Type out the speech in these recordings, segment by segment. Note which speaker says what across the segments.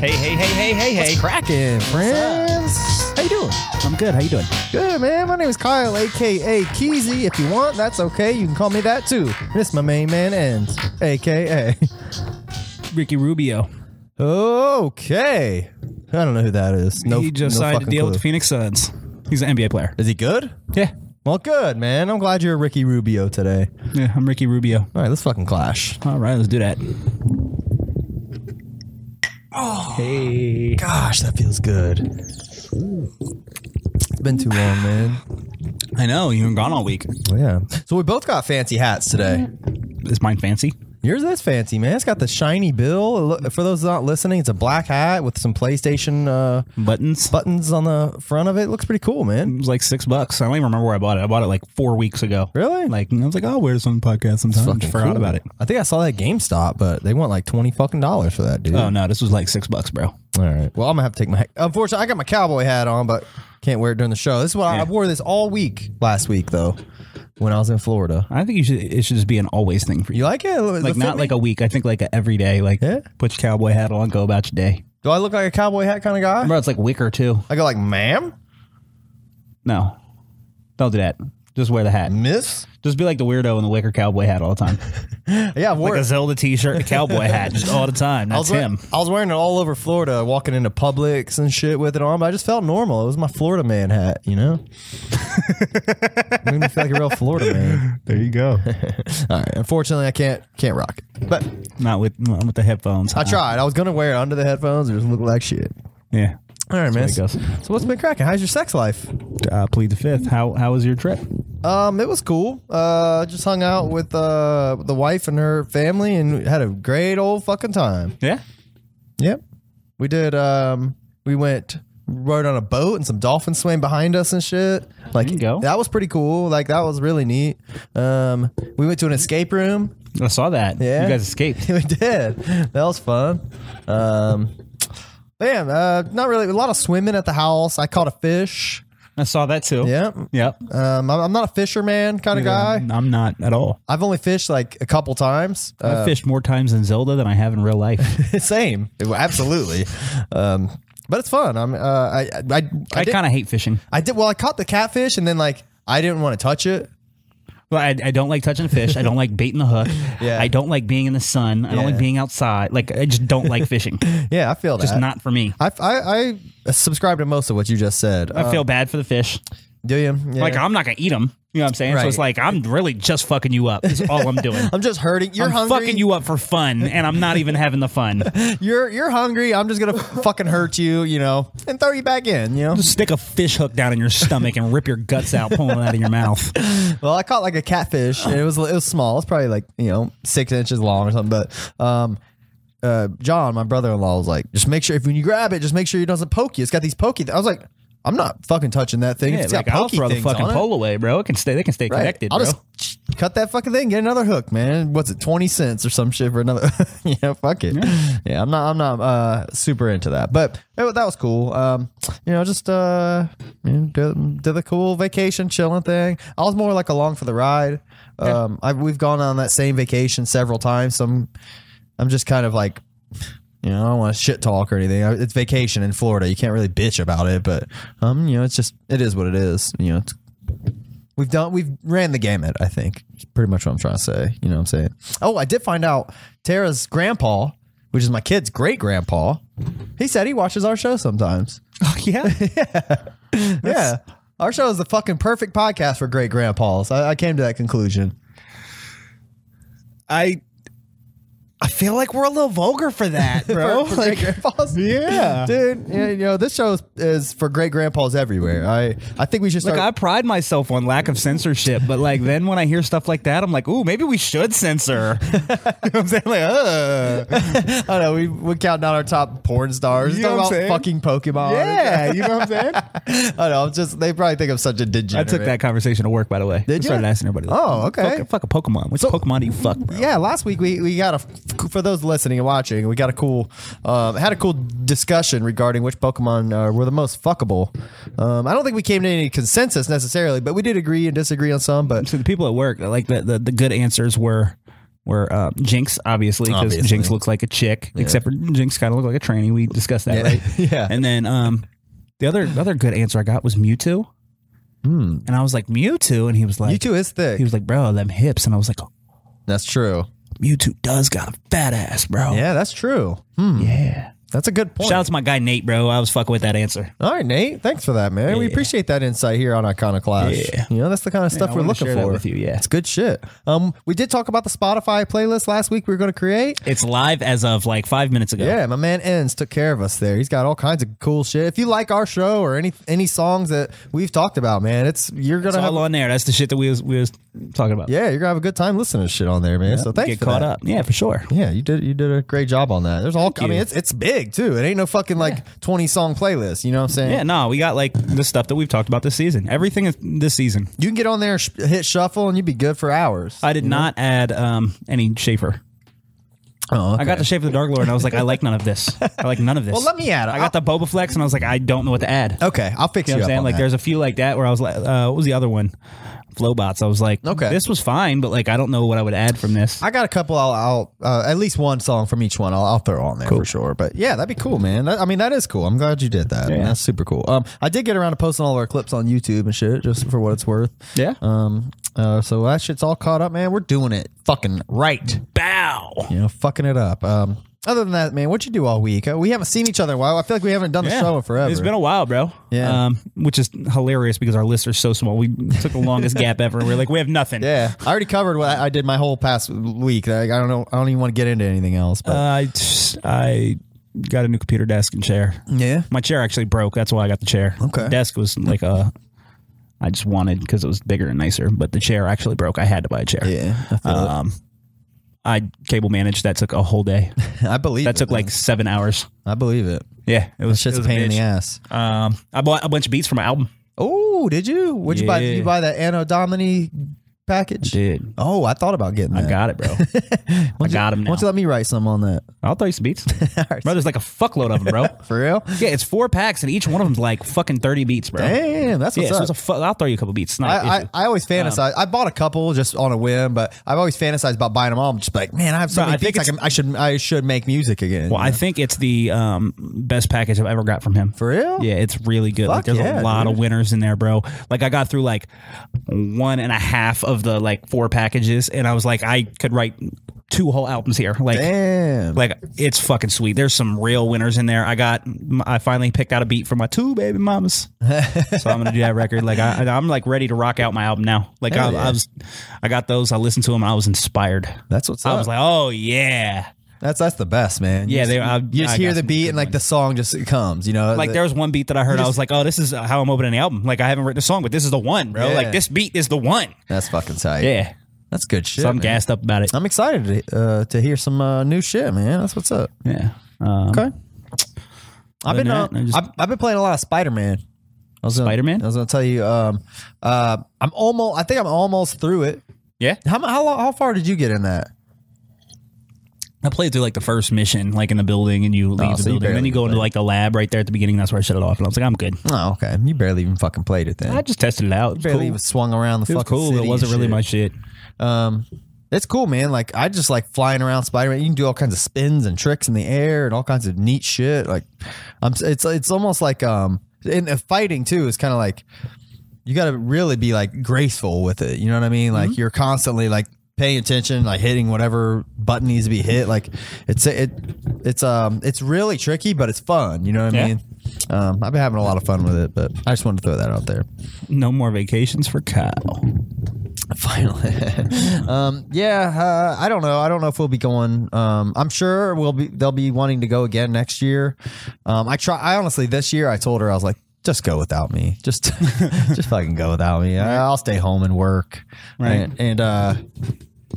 Speaker 1: hey, hey, hey.
Speaker 2: What's cracking, friends? How you doing?
Speaker 1: I'm good. How you doing?
Speaker 2: Good, man. My name is Kyle, aka Keezy. If you want, that's okay. You can call me that too. This my main man ends, aka.
Speaker 1: Ricky Rubio.
Speaker 2: Okay. I don't know who that is. No,
Speaker 1: he just
Speaker 2: no
Speaker 1: signed a
Speaker 2: fucking
Speaker 1: deal with the
Speaker 2: clue.
Speaker 1: Phoenix Suns. He's an NBA player.
Speaker 2: Is he good?
Speaker 1: Yeah.
Speaker 2: Well, good, man. I'm glad you're Ricky Rubio today.
Speaker 1: Yeah, I'm Ricky Rubio.
Speaker 2: All right, let's fucking clash.
Speaker 1: All right, let's do that. Hey.
Speaker 2: Gosh, that feels good. It's been too long, man.
Speaker 1: I know, you've been gone all week.
Speaker 2: Well, yeah. So we both got fancy hats today.
Speaker 1: Mm-hmm. Is mine fancy?
Speaker 2: Yours is fancy, man. It's got the shiny bill. It look- For those not listening, it's a black hat with some PlayStation uh,
Speaker 1: Buttons?
Speaker 2: buttons on the front of it. Looks pretty cool,
Speaker 1: it
Speaker 2: man.
Speaker 1: was like six bucks. I don't even remember where I bought it. I bought it like four weeks ago.
Speaker 2: Really?
Speaker 1: Like I was like, I'll wear this on the podcast sometime. I
Speaker 2: Fucking
Speaker 1: forgot
Speaker 2: cool.
Speaker 1: about it.
Speaker 2: I think I saw that at GameStop, but they want like twenty fucking dollars for that, dude.
Speaker 1: Oh no, this was like six bucks, bro.
Speaker 2: All right. Well, I'm gonna have to take my. Unfortunately, I got my cowboy hat on, but can't wear it during the show. This is what I, I wore this all week last week though, when I was in Florida.
Speaker 1: I think you should. It should just be an always thing for you.
Speaker 2: You like it?
Speaker 1: Like not like a week. I think like a everyday. Like
Speaker 2: Yeah.
Speaker 1: put your cowboy hat on, go about your day.
Speaker 2: Do I look like a cowboy hat kind of guy?
Speaker 1: Bro, it's like wicker too.
Speaker 2: I go like, ma'am,
Speaker 1: No, don't do that. Just wear the hat.
Speaker 2: miss.
Speaker 1: Just be like the weirdo in the wicker cowboy hat all the time.
Speaker 2: Yeah, I wore
Speaker 1: like
Speaker 2: it.
Speaker 1: a Zelda T-shirt, and a cowboy hat, just all the time.
Speaker 2: I
Speaker 1: That's
Speaker 2: was, wearing,
Speaker 1: him.
Speaker 2: I was wearing it all over Florida, walking into Publix and shit with it on, but I just felt normal. It was my Florida man hat, you know? Made me feel like a real Florida man.
Speaker 1: There you go.
Speaker 2: All right. Unfortunately, I can't can't rock it. But
Speaker 1: not with not with the headphones.
Speaker 2: I tried. I was going to wear it under the headphones. It just looked like shit.
Speaker 1: Yeah.
Speaker 2: All right, man.
Speaker 1: That's the way
Speaker 2: So,
Speaker 1: it goes.
Speaker 2: what's been cracking? How's your sex life?
Speaker 1: Uh, plead the fifth. How how was your trip?
Speaker 2: Um, it was cool. Uh, just hung out with uh the wife and her family and had a great old fucking time.
Speaker 1: Yeah.
Speaker 2: Yep. We did um we went rode on a boat and some dolphins swam behind us and shit. Like
Speaker 1: you go.
Speaker 2: that was pretty cool. Like that was really neat. Um we went to an escape room.
Speaker 1: I saw that.
Speaker 2: Yeah.
Speaker 1: You guys escaped.
Speaker 2: we did. That was fun. Um Man, uh, not really. A lot of swimming at the house. I caught a fish.
Speaker 1: I saw that too.
Speaker 2: Yep.
Speaker 1: Yep.
Speaker 2: Um, I'm, I'm not a fisherman kind of guy.
Speaker 1: I'm not at all.
Speaker 2: I've only fished like a couple times. Uh,
Speaker 1: I've fished more times in Zelda than I have in real life.
Speaker 2: same, absolutely. Um, but it's fun. I'm. Uh, I. I. I,
Speaker 1: I,
Speaker 2: did-
Speaker 1: kind of hate fishing.
Speaker 2: I did. Well, I caught the catfish, and then like I didn't want to touch it.
Speaker 1: Well, I, I don't like touching fish. I don't like baiting the hook.
Speaker 2: Yeah.
Speaker 1: I don't like being in the sun. I don't
Speaker 2: Yeah. Uh,
Speaker 1: like being outside. Like I just don't like fishing.
Speaker 2: Yeah, I feel that.
Speaker 1: Just not for me.
Speaker 2: I, I, I subscribe to most of what you just said.
Speaker 1: I
Speaker 2: Uh,
Speaker 1: feel bad for the fish.
Speaker 2: do you? Yeah.
Speaker 1: Like I'm not gonna eat them. You know what I'm saying? So it's like I'm really just fucking you up. Is all I'm doing.
Speaker 2: I'm just hurting. You're
Speaker 1: I'm
Speaker 2: hungry.
Speaker 1: fucking you up for fun, and I'm not even having the fun.
Speaker 2: You're you're hungry. I'm just gonna fucking hurt you. You know, and throw you back in. You know.
Speaker 1: Stick a fish hook down in your stomach and rip your guts out, pulling it out of your mouth.
Speaker 2: Well, I caught like a catfish. And it was it was small. It's probably like you know six inches long or something. But um, uh, John, my brother-in-law, was like, just make sure if when you grab it, just make sure it doesn't poke you. It's got these pokey. I was like, I'm not fucking touching that thing. if
Speaker 1: Yeah,
Speaker 2: it's
Speaker 1: like
Speaker 2: got
Speaker 1: I'll
Speaker 2: pokey
Speaker 1: throw the
Speaker 2: things
Speaker 1: fucking
Speaker 2: on it.
Speaker 1: pole away, bro. It can stay. They can stay
Speaker 2: Right.
Speaker 1: connected,
Speaker 2: I'll
Speaker 1: bro.
Speaker 2: just cut that fucking thing, get another hook, man. What's it, twenty cents or some shit for another? yeah, fuck it. Yeah. I'm not. I'm not uh, super into that, but it, that was cool. Um, you know, just uh, you know, did, did the cool vacation chilling thing. I was more like along for the ride. Um, I, we've gone on that same vacation several times. So I'm, I'm just kind of like. You know, I don't want to shit talk or anything. I- It's vacation in Florida. You can't really bitch about it, but um, you know, it's just it is what it is. You know, it's We've done we've ran the gamut, I think. It's pretty much what I'm trying to say. You know what I'm saying? Oh, I did find out Tara's grandpa, which is my kid's great grandpa, he said he watches our show sometimes.
Speaker 1: oh, yeah.
Speaker 2: yeah. Our show is the fucking perfect podcast for great grandpas. I, I came to that conclusion.
Speaker 1: I I feel like we're a little vulgar for that, bro.
Speaker 2: for great grandpas?
Speaker 1: yeah.
Speaker 2: Dude, yeah, you know, this show is, is for great grandpas everywhere. I, I think we should start.
Speaker 1: like I pride myself on lack of censorship, but like then when I hear stuff like that, I'm like, ooh, maybe we should censor. you know what I'm saying? Like, uh
Speaker 2: I don't know. We, we count down our top porn stars.
Speaker 1: You know
Speaker 2: Talk
Speaker 1: what I'm
Speaker 2: about fucking
Speaker 1: saying?
Speaker 2: Pokemon.
Speaker 1: Yeah, you know what I'm saying?
Speaker 2: I don't know. I'm just, they probably think I'm such a
Speaker 1: I
Speaker 2: degenerate.
Speaker 1: took that conversation to work, by the way. I
Speaker 2: Did ya?
Speaker 1: started asking everybody. like,
Speaker 2: Oh, okay.
Speaker 1: Fuck, fuck a Pokemon. Which Pokemon do you fuck, bro?
Speaker 2: Yeah, last week we, we got a for those listening and watching, we got a cool um, had a cool discussion regarding which Pokemon uh, were the most fuckable. Um, I don't think we came to any consensus necessarily, but we did agree and disagree on some. But
Speaker 1: So the people at work, like the, the, the good answers were where uh, Jinx obviously because
Speaker 2: Obviously.
Speaker 1: Jinx looks like a chick, except for Jinx kind of looked like a tranny. We discussed that, right?
Speaker 2: yeah.
Speaker 1: And then um, the other the other good answer I got was Mewtwo, and I was like Mewtwo, and he was like
Speaker 2: Hmm. Mewtwo is thick.
Speaker 1: he was like bro, them hips, and I was like
Speaker 2: That's true.
Speaker 1: Mewtwo does got a fat ass, bro.
Speaker 2: Yeah, that's true. Hmm.
Speaker 1: yeah.
Speaker 2: That's a good point.
Speaker 1: Shout out to my guy Nate, bro. I was fucking with that answer.
Speaker 2: All right, Nate. Thanks for that, man. We appreciate that insight here on Iconoclash.
Speaker 1: Yeah.
Speaker 2: You know, that's the kind of stuff
Speaker 1: I
Speaker 2: we're
Speaker 1: wanted to
Speaker 2: looking
Speaker 1: share that
Speaker 2: for.
Speaker 1: with you, yeah.
Speaker 2: It's good shit. Um, we did talk about the Spotify playlist last week we were going to create.
Speaker 1: It's live as of like five minutes ago.
Speaker 2: Yeah, my man Enns took care of us there. He's got all kinds of cool shit. If you like our show or any any songs that we've talked about, man, it's you're gonna
Speaker 1: It's
Speaker 2: have
Speaker 1: all on there. That's the shit that we was, we was talking about.
Speaker 2: yeah, you're gonna have a good time listening to shit on there, man. so thanks
Speaker 1: Get
Speaker 2: for
Speaker 1: caught
Speaker 2: that.
Speaker 1: up. Yeah, for sure.
Speaker 2: Yeah, you did you did a great job on that. There's all I
Speaker 1: you.
Speaker 2: mean it's it's big too. It ain't no fucking like twenty song playlist. You know what I'm saying?
Speaker 1: Yeah, no, we got like the stuff that we've talked about this season. Everything is this season.
Speaker 2: You can get on there, and sh- hit shuffle, and you'd be good for hours.
Speaker 1: I did not add um, any Schaefer.
Speaker 2: oh,
Speaker 1: I got the Schaefer the Dark Lord, and I was like, I like none of this. I like none of this.
Speaker 2: Well, let me add it.
Speaker 1: I got the Boba Flex, and I was like, I don't know what to add.
Speaker 2: Okay, I'll fix
Speaker 1: You
Speaker 2: you,
Speaker 1: know what I'm
Speaker 2: up.
Speaker 1: saying?
Speaker 2: on
Speaker 1: Like,
Speaker 2: that.
Speaker 1: there's a few like that where I was like, uh, what was the other one? Flowbots. I was like,
Speaker 2: Okay.
Speaker 1: this was fine, but like, I don't know what I would add from this.
Speaker 2: I got a couple. I'll, I'll uh, at least one song from each one. I'll, I'll throw on there for sure. But yeah, that'd be cool, man. That, I mean, that is cool. I'm glad you did that.
Speaker 1: Yeah.
Speaker 2: That's super cool. Um, I did get around to posting all of our clips on YouTube and shit, just for what it's worth.
Speaker 1: Yeah.
Speaker 2: Um. Uh. So that shit's all caught up, man. We're doing it fucking right.
Speaker 1: Bow.
Speaker 2: You know, fucking it up. Um. Other than that, man, what'd you do all week? Uh, we haven't seen each other in a while. I feel like we haven't done the show in forever.
Speaker 1: It's been a while, bro.
Speaker 2: Yeah.
Speaker 1: Um, which is hilarious because our lists are so small. We took the longest gap ever. We're like, we have nothing.
Speaker 2: yeah, I already covered what I I did my whole past week. Like, I don't know. I don't even want to get into anything else. But
Speaker 1: Uh, I I got a new computer desk and chair.
Speaker 2: yeah,
Speaker 1: My chair actually broke. That's why I got the chair.
Speaker 2: Okay.
Speaker 1: The desk was like a. I just wanted because it was bigger and nicer, but the chair actually broke. I had to buy a chair.
Speaker 2: yeah, I, feel it.
Speaker 1: Um, I cable managed. That took a whole day.
Speaker 2: I believe
Speaker 1: That
Speaker 2: it,
Speaker 1: took like seven hours.
Speaker 2: I believe it.
Speaker 1: Yeah, it was
Speaker 2: Shit's a
Speaker 1: it was
Speaker 2: pain in the
Speaker 1: bitch.
Speaker 2: ass.
Speaker 1: Um, I bought a bunch of beats for my album.
Speaker 2: Oh, did you? Would you buy? Did
Speaker 1: Yeah.
Speaker 2: you buy that Anno Domini package?
Speaker 1: Did
Speaker 2: Oh, I thought about getting that.
Speaker 1: I got it, bro? I got him
Speaker 2: Why
Speaker 1: now.
Speaker 2: don't you let me write some on that?
Speaker 1: I'll throw you some beats, bro. There's like a fuckload of them, bro.
Speaker 2: For real?
Speaker 1: Yeah, it's four packs, and each one of them's like fucking thirty beats, bro.
Speaker 2: Damn, that's
Speaker 1: Yeah,
Speaker 2: what's
Speaker 1: so
Speaker 2: up.
Speaker 1: it's a fu- I'll throw you a couple beats. It's not an
Speaker 2: I,
Speaker 1: issue. Um,
Speaker 2: I, I always fantasize. I bought a couple just on a whim, but I've always fantasized about buying them all. I'm just like, man, I have so
Speaker 1: Bro,
Speaker 2: many
Speaker 1: I think
Speaker 2: beats. I, can, I should I should make music again.
Speaker 1: well, I think it's the um, best package I've ever got from him.
Speaker 2: For real?
Speaker 1: Yeah, it's really good. like,
Speaker 2: Fuck
Speaker 1: there's
Speaker 2: yeah,
Speaker 1: a lot of winners in there, bro. Like, I got through like one and a half of the like four packages, and I was like, I could write two whole albums here. Like,
Speaker 2: Damn.
Speaker 1: like it's fucking sweet. There's some real winners in there. I got, I finally picked out a beat for my two baby mamas, so I'm gonna do that record. Like I, I'm like ready to rock out my album now. Like I,
Speaker 2: Hell yeah.
Speaker 1: I was, I got those. I listened to them. and I was inspired.
Speaker 2: that's what's
Speaker 1: I
Speaker 2: up.
Speaker 1: was like, oh yeah.
Speaker 2: that's that's the best, man. You
Speaker 1: Yeah,
Speaker 2: just,
Speaker 1: they- I-
Speaker 2: you just
Speaker 1: I
Speaker 2: hear
Speaker 1: got
Speaker 2: the
Speaker 1: some
Speaker 2: beat
Speaker 1: good
Speaker 2: and like the song just comes. You know,
Speaker 1: Like there was one beat that I heard. I was like, oh, this is how I'm opening the album. Like I haven't written a song, but this is the one, bro.
Speaker 2: Yeah.
Speaker 1: Like this beat is the one.
Speaker 2: that's fucking tight.
Speaker 1: Yeah.
Speaker 2: that's good shit.
Speaker 1: So I'm
Speaker 2: man.
Speaker 1: gassed up about it.
Speaker 2: I'm excited to, uh, to hear some uh, new shit, man. That's what's up.
Speaker 1: Yeah. Um,
Speaker 2: Okay. I've
Speaker 1: Other
Speaker 2: been
Speaker 1: than
Speaker 2: uh,
Speaker 1: that, I just-
Speaker 2: I've, I've been playing a lot of Spider Man.
Speaker 1: Spider Man.
Speaker 2: I was gonna tell you, um, uh, I'm almost. I think I'm almost through it.
Speaker 1: Yeah.
Speaker 2: How mu- how long, how far did you get in that?
Speaker 1: I played through like the first mission, like in the building, and you leave
Speaker 2: Oh, so
Speaker 1: the
Speaker 2: you
Speaker 1: building. and then
Speaker 2: barely
Speaker 1: you go into
Speaker 2: played.
Speaker 1: like the lab right there at the beginning. That's where I shut it off, and I was like, I'm good.
Speaker 2: Oh, okay. You barely even fucking played it then.
Speaker 1: I just tested it out. It was
Speaker 2: barely
Speaker 1: cool.
Speaker 2: even swung around the
Speaker 1: It was
Speaker 2: fucking
Speaker 1: cool.
Speaker 2: city
Speaker 1: It wasn't
Speaker 2: and
Speaker 1: really
Speaker 2: shit.
Speaker 1: my shit.
Speaker 2: Um, it's cool, man. Like I just like flying around Spider Man. You can do all kinds of spins and tricks in the air and all kinds of neat shit. Like, I'm. It's it's almost like um, and uh, fighting too is kind of like you got to really be like graceful with it. You know what I mean? Like you're constantly like paying attention, like hitting whatever button needs to be hit. Like it's it it's um it's really tricky, but it's fun. You know what I
Speaker 1: Yeah.
Speaker 2: mean? Um, I've been having a lot of fun with it, but I just wanted to throw that out there.
Speaker 1: No more vacations for Kyle.
Speaker 2: Finally. um, yeah, uh, I don't know. I don't know if we'll be going. Um, I'm sure we'll be. They'll be wanting to go again next year. Um, I try. I honestly, this year, I told her I was like, just go without me. Just, just fucking go without me. I, I'll stay home and work.
Speaker 1: Right.
Speaker 2: And, and uh,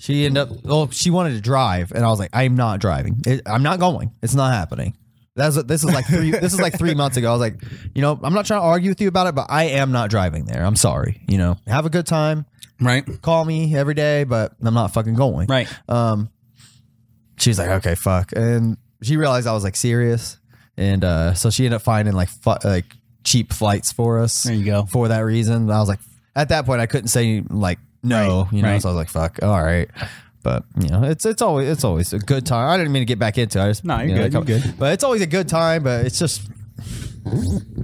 Speaker 2: she ended up. Well, she wanted to drive, and I was like, I'm not driving. It, I'm not going. It's not happening. That's what- this is like three. this is like three months ago. I was like, you know, I'm not trying to argue with you about it, but I am not driving there. I'm sorry. You know, have a good time
Speaker 1: Right.
Speaker 2: call me every day, but I'm not fucking going.
Speaker 1: Right.
Speaker 2: Um, she's like, okay, fuck, and she realized I was like serious, and uh, so she ended up finding like fu- like cheap flights for us.
Speaker 1: There you go.
Speaker 2: For that reason, I was like, at that point, I couldn't say like no, you know.
Speaker 1: right.
Speaker 2: So I was like, fuck, all right. But you know, it's it's always it's always a good time. I didn't mean to get back into. it. I just
Speaker 1: No, you're
Speaker 2: you know,
Speaker 1: good, you're
Speaker 2: come-
Speaker 1: good.
Speaker 2: But it's always a good time. But it's just I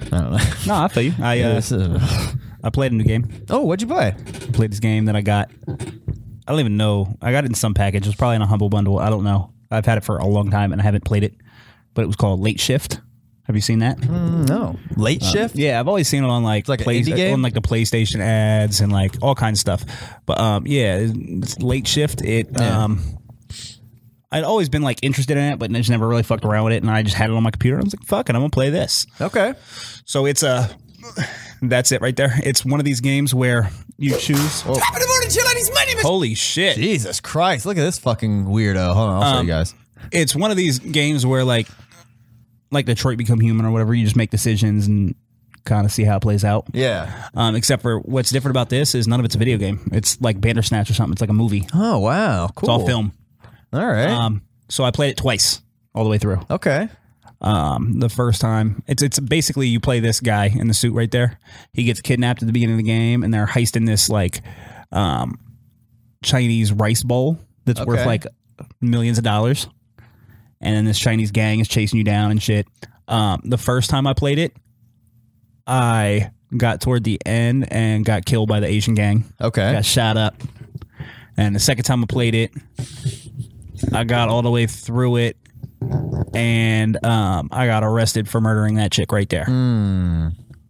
Speaker 2: don't know.
Speaker 1: No, I feel you. I uh,
Speaker 2: This is-
Speaker 1: I played a new game.
Speaker 2: oh, what'd you play?
Speaker 1: I played this game that I got. I don't even know. I got it in some package. It was probably in a humble bundle. I don't know. I've had it for a long time and I haven't played it. But it was called Late Shift. Have you seen that?
Speaker 2: Hmm, No, Uh, late shift.
Speaker 1: Yeah, I've always seen it on like,
Speaker 2: like an
Speaker 1: play-
Speaker 2: indie game?
Speaker 1: on like the PlayStation ads and like all kinds of stuff. But um, yeah, it's late shift. It
Speaker 2: Yeah.
Speaker 1: um, I'd always been like interested in it, but just never really fucked around with it. And I just had it on my computer. and I was like, "Fuck it, I'm gonna play this."
Speaker 2: Okay.
Speaker 1: So it's a that's it right there. It's one of these games where you choose.
Speaker 2: Oh.
Speaker 3: Top of the morning, chill ladies. My name is.
Speaker 1: Holy shit!
Speaker 2: Jesus Christ! Look at this fucking weirdo. Hold on, I'll
Speaker 1: Um,
Speaker 2: show you guys.
Speaker 1: it's one of these games where like like Detroit Become Human or whatever, you just make decisions and kind of see how it plays out.
Speaker 2: Yeah.
Speaker 1: Um, except for what's different about this is none of it's a video game. It's like Bandersnatch or something. It's like a movie. It's
Speaker 2: Oh wow. Cool.
Speaker 1: all film.
Speaker 2: All right.
Speaker 1: Um, so I played it twice all the way through.
Speaker 2: okay.
Speaker 1: Um, the first time, it's it's basically you play this guy in the suit right there. He gets kidnapped at the beginning of the game, and they're heisting this like um, Chinese rice bowl that's worth
Speaker 2: Okay.
Speaker 1: like millions of dollars. And then this Chinese gang is chasing you down and shit. Um, the first time I played it, I got toward the end and got killed by the Asian gang
Speaker 2: Okay.
Speaker 1: got shot up. And the second time I played it, I got all the way through it, and um, I got arrested for murdering that chick right there.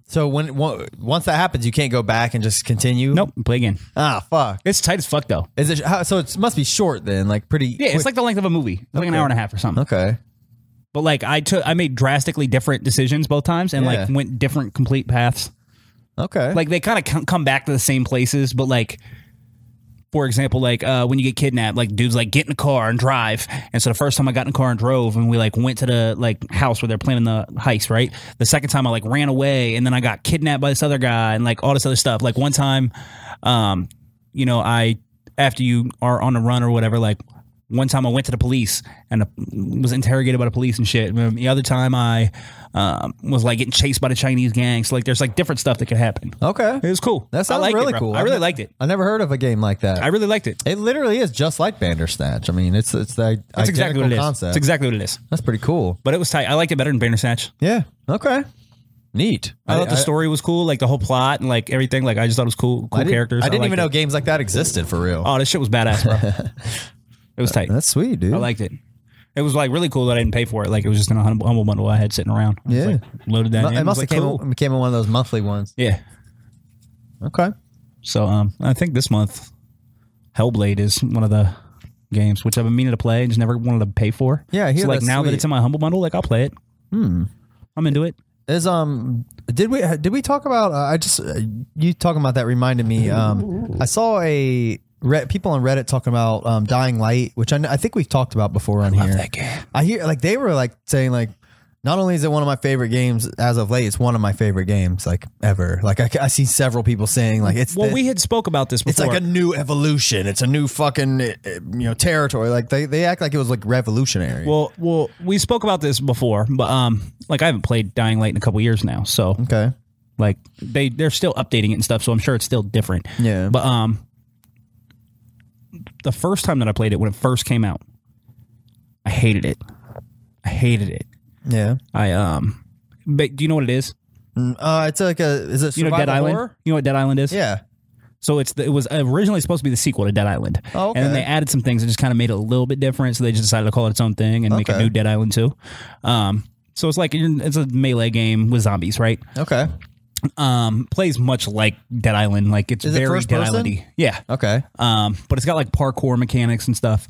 Speaker 2: So when wo- once that happens, you can't go back and just continue.
Speaker 1: Nope, play again.
Speaker 2: Ah, fuck.
Speaker 1: It's tight as fuck though.
Speaker 2: Is it how, so? It must be short then, like pretty.
Speaker 1: Yeah, it's like the length of a movie, It's like an hour and a half or something.
Speaker 2: okay.
Speaker 1: But like I took, I made drastically different decisions both times, and like
Speaker 2: Yeah.
Speaker 1: went different complete paths.
Speaker 2: Okay.
Speaker 1: Like they kind of com- come back to the same places, but like. For example, like uh, when you get kidnapped, like dudes like get in the car and drive. And so the first time I got in the car and drove, and we like went to the like house where they're planning the heist, right? The second time I like ran away, and then I got kidnapped by this other guy, and like all this other stuff. Like one time, um, you know, I after you are on the run or whatever, like one time I went to the police and uh, was interrogated by the police and shit. And the other time I um, was like getting chased by the Chinese gang. So like there's like different stuff that could happen.
Speaker 2: okay.
Speaker 1: It was cool.
Speaker 2: That
Speaker 1: I
Speaker 2: sounds
Speaker 1: liked it,
Speaker 2: really
Speaker 1: bro.
Speaker 2: cool.
Speaker 1: I really
Speaker 2: I've-
Speaker 1: liked it.
Speaker 2: I never heard of a game like that.
Speaker 1: I really liked it.
Speaker 2: it literally is just like Bandersnatch. I mean, it's it's the identical
Speaker 1: That's exactly what it is.
Speaker 2: concept.
Speaker 1: That's exactly what it is.
Speaker 2: That's pretty cool.
Speaker 1: But it was tight. I liked it better than Bandersnatch.
Speaker 2: Yeah. Okay. Neat.
Speaker 1: I, thought the story was cool, like the whole plot and like everything. Like I just thought it was cool, cool
Speaker 2: I didn't,
Speaker 1: characters.
Speaker 2: I didn't even
Speaker 1: liked
Speaker 2: know games like that existed for real.
Speaker 1: it. Oh, this shit was badass, bro. it was tight.
Speaker 2: That's sweet, dude.
Speaker 1: I liked it. It was like really cool that I didn't pay for it. Like it was just in a humble, humble bundle I had sitting around. I just,
Speaker 2: Yeah.
Speaker 1: like, loaded that. in.
Speaker 2: it
Speaker 1: It was,
Speaker 2: must have
Speaker 1: like,
Speaker 2: came
Speaker 1: cool.
Speaker 2: became one of those monthly ones.
Speaker 1: Yeah.
Speaker 2: Okay.
Speaker 1: So um, I think this month, Hellblade is one of the games which I've been meaning to play and just never wanted to pay for.
Speaker 2: Yeah, I hear
Speaker 1: so like
Speaker 2: that's
Speaker 1: now that
Speaker 2: sweet.
Speaker 1: it's in my humble bundle, like I'll play it. Hmm. I'm into it.
Speaker 2: Is um did we did we talk about uh, I just uh, you talking about that reminded me um I saw a Re- people on Reddit talking about um, Dying Light, which I, kn- I think we've talked about before on here.
Speaker 1: game.
Speaker 2: I hear like they were like saying like not only is it one of my favorite games as of late, it's one of my favorite games like ever. Like I, I see several people saying like it's
Speaker 1: Well,
Speaker 2: the-
Speaker 1: we had spoke about this before.
Speaker 2: it's like a new evolution. It's a new fucking uh, uh, you know territory. Like they, they act like it was like revolutionary.
Speaker 1: Well, well, we spoke about this before, but um, like I haven't played Dying Light in a couple years now, so
Speaker 2: okay.
Speaker 1: like they they're still updating it and stuff, so I'm sure it's still different.
Speaker 2: Yeah.
Speaker 1: But um, the first time that I played it when it first came out, I hated it. I hated it.
Speaker 2: Yeah.
Speaker 1: I um, but do you know what it is?
Speaker 2: Uh, it's like a is it
Speaker 1: You know Dead
Speaker 2: survival
Speaker 1: Island.
Speaker 2: horror?
Speaker 1: You know what Dead Island is?
Speaker 2: Yeah.
Speaker 1: So it's the, it was originally supposed to be the sequel to Dead Island.
Speaker 2: Oh, okay.
Speaker 1: And then they added some things that just kind of made it a little bit different. So they just decided to call it its own thing and make a
Speaker 2: Okay.
Speaker 1: new Dead Island too. Um, so it's like it's a melee game with zombies, right?
Speaker 2: Okay.
Speaker 1: Um, plays much like Dead Island. Like it's
Speaker 2: Is it
Speaker 1: very
Speaker 2: first
Speaker 1: Dead
Speaker 2: person?
Speaker 1: Islandy. Yeah.
Speaker 2: Okay.
Speaker 1: Um, but it's got like parkour mechanics and stuff.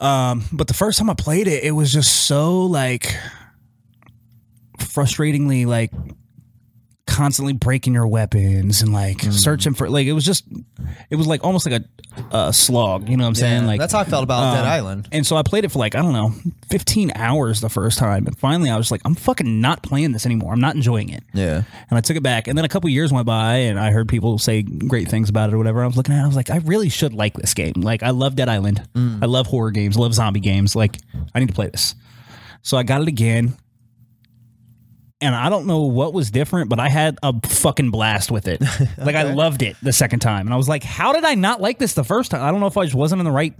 Speaker 1: Um, but the first time I played it, it was just so like frustratingly like constantly breaking your weapons and like
Speaker 2: Mm.
Speaker 1: searching for like it was just it was like almost like a, a slog, you know what I'm saying?
Speaker 2: Yeah,
Speaker 1: Like
Speaker 2: that's how I felt about Dead
Speaker 1: um,
Speaker 2: Island.
Speaker 1: And so I played it for like, I don't know, 15 hours the first time. And finally I was like, I'm fucking not playing this anymore. I'm not enjoying it.
Speaker 2: Yeah.
Speaker 1: And I took it back. And then a couple years went by and I heard people say great things about it or whatever. I was looking at it, I was like, I really should like this game. Like, I love Dead Island. I love horror games, love zombie games. Like, I need to play this. So I got it again. and I don't know what was different, but I had a fucking blast with it. Like I loved it the second time, and I was like, "How did I not like this the first time?" I don't know if I just wasn't in the right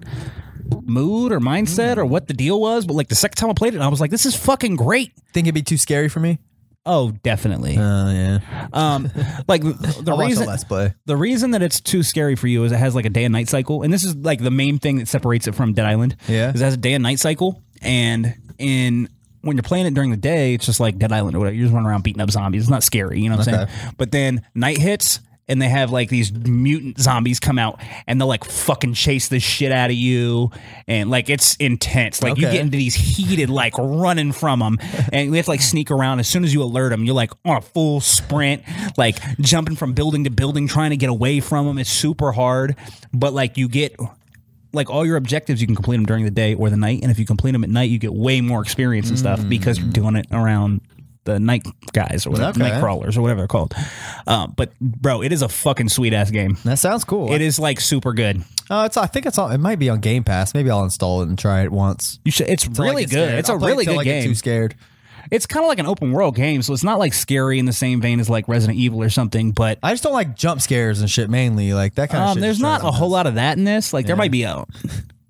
Speaker 1: mood or mindset or what the deal was, but like the second time I played it, I was like, "This is fucking great."
Speaker 2: Think it'd be too scary for me?
Speaker 1: Oh, definitely.
Speaker 2: Oh yeah.
Speaker 1: Um, like the
Speaker 2: I'll watch the
Speaker 1: reason
Speaker 2: last play.
Speaker 1: the reason that it's too scary for you is it has like a day and night cycle, and this is like the main thing that separates it from Dead Island.
Speaker 2: Yeah.
Speaker 1: is it has a day and night cycle, and in when you're playing it during the day, it's just like Dead Island or whatever. You just run around beating up zombies. It's not scary, you know what I'm saying? But then night hits. And they have like these mutant zombies come out and they'll like fucking chase the shit out of you. And like it's intense. Like you
Speaker 2: Okay.
Speaker 1: get into these heated, like running from them. And you have to like sneak around. As soon as you alert them, you're like on a full sprint, like jumping from building to building, trying to get away from them. It's super hard. But like you get like all your objectives, you can complete them during the day or the night. And if you complete them at night, you get way more experience and stuff because you're doing it around the night guys or whatever,
Speaker 2: Mm. Okay.
Speaker 1: night crawlers or whatever they're called. Uh, but bro, it is a fucking sweet ass game.
Speaker 2: That sounds cool.
Speaker 1: It is like super good.
Speaker 2: Uh, it's. I think it's on. It might be on Game Pass. Maybe I'll install it and try it once.
Speaker 1: You should. It's really good. It's a really good game.
Speaker 2: Too scared.
Speaker 1: It's kind of like an open world game, so it's not like scary in the same vein as like Resident Evil or something. But
Speaker 2: I just don't like jump scares and shit. Mainly like that kind of.
Speaker 1: um,
Speaker 2: shit
Speaker 1: there's
Speaker 2: destroys
Speaker 1: not a
Speaker 2: me.
Speaker 1: whole lot of that in this. Like there might be a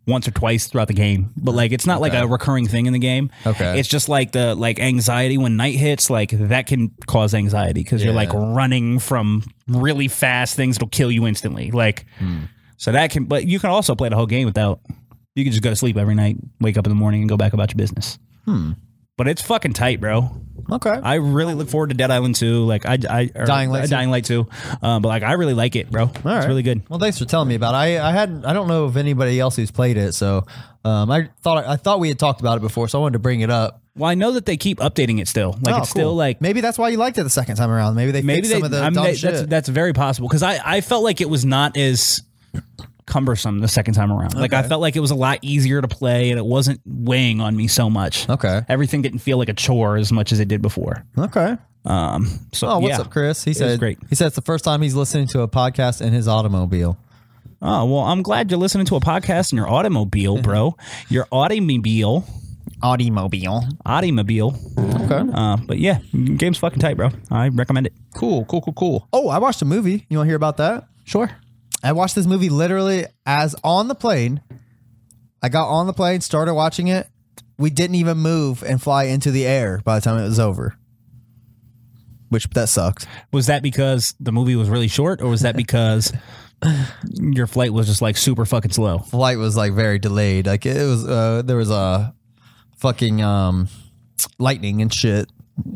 Speaker 1: once or twice throughout the game, but like it's not like a recurring thing in the game.
Speaker 2: Okay.
Speaker 1: it's just like the like anxiety when night hits. Like that can cause anxiety because you're like
Speaker 2: Yeah.
Speaker 1: running from really fast things that'll kill you instantly. Like so that can, but you can also play the whole game without. You can just go to sleep every night, wake up in the morning, and go back about your business. But it's fucking tight, bro.
Speaker 2: Okay.
Speaker 1: I really look forward to Dead Island 2. Like I, I or,
Speaker 2: Dying Light
Speaker 1: uh, Dying Light 2. Um, but like I really like it, bro.
Speaker 2: All
Speaker 1: It's
Speaker 2: right.
Speaker 1: really good.
Speaker 2: Well, thanks for telling me about. It. I I hadn't. I don't know of anybody else who's played it. So, um, I thought I thought we had talked about it before. So I wanted to bring it up.
Speaker 1: Well, I know that they keep updating it still. Like
Speaker 2: Oh,
Speaker 1: it's
Speaker 2: cool.
Speaker 1: still like
Speaker 2: maybe that's why you liked it the second time around. Maybe they
Speaker 1: maybe
Speaker 2: fixed
Speaker 1: they,
Speaker 2: some of the
Speaker 1: I mean,
Speaker 2: dumb
Speaker 1: they-
Speaker 2: shit.
Speaker 1: that's that's very possible because I I felt like it was not as cumbersome the second time around. Like I felt like it was a lot easier to play and it wasn't weighing on me so much.
Speaker 2: Okay.
Speaker 1: everything didn't feel like a chore as much as it did before.
Speaker 2: okay.
Speaker 1: Um, so
Speaker 2: Oh, what's
Speaker 1: yeah.
Speaker 2: up, Chris? He
Speaker 1: was
Speaker 2: said
Speaker 1: great.
Speaker 2: He said it's the first time he's listening to a podcast in his automobile.
Speaker 1: Oh well, I'm glad you're listening to a podcast in your
Speaker 2: Mm-hmm.
Speaker 1: automobile, bro. your automobile,
Speaker 2: Automobile.
Speaker 1: automobile.
Speaker 2: Okay.
Speaker 1: Uh, but yeah, game's fucking tight, bro. I recommend it.
Speaker 2: Cool, cool, cool, cool. Oh, I watched a movie. You want to hear about that?
Speaker 1: Sure.
Speaker 2: I watched this movie literally as on the plane. I got on the plane, started watching it. We didn't even move and fly into the air by the time it was over. Which that sucks.
Speaker 1: Was that because the movie was really short, or was that because your flight was just like super fucking slow?
Speaker 2: Flight was like very delayed. Like it was uh there was a fucking um lightning and shit.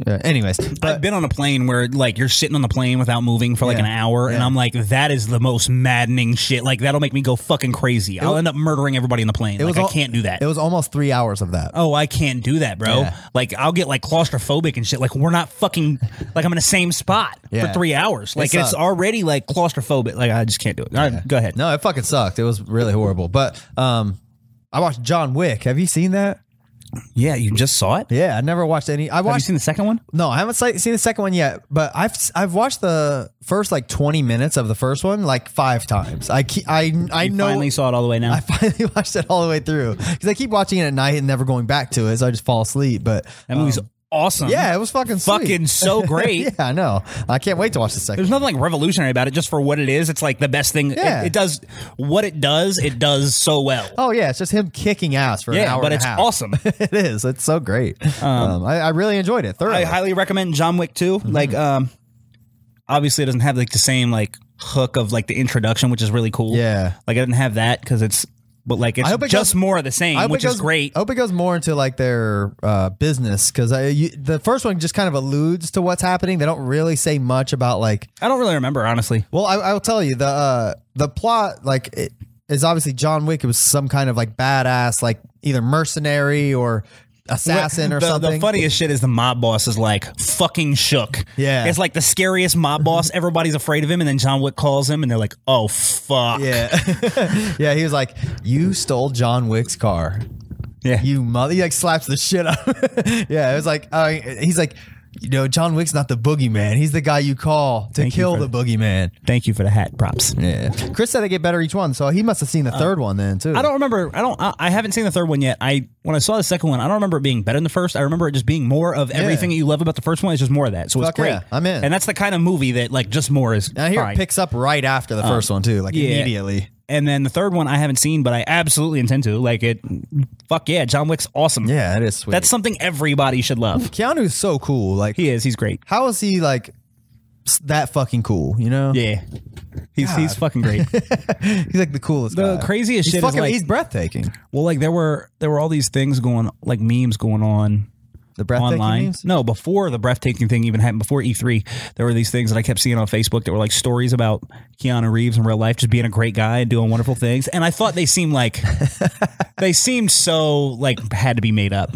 Speaker 2: Yeah, anyways,
Speaker 1: I've been on a plane where like you're sitting on the plane without moving for like
Speaker 2: Yeah.
Speaker 1: an hour, and I'm like, that is the most maddening shit. Like that'll make me go fucking crazy. I'll end up murdering everybody in the plane. Like
Speaker 2: was
Speaker 1: I
Speaker 2: all-
Speaker 1: can't do that.
Speaker 2: it was almost three hours of that.
Speaker 1: Oh, I can't do that, bro.
Speaker 2: Yeah.
Speaker 1: Like I'll get like claustrophobic and shit. Like we're not fucking like I'm in the same spot for
Speaker 2: Yeah.
Speaker 1: three hours. Like it's
Speaker 2: sucks.
Speaker 1: already like claustrophobic. Like I just can't do it. All right, go ahead.
Speaker 2: No, it fucking sucked. It was really horrible. But um I watched John Wick. Have you seen that?
Speaker 1: Yeah, you just saw it.
Speaker 2: Yeah, I never watched any. I
Speaker 1: Have you
Speaker 2: watched
Speaker 1: seen the second one?
Speaker 2: No, I haven't si- seen the second one yet, but I've I've watched the first like 20 minutes of the first one like 5 times. I keep, I I
Speaker 1: You
Speaker 2: know
Speaker 1: finally saw it all the way now.
Speaker 2: I finally watched it all the way through cuz I keep watching it at night and never going back to it, so I just fall asleep, but
Speaker 1: That movie's awesome.
Speaker 2: Um, yeah, it was fucking sweet.
Speaker 1: fucking so great.
Speaker 2: Yeah, I know. I can't wait to watch the second.
Speaker 1: There's nothing like revolutionary about it. Just for what it is, it's like the best thing. It-
Speaker 2: Yeah.
Speaker 1: It, does what it does. It does so well.
Speaker 2: Oh yeah, it's just him kicking ass for an
Speaker 1: yeah,
Speaker 2: hour
Speaker 1: but
Speaker 2: and a
Speaker 1: it's
Speaker 2: half.
Speaker 1: awesome.
Speaker 2: it is. It's so great. Um, I, I really Mm-hmm. enjoyed it thoroughly.
Speaker 1: I highly recommend John Wick 2. Like, um, obviously, it doesn't have like the same like hook of like the introduction, which is really cool.
Speaker 2: Yeah.
Speaker 1: like I didn't have that because it's, but like it's
Speaker 2: hope it
Speaker 1: just
Speaker 2: goes-
Speaker 1: more of the
Speaker 2: I
Speaker 1: same,
Speaker 2: hope
Speaker 1: which
Speaker 2: it Oh. goes,
Speaker 1: is great.
Speaker 2: I hope it goes more into like their uh, business because the first one just kind of alludes to what's happening. They don't really say much about like.
Speaker 1: I don't really remember honestly.
Speaker 2: Well, I, I'll tell you the uh, the plot like it is obviously John Wick. It was some kind of like badass, like either mercenary or assassin or
Speaker 1: the,
Speaker 2: something.
Speaker 1: The funniest shit is the mob boss is like fucking shook.
Speaker 2: Yeah.
Speaker 1: It's like the scariest mob boss. Everybody's afraid of him. And then John Wick calls him and they're like, oh, fuck.
Speaker 2: yeah, yeah. He was like, "You stole John Wick's car."
Speaker 1: Yeah.
Speaker 2: you mother. He like slaps the shit out. of him. yeah, it was like uh, he's like, you know, John Wick's not the boogeyman. He's the guy you call to
Speaker 1: Thank you
Speaker 2: kill
Speaker 1: for
Speaker 2: the boogeyman.
Speaker 1: Thank you for the hat props.
Speaker 2: Yeah. Chris said they get better each one, so he must have seen the third one then too.
Speaker 1: Uh, I don't remember. I don't. I, I haven't seen the third one yet. I when I saw the second one, I don't remember it being better than the first. I remember it just being more of everything that you love about the first one. It's just more of that. So
Speaker 2: Fuck
Speaker 1: it's great.
Speaker 2: yeah, I'm in.
Speaker 1: And that's the kind of movie that like just more is.
Speaker 2: I hear
Speaker 1: fine.
Speaker 2: it picks up right after the first one too, like
Speaker 1: Uh, yeah.
Speaker 2: immediately.
Speaker 1: and then the third one I haven't seen, but I absolutely intend to. Like it. Fuck yeah, John Wick's awesome.
Speaker 2: Yeah, that is sweet.
Speaker 1: That's something everybody should love.
Speaker 2: Keanu's so cool. Like
Speaker 1: He is. He's great.
Speaker 2: how is he like s- that fucking cool? You know?
Speaker 1: Yeah. He's he's fucking great.
Speaker 2: He's like the coolest.
Speaker 1: The
Speaker 2: guy.
Speaker 1: craziest
Speaker 2: he's
Speaker 1: shit is,
Speaker 2: fucking,
Speaker 1: like-
Speaker 2: he's breathtaking.
Speaker 1: well, like there were there were all these things going like memes going on
Speaker 2: The breathtaking.
Speaker 1: online.
Speaker 2: memes?
Speaker 1: No, before the breathtaking thing even happened, before E3, there were these things that I kept seeing on Facebook that were like stories about Keanu Reeves in real life, just being a great guy and doing wonderful things. And I thought they seemed like they seemed so like had to be made up.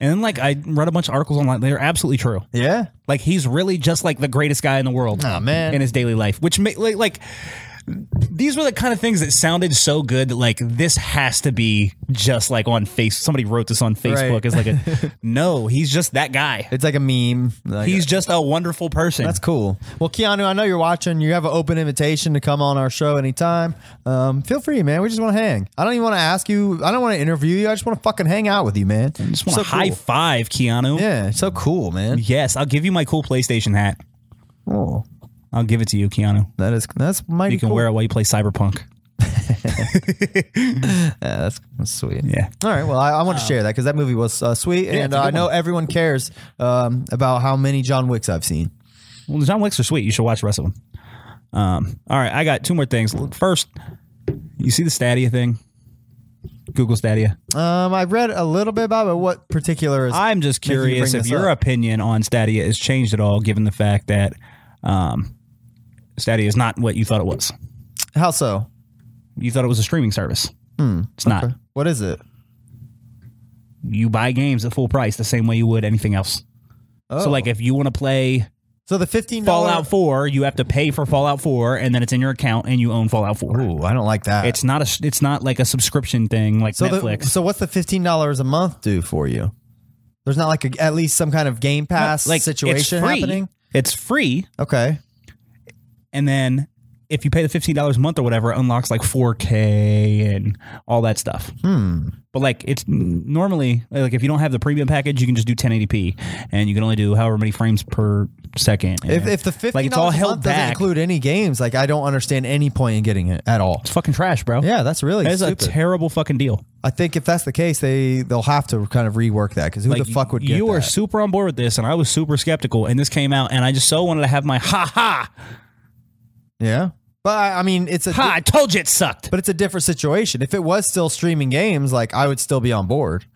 Speaker 1: And then like I read a bunch of articles online, they're absolutely true.
Speaker 2: Yeah.
Speaker 1: Like he's really just like the greatest guy in the world.
Speaker 2: Aw, man.
Speaker 1: In his daily life, which ma- like, like these were the kind of things that sounded so good that like this has to be just like on face. Somebody wrote this on
Speaker 2: Right.
Speaker 1: Facebook as like a no. He's just that guy.
Speaker 2: It's like a meme. Like,
Speaker 1: He's just a wonderful person.
Speaker 2: That's cool. Well, Keanu, I know you're watching. You have an open invitation to come on our show anytime. Um, feel free, man. We just want to hang. I don't even want to ask you. I don't want to interview you. I just want to fucking hang out with you, man.
Speaker 1: just want
Speaker 2: so
Speaker 1: to high
Speaker 2: cool.
Speaker 1: five, Keanu.
Speaker 2: Yeah, so cool, man.
Speaker 1: Yes, I'll give you my cool PlayStation hat.
Speaker 2: Oh,
Speaker 1: I'll give it to you, Keanu.
Speaker 2: that is that's mighty.
Speaker 1: You can
Speaker 2: cool.
Speaker 1: wear it while you play Cyberpunk.
Speaker 2: Yeah, that's, that's sweet.
Speaker 1: Yeah.
Speaker 2: All right. Well, I, I want to share that because that movie was uh, sweet, and
Speaker 1: it's a
Speaker 2: uh,
Speaker 1: good
Speaker 2: I know everyone cares um, about how many John Wicks I've seen.
Speaker 1: Well, the John Wicks are sweet. You should watch the rest of them. Um, all right, I got two more things. First, you see the Stadia thing? Google Stadia.
Speaker 2: Um, I read a little bit about it, but what particular is
Speaker 1: I'm just
Speaker 2: Making you
Speaker 1: curious
Speaker 2: bring
Speaker 1: if
Speaker 2: this
Speaker 1: your
Speaker 2: up.
Speaker 1: opinion on Stadia has changed at all, given the fact that um, Stadia is not what you thought it was.
Speaker 2: how so?
Speaker 1: You thought it was a streaming service. it's not.
Speaker 2: What is it?
Speaker 1: You buy games at full price the same way you would anything else. So, like, if you want to play
Speaker 2: Oh, So the fifteen
Speaker 1: Fallout 4, you have to pay for Fallout 4, and then it's in your account, and you own Fallout 4.
Speaker 2: Ooh, I don't like that.
Speaker 1: It's not a. It's not like a subscription thing like
Speaker 2: so
Speaker 1: Netflix.
Speaker 2: The, so what's the fifteen dollars a month do for you? There's not like a, at least some kind of Game Pass
Speaker 1: like
Speaker 2: situation
Speaker 1: it's free.
Speaker 2: happening.
Speaker 1: It's free,
Speaker 2: Okay.
Speaker 1: and then if you pay the fifteen dollars a month or whatever, it unlocks like four K and all that stuff. Hmm. But like it's n- normally like if you don't have the premium package, you can just do 1080p, and you can only do however many frames per second.
Speaker 2: If,
Speaker 1: And
Speaker 2: if the fifteen
Speaker 1: like it's all
Speaker 2: dollars a
Speaker 1: held
Speaker 2: month doesn't
Speaker 1: back,
Speaker 2: include any games, like I don't understand any point in getting it at all.
Speaker 1: it's fucking trash, bro.
Speaker 2: Yeah, that's really
Speaker 1: That is a
Speaker 2: stupid.
Speaker 1: terrible fucking deal.
Speaker 2: I think if that's the case, they they'll have to kind of rework that because who
Speaker 1: Like,
Speaker 2: the fuck would get
Speaker 1: you were
Speaker 2: that?
Speaker 1: super on board with this, and I was super skeptical. And this came out, and I just so wanted to have my ha ha
Speaker 2: yeah, but I, I mean, it's a
Speaker 1: ha. I told you it sucked.
Speaker 2: but it's a different situation. If it was still streaming games, like I would still be on board.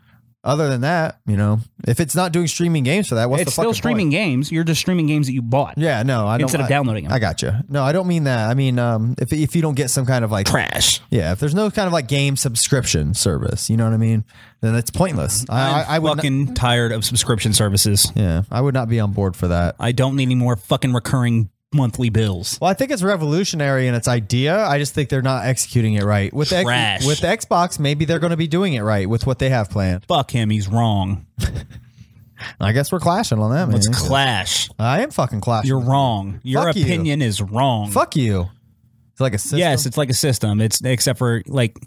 Speaker 2: Other than that, you know, if it's not doing streaming games for that, what's the
Speaker 1: it's
Speaker 2: fucking
Speaker 1: still
Speaker 2: point?
Speaker 1: streaming games. You're just streaming games that you bought.
Speaker 2: Yeah, no, I don't,
Speaker 1: Instead of
Speaker 2: I-
Speaker 1: downloading 'em.
Speaker 2: I got you. No, I don't mean that. I mean, um, if if you don't get some kind of like,
Speaker 1: Trash.
Speaker 2: yeah, if there's no kind of like game subscription service, you know what I mean, then it's pointless. I, I,
Speaker 1: I'm
Speaker 2: I would, not,
Speaker 1: fucking tired of subscription services.
Speaker 2: yeah, I would not be on board for that.
Speaker 1: I don't need any more fucking recurring monthly bills.
Speaker 2: Well, I think it's revolutionary in its idea. I just think they're not executing it right with the X-
Speaker 1: Trash.
Speaker 2: with the Xbox. Maybe they're going to be doing it right with what they have planned.
Speaker 1: Fuck him, he's wrong.
Speaker 2: I guess we're clashing on that. Man.
Speaker 1: Let's clash.
Speaker 2: I am fucking clashing.
Speaker 1: You're wrong. Your
Speaker 2: Fuck you.
Speaker 1: opinion is wrong.
Speaker 2: Fuck you. It's like a system.
Speaker 1: Yes, it's like a system. It's except for like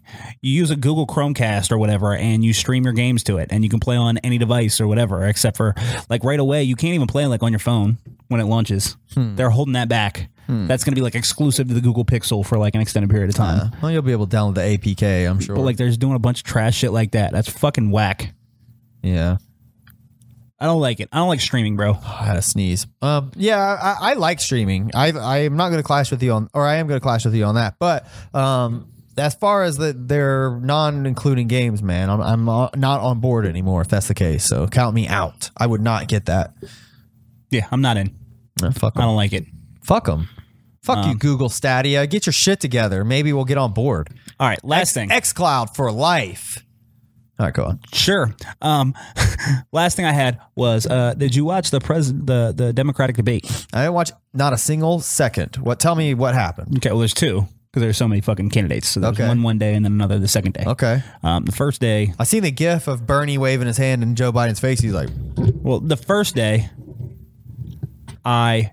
Speaker 1: you use a Google Chromecast or whatever, and you stream your games to it, and you can play on any device or whatever. Except for like right away, you can't even play like on your phone when it launches. They're holding that back. That's going to be like exclusive to the Google Pixel for like an extended period of time.
Speaker 2: Well, you'll be able to download the APK. I'm sure.
Speaker 1: But like, they're just doing a bunch of trash shit like that. That's fucking whack.
Speaker 2: yeah.
Speaker 1: I don't like it. I don't like streaming, bro.
Speaker 2: I had a sneeze. Um, yeah, I, I like streaming. I I am not going to clash with you on, or I am going to clash with you on that. But um, as far as the their non-including games, man, I'm I'm uh, not on board anymore. If that's the case, so count me out. I would not get that.
Speaker 1: Yeah, I'm not in.
Speaker 2: Uh, fuck
Speaker 1: I
Speaker 2: them.
Speaker 1: don't like it.
Speaker 2: Fuck them. Fuck you, Google Stadia. Get your shit together. Maybe we'll get on board.
Speaker 1: All right, last thing.
Speaker 2: XCloud for life. All right, go on.
Speaker 1: Sure. Um, last thing I had was, uh, did you watch the pres the the Democratic debate?
Speaker 2: I didn't watch not a single second. What? Tell me what happened.
Speaker 1: Okay, well, there's two because there's so many fucking candidates. So there's
Speaker 2: Okay.
Speaker 1: one one day and then another the second day.
Speaker 2: Okay.
Speaker 1: Um, the first day,
Speaker 2: I seen the gif of Bernie waving his hand in Joe Biden's face. He's like,
Speaker 1: well, the first day, I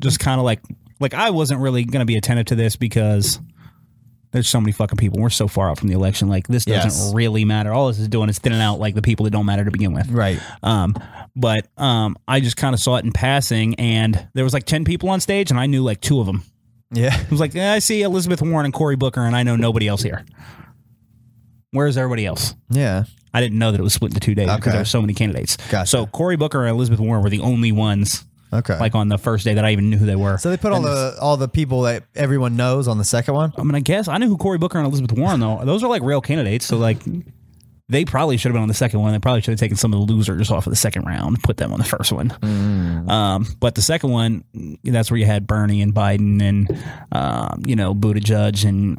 Speaker 1: just kind of like like I wasn't really going to be attentive to this because there's so many fucking people. We're so far out from the election. Like this doesn't
Speaker 2: Yes.
Speaker 1: really matter. All this is doing is thinning out like the people that don't matter to begin with.
Speaker 2: Right.
Speaker 1: Um, but um, I just kind of saw it in passing, and there was like ten people on stage, and I knew like two of them.
Speaker 2: Yeah.
Speaker 1: I was like, eh, I see Elizabeth Warren and Cory Booker, and I know nobody else here. Where's everybody else?
Speaker 2: Yeah.
Speaker 1: I didn't know that it was split into two days
Speaker 2: Okay.
Speaker 1: because there were so many candidates.
Speaker 2: Gotcha.
Speaker 1: So Cory Booker and Elizabeth Warren were the only ones,
Speaker 2: Okay.
Speaker 1: like on the first day that I even knew who they were.
Speaker 2: so they put all the all the people that everyone knows on the second one.
Speaker 1: I mean, I guess I knew who Cory Booker and Elizabeth Warren though. Those are like real candidates, so like they probably should have been on the second one. They probably should have taken some of the losers off of the second round, put them on the first one. Um, but the second one, that's where you had Bernie and Biden and um, you know Buttigieg and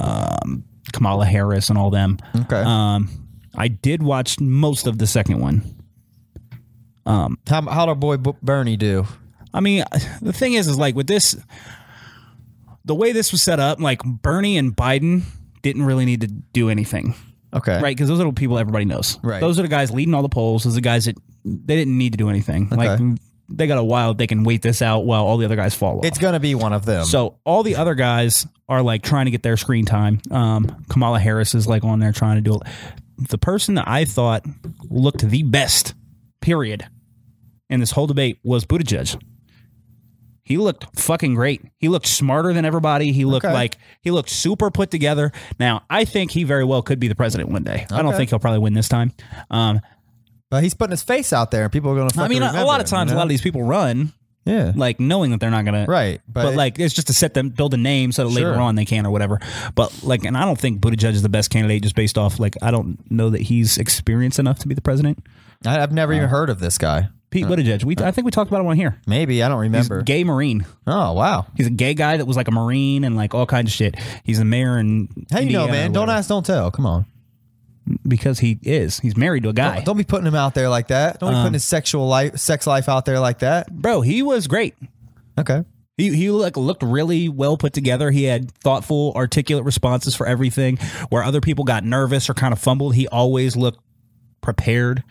Speaker 1: um, Kamala Harris and all them.
Speaker 2: Okay.
Speaker 1: Um, I did watch most of the second one.
Speaker 2: how how'd our boy B- Bernie do?
Speaker 1: I mean, the thing is, is like with this, the way this was set up, like Bernie and Biden didn't really need to do anything,
Speaker 2: Okay.
Speaker 1: right? Because those are the people everybody knows.
Speaker 2: Right.
Speaker 1: Those are the guys leading all the polls. Those are the guys that they didn't need to do anything. Like they got a while they can wait this out while all the other guys fall off.
Speaker 2: It's gonna be one of them.
Speaker 1: so all the other guys are like trying to get their screen time. Um, Kamala Harris is like on there trying to do it. The person that I thought looked the best, period, in this whole debate was Buttigieg. He looked fucking great. He looked smarter than everybody. He looked
Speaker 2: Okay.
Speaker 1: like he looked super put together. Now I think he very well could be the president one day. I don't
Speaker 2: Okay.
Speaker 1: think he'll probably win this time. Um,
Speaker 2: but he's putting his face out there, and people are gonna.
Speaker 1: I
Speaker 2: fucking
Speaker 1: mean, a
Speaker 2: remember
Speaker 1: lot of
Speaker 2: him,
Speaker 1: times,
Speaker 2: you
Speaker 1: a lot
Speaker 2: know?
Speaker 1: of these people run
Speaker 2: yeah.
Speaker 1: like knowing that they're not gonna
Speaker 2: Right, but
Speaker 1: But,
Speaker 2: it-
Speaker 1: like it's just to set them build a name so that later
Speaker 2: Sure.
Speaker 1: on they can or whatever. But like, and I don't think Buttigieg is the best candidate just based off like I don't know that he's experienced enough to be the president.
Speaker 2: I, I've never even
Speaker 1: uh,
Speaker 2: heard of this guy.
Speaker 1: Pete Buttigieg, we I think we talked about him on here.
Speaker 2: Maybe I don't remember.
Speaker 1: Gay Marine.
Speaker 2: Oh wow.
Speaker 1: He's a gay guy that was like a Marine and like all kinds of shit. He's a mayor and
Speaker 2: How you
Speaker 1: uh,
Speaker 2: know, man? Don't ask, don't tell. Come on.
Speaker 1: because he is. He's married to a guy.
Speaker 2: Don't be putting him out there like that. Don't be
Speaker 1: Um,
Speaker 2: putting his sexual life, sex life out there like that.
Speaker 1: Bro, he was great.
Speaker 2: Okay.
Speaker 1: He, he like looked really well put together. He had thoughtful, articulate responses for everything. Where other people got nervous or kind of fumbled, he always looked prepared.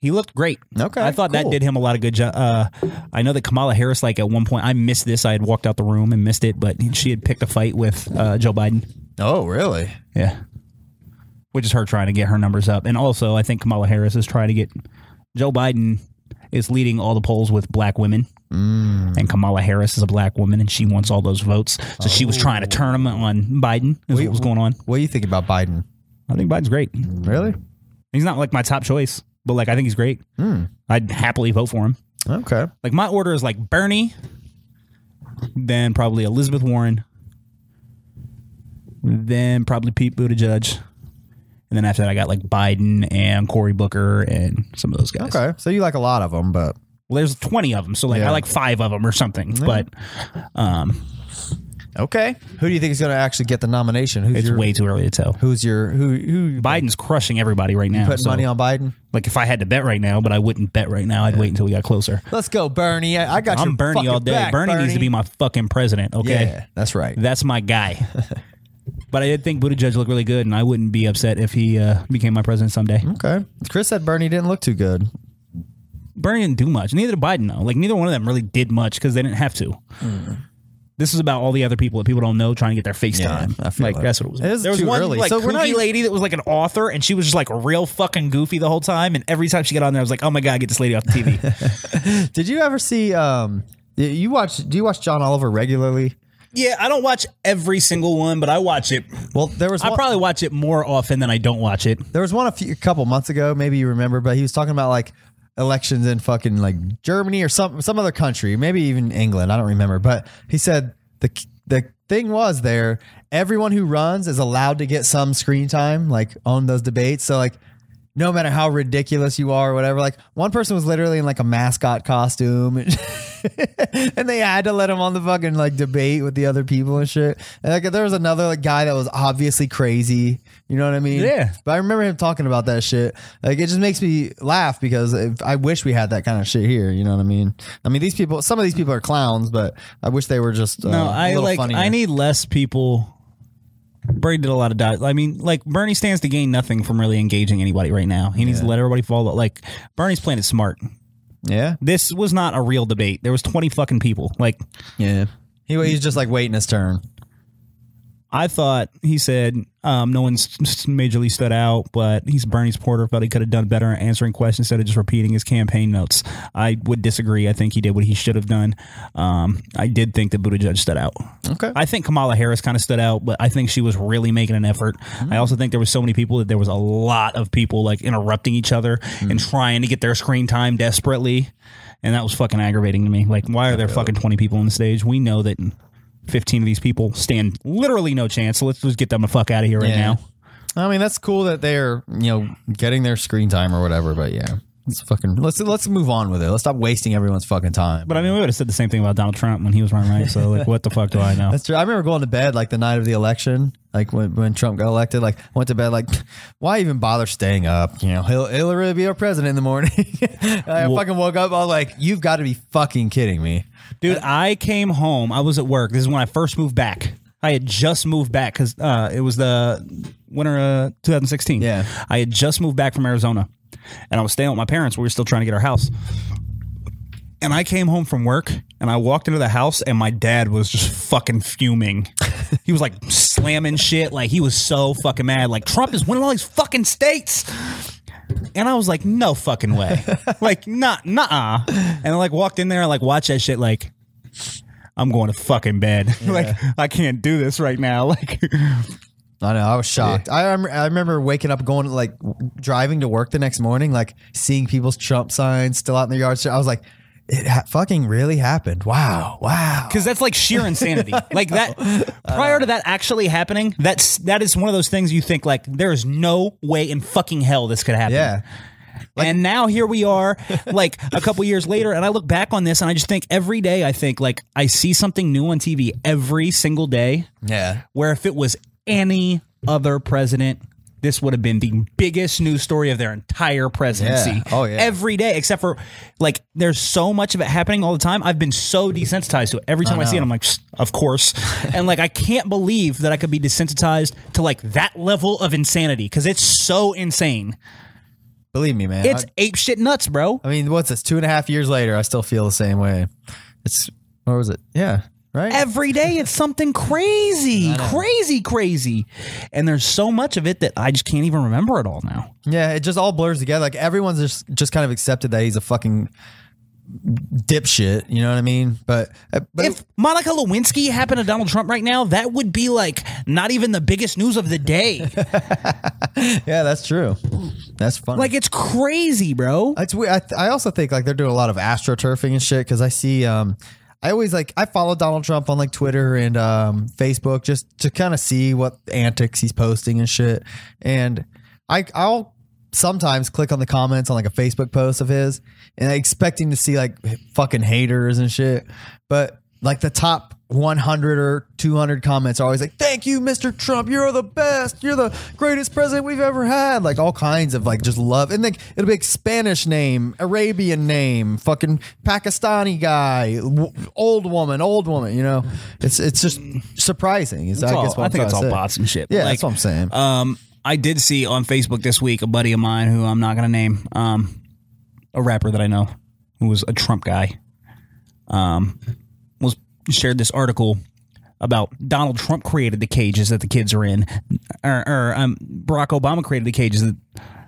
Speaker 1: He looked great.
Speaker 2: Hmm. Okay,
Speaker 1: I thought that
Speaker 2: cool.
Speaker 1: did him a lot of good job. Uh, I know that Kamala Harris, like at one point, I missed this. I had walked out the room and missed it, but she had picked a fight with uh, Joe Biden.
Speaker 2: Oh really?
Speaker 1: Yeah, which is her trying to get her numbers up, and also I think Kamala Harris is trying to get Joe Biden is leading all the polls with black women, and Kamala Harris is a black woman, and she wants all those votes. So she was trying to turn them on Biden. Is what was going on?
Speaker 2: What do you think about Biden?
Speaker 1: I think Biden's great.
Speaker 2: Really?
Speaker 1: He's not like my top choice, but like I think he's great. I'd happily vote for him.
Speaker 2: Okay.
Speaker 1: Like my order is like Bernie, then probably Elizabeth Warren, then probably Pete Buttigieg, and then after that I got like Biden and Cory Booker and some of those guys.
Speaker 2: Okay. So you like a lot of them, but
Speaker 1: Well, there's 20 of them, so like
Speaker 2: Yeah.
Speaker 1: I like five of them or something. But
Speaker 2: okay. Who do you think is going to actually get the nomination? Who's
Speaker 1: it's
Speaker 2: your
Speaker 1: way too early to tell.
Speaker 2: Who's your who who
Speaker 1: Biden's crushing everybody right now.
Speaker 2: putting
Speaker 1: so,
Speaker 2: money on Biden?
Speaker 1: Like if I had to bet right now, but I wouldn't bet right now. I'd wait until we got closer.
Speaker 2: Let's go, Bernie. I, I got your
Speaker 1: I'm Bernie
Speaker 2: fucking
Speaker 1: all day.
Speaker 2: back,
Speaker 1: Bernie, needs to be my fucking president. Okay.
Speaker 2: Yeah, that's right.
Speaker 1: That's my guy. but I did think Buttigieg looked really good, and I wouldn't be upset if he uh, became my president someday.
Speaker 2: Okay. Chris said Bernie didn't look too good.
Speaker 1: Bernie didn't do much. Neither did Biden, though. Like, neither one of them really did much because they didn't have to.
Speaker 2: Hmm.
Speaker 1: This is about all the other people that people don't know trying to get their face time.
Speaker 2: I feel
Speaker 1: like,
Speaker 2: that.
Speaker 1: that's what it was.
Speaker 2: It is
Speaker 1: there was
Speaker 2: too
Speaker 1: one
Speaker 2: early.
Speaker 1: like
Speaker 2: So we're not
Speaker 1: kooky
Speaker 2: even-
Speaker 1: lady that was like an author, and she was just like real fucking goofy the whole time. And every time she got on there, I was like, oh my god, get this lady off the TV.
Speaker 2: Did you ever see um y- you watch do you watch John Oliver regularly?
Speaker 1: yeah, I don't watch every single one, but I watch it.
Speaker 2: Well, there was
Speaker 1: I
Speaker 2: one,
Speaker 1: probably watch it more often than I don't watch it.
Speaker 2: there was one a few a couple months ago, maybe you remember, but he was talking about like elections in fucking like Germany or some some other country, maybe even England, I don't remember, but he said the the thing was there everyone who runs is allowed to get some screen time like on those debates. So like no matter how ridiculous you are or whatever, like one person was literally in like a mascot costume and, and they had to let him on the fucking like debate with the other people and shit. And like there was another like, guy that was obviously crazy. You know what I mean?
Speaker 1: Yeah.
Speaker 2: But I remember him talking about that shit. Like it just makes me laugh because if, I wish we had that kind of shit here. You know what I mean? I mean these people, some of these people are clowns, but I wish they were just uh,
Speaker 1: No,
Speaker 2: a
Speaker 1: I
Speaker 2: little
Speaker 1: like.
Speaker 2: funnier.
Speaker 1: I need less people. Bernie did a lot of dot. I mean, like Bernie stands to gain nothing from really engaging anybody right now. He needs to let everybody follow. Like Bernie's playing it smart.
Speaker 2: Yeah.
Speaker 1: This was not a real debate. There was twenty fucking people. Like
Speaker 2: Yeah. He, he's just like waiting his turn.
Speaker 1: I thought, he said, um, no one's majorly stood out, but he's Bernie supporter. Felt he could have done better in answering questions instead of just repeating his campaign notes. I would disagree. I think he did what he should have done. Um, I did think that Buttigieg stood out.
Speaker 2: Okay.
Speaker 1: I think Kamala Harris kind of stood out, but I think she was really making an effort. I also think there was so many people that there was a lot of people like interrupting each other and trying to get their screen time desperately, and that was fucking aggravating to me. Like, why are there fucking twenty people on the stage? We know that fifteen of these people stand literally no chance. So let's just get them the fuck out of here right
Speaker 2: Yeah.
Speaker 1: now.
Speaker 2: I mean, that's cool that they're you know getting their screen time or whatever. But yeah, let's fucking let's let's move on with it. Let's stop wasting everyone's fucking time.
Speaker 1: But I mean, we would have said the same thing about Donald Trump when he was running, right? So like, what the fuck do I know?
Speaker 2: That's true. I remember going to bed like the night of the election, like when, when Trump got elected. Like went to bed like, why even bother staying up? You know, he'll he'll really be our president in the morning. I fucking woke up. I was like, you've got to be fucking kidding me.
Speaker 1: Dude, I came home. I was at work. This is when I first moved back. I had just moved back because uh, it was the winter of 2016.
Speaker 2: Yeah.
Speaker 1: I had just moved back from Arizona and I was staying with my parents. We were still trying to get our house. And I came home from work and I walked into the house and my dad was just fucking fuming. he was like slamming shit. Like he was so fucking mad. Like Trump is winning all these fucking states. And I was like, no fucking way. like, nah, nah. And I like walked in there and like watched that shit like I'm going to fucking bed. like I can't do this right now. Like
Speaker 2: I know. I was shocked. I rem- I remember waking up, going like w- driving to work the next morning, like seeing people's Trump signs still out in the yard. So I was like, it ha- fucking really happened. Wow. Wow.
Speaker 1: because that's like sheer insanity. like that prior to that actually happening, that's that is one of those things you think like there is no way in fucking hell this could happen.
Speaker 2: Yeah.
Speaker 1: and now here we are, like a couple years later, and I look back on this and I just think every day I think like I see something new on TV every single day.
Speaker 2: Yeah.
Speaker 1: where if it was any other president, this would have been the biggest news story of their entire presidency.
Speaker 2: Yeah. Oh, yeah.
Speaker 1: Every day, except for like, there's so much of it happening all the time. I've been so desensitized to it. Every time I, see it, I'm like, "Psst, of course. and like, I can't believe that I could be desensitized to like that level of insanity because it's so insane.
Speaker 2: Believe me, man.
Speaker 1: It's
Speaker 2: I-
Speaker 1: ape shit nuts, bro.
Speaker 2: I mean, what's this? Two and a half years later, I still feel the same way. It's or was it? Yeah, right.
Speaker 1: Every day it's something crazy, crazy, crazy. And there's so much of it that I just can't even remember it all now.
Speaker 2: yeah, it just all blurs together. Like everyone's just just kind of accepted that he's a fucking dipshit. You know what I mean? But uh, but
Speaker 1: if Monica Lewinsky happened to Donald Trump right now, that would be like not even the biggest news of the day.
Speaker 2: yeah, that's true. That's funny.
Speaker 1: like it's crazy, bro.
Speaker 2: It's weird. I, th- I also think like they're doing a lot of astroturfing and shit because I see. Um, I always like I follow Donald Trump on like Twitter and um, Facebook just to kind of see what antics he's posting and shit. And I I'll sometimes click on the comments on like a Facebook post of his and expecting to see like fucking haters and shit, but like the top 100 or 200 comments are always like thank you mr trump you're the best you're the greatest president we've ever had like all kinds of like just love and like it'll be like spanish name arabian name fucking pakistani guy w- old woman old woman you know it's it's just surprising is i guess what
Speaker 1: I
Speaker 2: I'm
Speaker 1: think it's
Speaker 2: trying to
Speaker 1: all
Speaker 2: say.
Speaker 1: bots and shit.
Speaker 2: yeah
Speaker 1: Like,
Speaker 2: that's what i'm saying
Speaker 1: Um, I did see on Facebook this week a buddy of mine who I'm not gonna name, um, a rapper that I know who was a Trump guy, um, was shared this article about Donald Trump created the cages that the kids are in, or, or um, Barack Obama created the cages that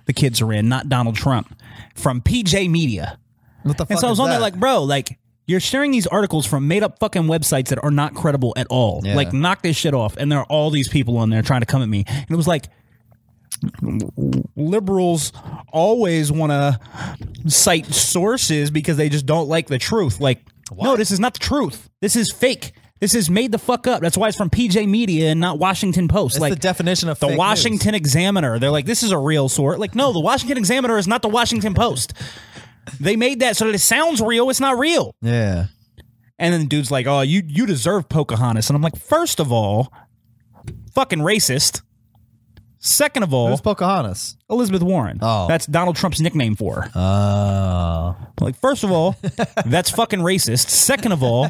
Speaker 1: the kids are in, not Donald Trump, from PJ Media.
Speaker 2: what the fuck
Speaker 1: And so I was
Speaker 2: is
Speaker 1: on there
Speaker 2: that?
Speaker 1: like, bro, like you're sharing these articles from made up fucking websites that are not credible at all.
Speaker 2: Yeah.
Speaker 1: Like knock this shit off. And there are all these people on there trying to come at me. And it was like liberals always want to cite sources because they just don't like the truth. Like, no, this is not the truth. This is fake. This is made the fuck up. That's why it's from PJ Media and not Washington Post.
Speaker 2: It's
Speaker 1: like
Speaker 2: the definition of
Speaker 1: the
Speaker 2: fake news.
Speaker 1: Washington Examiner. They're like, this is a real sort. Like, no, the Washington Examiner is not the Washington Post. They made that so that it sounds real. It's not real.
Speaker 2: yeah
Speaker 1: And then the dude's like, oh, you you deserve Pocahontas. And I'm like, first of all, fucking racist. Second of all,
Speaker 2: who's pocahontas
Speaker 1: Elizabeth Warren.
Speaker 2: Oh.
Speaker 1: That's Donald Trump's nickname for her.
Speaker 2: oh
Speaker 1: Like, first of all, that's fucking racist. Second of all,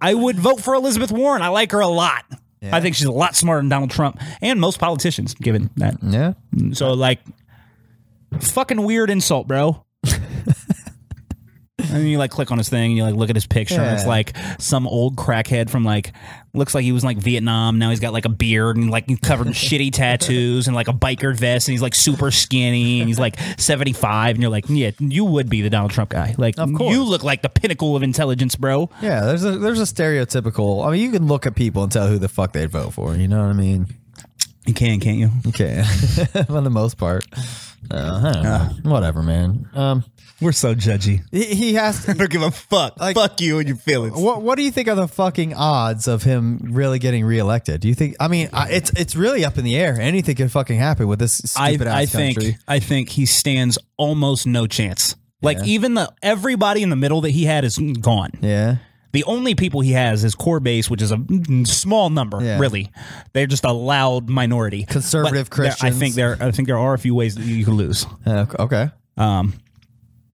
Speaker 1: I would vote for Elizabeth Warren. I like her a lot. I think she's a lot smarter than Donald Trump and most politicians, given that.
Speaker 2: yeah
Speaker 1: So like, fucking weird insult, bro. And you like click on his thing and you like look at his picture and it's
Speaker 2: Yeah.
Speaker 1: like some old crackhead from like looks like he was in, like Vietnam. Now he's got like a beard and like he's covered in shitty tattoos and like a biker vest and he's like super skinny and he's like 75 and you're like, "Yeah, you would be the Donald Trump guy." Like
Speaker 2: Of course.
Speaker 1: you look like the pinnacle of intelligence, bro.
Speaker 2: Yeah, there's a there's a stereotypical. I mean, you can look at people and tell who the fuck they'd vote for. You know what I mean?
Speaker 1: You can, can't you?
Speaker 2: Okay, for the most part. Uh, I don't know.
Speaker 1: Ah.
Speaker 2: Whatever, man. Um,
Speaker 1: We're so judgy.
Speaker 2: he, he has.
Speaker 1: I don't give a fuck. fuck you and your feelings.
Speaker 2: what What do you think are the fucking odds of him really getting reelected? Do you think? I mean, I, it's it's really up in the air. Anything could fucking happen with this
Speaker 1: I,
Speaker 2: stupid
Speaker 1: I
Speaker 2: ass
Speaker 1: think
Speaker 2: country.
Speaker 1: I think he stands almost no chance. Like even the everybody in the middle that he had is gone.
Speaker 2: Yeah.
Speaker 1: The only people he has is core base, which is a small number,
Speaker 2: Yeah.
Speaker 1: really. They're just a loud minority.
Speaker 2: Conservative
Speaker 1: But there- I
Speaker 2: Christians.
Speaker 1: think there I think there are a few ways that you could lose.
Speaker 2: Uh, okay.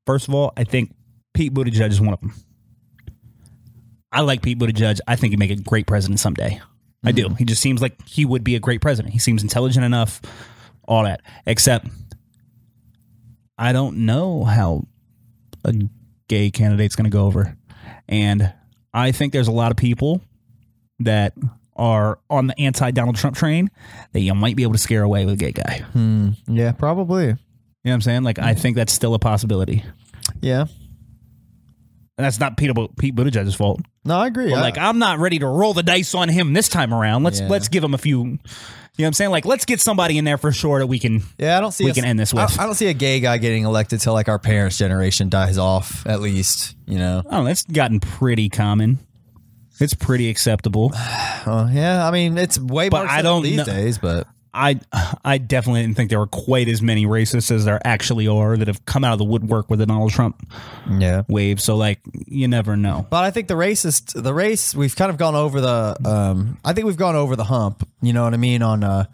Speaker 1: First of all, I think Pete Buttigieg is one of them. I like Pete Buttigieg. I think he'd make a great president someday. I do. He just seems like he would be a great president. He seems intelligent enough, all that. Except, I don't know how a gay candidate's going to go over. And I think there's a lot of people that are on the anti Donald Trump train that you might be able to scare away with a gay guy. You
Speaker 2: Hmm. Yeah, probably.
Speaker 1: know what I'm saying? Like, I think that's still a possibility.
Speaker 2: Yeah.
Speaker 1: And that's not Pete, Pete Buttigieg's fault.
Speaker 2: No, I agree.
Speaker 1: But
Speaker 2: I-
Speaker 1: like, I'm not ready to roll the dice on him this time around. Let's
Speaker 2: Yeah.
Speaker 1: let's give him a few. You know what I'm saying? Like, let's get somebody in there for sure that we can.
Speaker 2: Yeah, I don't see.
Speaker 1: We
Speaker 2: us-
Speaker 1: can end this
Speaker 2: I-
Speaker 1: with.
Speaker 2: I, don't see a gay guy getting elected till like our parents' generation dies off, at least. You know.
Speaker 1: Oh, that's gotten pretty common. It's pretty acceptable.
Speaker 2: Uh, yeah, I mean it's way
Speaker 1: But
Speaker 2: more
Speaker 1: I
Speaker 2: acceptable
Speaker 1: don't
Speaker 2: these
Speaker 1: kno-
Speaker 2: days, but
Speaker 1: I I definitely didn't think there were quite as many racists as there actually are that have come out of the woodwork with the Donald Trump
Speaker 2: yeah.
Speaker 1: wave. So like, you never know.
Speaker 2: But I think the racist, the race, we've kind of gone over the. Um, I think we've gone over the hump. You know what I mean on uh,